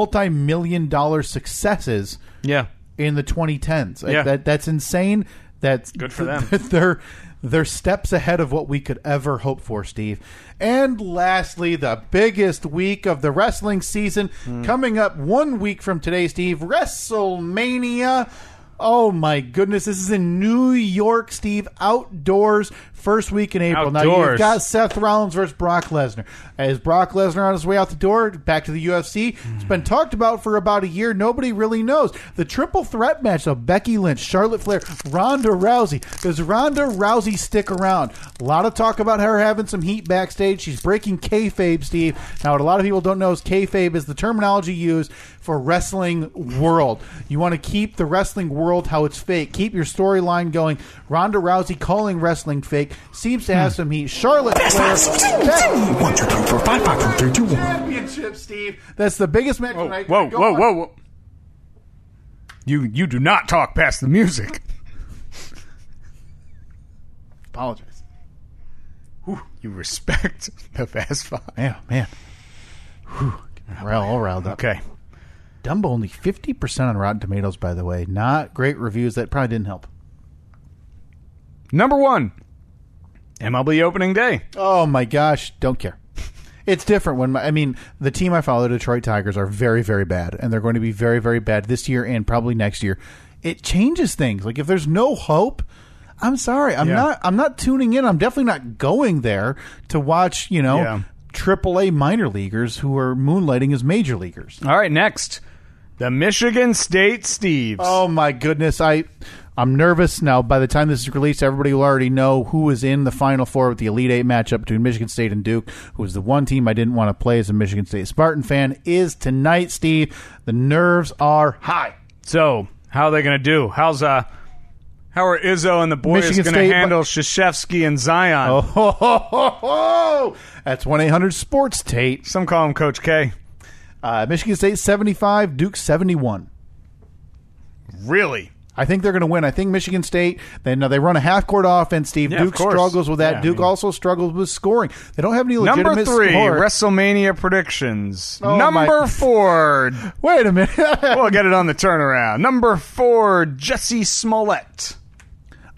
S3: multi-million dollar successes.
S1: Yeah.
S3: in the 2010s. Like,
S1: Yeah.
S3: that that's insane. That's
S1: Good for them.
S3: They're they're steps ahead of what we could ever hope for, Steve. And lastly, the biggest week of the wrestling season
S1: Hmm.
S3: coming up one week from today, Steve. WrestleMania. Oh my goodness! This is in New York, Steve. Outdoors, first week in April. Now you've
S1: Outdoors.
S3: got Seth Rollins versus Brock Lesnar. Is Brock Lesnar on his way out the door back to the UFC? It's been talked about for about a year. Nobody really knows. The triple threat match of Becky Lynch, Charlotte Flair, Ronda Rousey. Does Ronda Rousey stick around? A lot of talk about her having some heat backstage. She's breaking kayfabe, Steve. Now, what a lot of people don't know is kayfabe is the terminology used for wrestling world. You want to keep the wrestling world how it's fake. Keep your storyline going. Ronda Rousey calling wrestling fake seems to have some heat. Charlotte
S5: Fast
S3: Flair.
S5: Fives. One, two, three, four, five, five, four, three, two, one.
S3: Championship, Steve. That's the biggest match
S1: Whoa,
S3: tonight.
S1: whoa,
S3: Go
S1: whoa,
S3: on.
S1: whoa, whoa. You you do not talk past the music.
S3: Apologize.
S1: You respect the Fast Five.
S3: Yeah, man. Whew. Rile- all riled up.
S1: Okay.
S3: Dumbo only 50% on Rotten Tomatoes, by the way. Not great reviews. That probably didn't help.
S1: Number 1. MLB opening day.
S3: Oh, my gosh. Don't care. It's different when my, I mean the team I follow, the Detroit Tigers, are very very bad, and they're going to be very very bad this year and probably next year. It changes things. Like if there's no hope, I'm sorry, I'm
S1: Yeah.
S3: not I'm not tuning in. I'm definitely not going there to watch.
S1: Yeah.
S3: You know, triple A minor leaguers who are moonlighting as major leaguers.
S1: All right, next. The Michigan State Steves.
S3: Oh my goodness, I I'm nervous now. By the time this is released, everybody will already know who is in the Final Four with the Elite Eight matchup between Michigan State and Duke, who was the one team I didn't want to play as a Michigan State Spartan fan. Is tonight, Steve? The nerves are high.
S1: So, how are they going to do? How's uh how are Izzo and the boys
S3: Michigan
S1: going to
S3: State-
S1: handle Shashevsky and Zion?
S3: Oh, ho, ho, ho, ho. that's one eight hundred Sports Tate.
S1: Some call him Coach K.
S3: Uh, Michigan State seventy five, Duke seventy one.
S1: Really?
S3: I think they're going to win. I think Michigan State. They know they run a half court offense. Steve
S1: Yeah, of
S3: Duke
S1: course.
S3: struggles with that.
S1: Yeah, I
S3: Duke
S1: mean-
S3: also struggles with scoring. They don't have any legitimate
S1: Number three,
S3: scorer.
S1: WrestleMania predictions.
S3: Oh,
S1: Number
S3: my-
S1: four,
S3: Wait a minute.
S1: we'll get it on the turnaround. Number four, Jesse Smollett.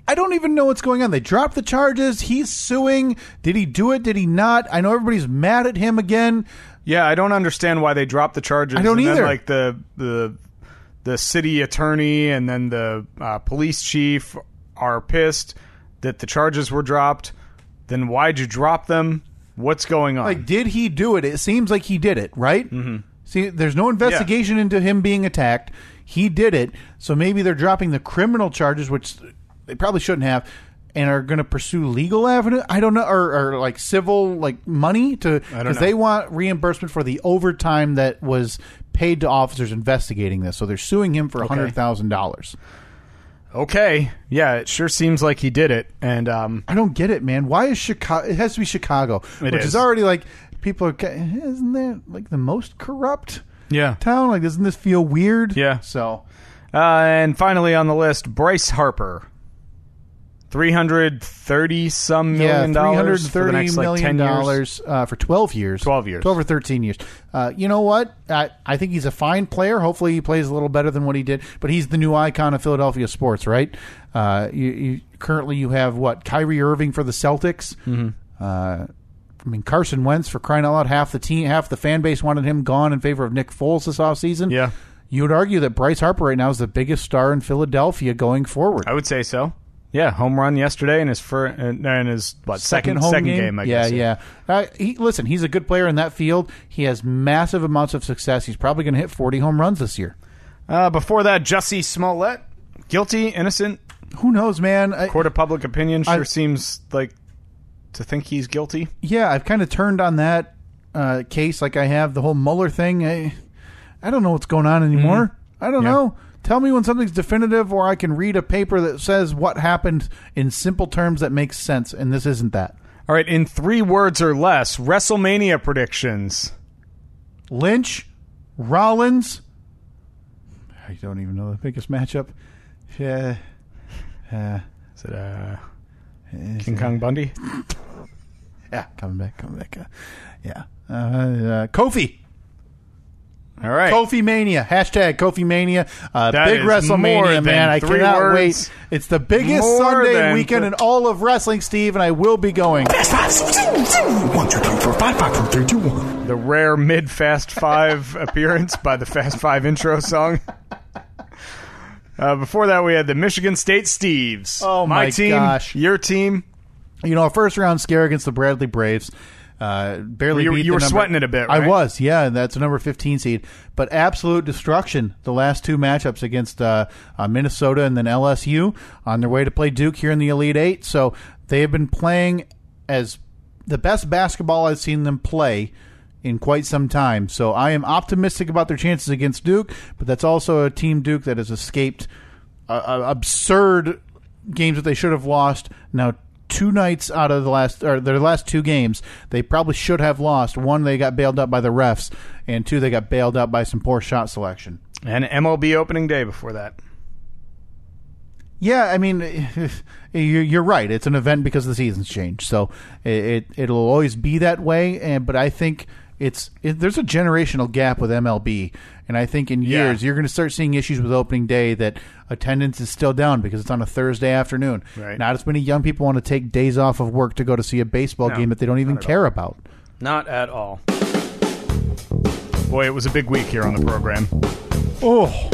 S3: I don't even know what's going on. They dropped the charges. He's suing. Did he do it? Did he not? I know everybody's mad at him again.
S1: Yeah, I don't understand why they dropped the charges.
S3: I don't
S1: and then,
S3: either.
S1: like the the the city attorney and then the uh, police chief are pissed that the charges were dropped. Then why'd you drop them? What's going on?
S3: Like, did he do it? It seems like he did it, right? Mm-hmm. See, there's no investigation into him being attacked. He did it. So maybe they're dropping the criminal charges, which they probably shouldn't have. And are going to pursue legal avenue? I don't know, or, or like civil, like money to because they want reimbursement for the overtime that was paid to officers investigating this. So they're suing him for a hundred thousand dollars.
S1: okay, yeah, it sure seems like he did it. And um,
S3: I don't get it, man. Why is Chicago? It has to be Chicago,
S1: It
S3: which is.
S1: is.
S3: already like people are. ca- Isn't that like the most corrupt
S1: yeah,
S3: town? Like, doesn't this feel weird?
S1: Yeah.
S3: So
S1: uh, and finally on the list, Bryce Harper. Three hundred thirty some million
S3: yeah, three hundred
S1: dollars for the
S3: thirty million
S1: next like ten years.
S3: dollars uh, for twelve years.
S1: 12 years.
S3: Twelve or thirteen years. Uh, you know what? I, I think he's a fine player. Hopefully, he plays a little better than what he did. But he's the new icon of Philadelphia sports, right? Uh, you, you currently you have what Kyrie Irving for the Celtics.
S1: Mm-hmm.
S3: Uh, I mean Carson Wentz for crying out loud. Half the team, half the fan base wanted him gone in favor of Nick Foles this offseason.
S1: Yeah.
S3: You would argue that Bryce Harper right now is the biggest star in Philadelphia going forward.
S1: I would say so. Yeah, home run yesterday in his first and his what second
S3: home
S1: second game. I
S3: yeah,
S1: guess.
S3: yeah. Uh, he, listen, he's a good player in that field. He has massive amounts of success. He's probably going to hit 40 home runs this year.
S1: Uh, before that, Jussie Smollett, guilty, innocent.
S3: Who knows, man? I,
S1: Court of public opinion sure
S3: I-
S1: seems like to think he's guilty.
S3: yeah, I've kind of turned on that uh, case like I have the whole Mueller thing. I, I don't know what's going on anymore. I don't
S1: Yeah.
S3: know. Tell me when something's definitive or I can read a paper that says what happened in simple terms that makes sense, and this isn't that.
S1: All right, in three words or less, WrestleMania predictions.
S3: Lynch, Rollins. I don't even know the biggest matchup. Yeah. Uh,
S1: Is it uh, King Kong Bundy?
S3: yeah, coming back, coming back. Uh, yeah. Uh, uh, Kofi.
S1: All right.
S3: Kofi Mania. Hashtag Kofi Mania. Uh,
S1: That
S3: big
S1: is more
S3: WrestleMania,
S1: than
S3: man. I
S1: three
S3: cannot
S1: words.
S3: wait. It's the biggest
S1: More
S3: Sunday
S1: than
S3: weekend
S1: th-
S3: in all of wrestling, Steve, and I will be going.
S5: Fast five. Zoom, zoom, zoom. One, two, three, four, five, five, four, three, two, one.
S1: The rare mid Fast Five appearance by the Fast Five intro song. Uh, before that, we had the Michigan State Steves.
S3: Oh, my
S1: team,
S3: gosh.
S1: your team.
S3: You know, a first round scare against the Bradley Braves. Uh, barely
S1: You-
S3: beat
S1: you
S3: the
S1: were
S3: number-
S1: sweating it a bit,
S3: I
S1: right?
S3: was, yeah. That's a number fifteen seed, but absolute destruction. The last two matchups against uh, uh, Minnesota and then LSU on their way to play Duke here in the Elite Eight. So they have been playing as the best basketball I've seen them play in quite some time. So I am optimistic about their chances against Duke, but that's also a team Duke that has escaped uh, uh, absurd games that they should have lost. Now two nights out of the last or their last two games, they probably should have lost. One they got bailed out by the refs, and two they got bailed out by some poor shot selection.
S1: And MLB opening day before that.
S3: Yeah, I mean, you're you're right. It's an event because the seasons change, so it, it it'll always be that way. And but I think it's it, there's a generational gap with MLB, and I think in
S1: Yeah.
S3: years you're going to start seeing issues with opening day that attendance is still down because it's on a Thursday afternoon.
S1: Right.
S3: Not as many young people want to take days off of work to go to see a baseball
S1: No,
S3: game that they don't even
S1: not at
S3: care about.
S6: Not at all.
S1: Boy, it was a big week here on the program.
S3: Oh.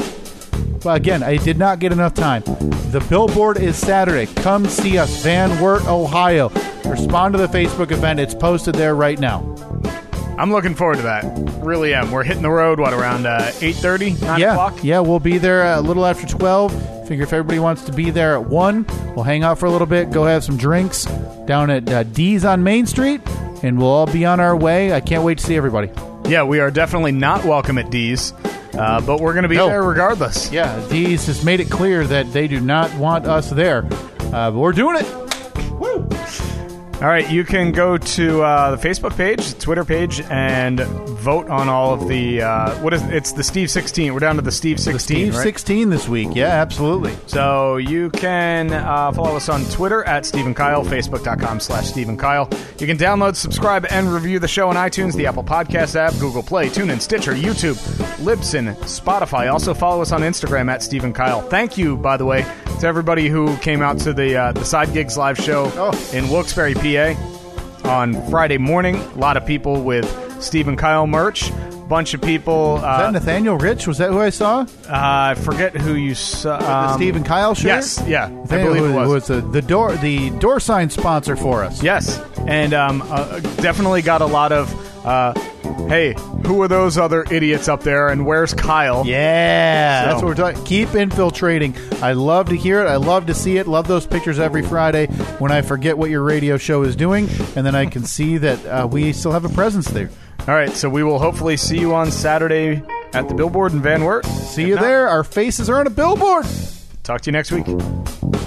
S3: Well, again, I did not get enough time. The billboard is Saturday. Come see us, Van Wert, Ohio. Respond to the Facebook event. It's posted there right now.
S1: I'm looking forward to that. Really am. We're hitting the road. What around uh, 8:30, 9
S3: yeah,
S1: o'clock?
S3: yeah, we'll be there a little after twelve. Figure if everybody wants to be there at one, we'll hang out for a little bit, go have some drinks down at uh, D's on Main Street, and we'll all be on our way. I can't wait to see everybody.
S1: Yeah, we are definitely not welcome at D's, uh, but we're going to be
S3: No.
S1: there regardless.
S3: Yeah, Uh, D's has made it clear that they do not want us there, uh, but we're doing it.
S1: All right, you can go to uh, the Facebook page, Twitter page, and vote on all of the uh, what is it's the Steve sixteen. We're down to the Steve sixteen,
S3: Steve
S1: right?
S3: sixteen this week. Yeah, absolutely.
S1: So you can uh, follow us on Twitter at Stephen Kyle, Facebook.com slash Stephen Kyle. You can download, subscribe, and review the show on iTunes, the Apple Podcast app, Google Play, TuneIn, Stitcher, YouTube, Libsyn, Spotify. Also follow us on Instagram at Stephen Kyle. Thank you, by the way, to everybody who came out to the uh, the Side Gigs live show in Wilkes-Barre, PA on Friday morning. A lot of people with Stephen Kyle merch. Bunch of people.
S3: Was that
S1: Uh,
S3: Nathaniel Rich? Was that who I saw?
S1: I forget who you saw.
S3: the
S1: um,
S3: Steve and Kyle shirt.
S1: Yes, yeah, I
S3: Nathaniel
S1: believe it was.
S3: the, the door the door sign sponsor for us.
S1: Yes, and um, uh, definitely got a lot of, uh, hey, who are those other idiots up there, and where's Kyle?
S3: Yeah,
S1: So-
S3: that's what we're talking. Keep infiltrating. I love to hear it. I love to see it. Love those pictures every Friday when I forget what your radio show is doing, and then I can see that uh, we still have a presence there.
S1: All right, so we will hopefully see you on Saturday at the Billboard in Van Wert.
S3: See you there. Our faces are on a billboard.
S1: Talk to you next week.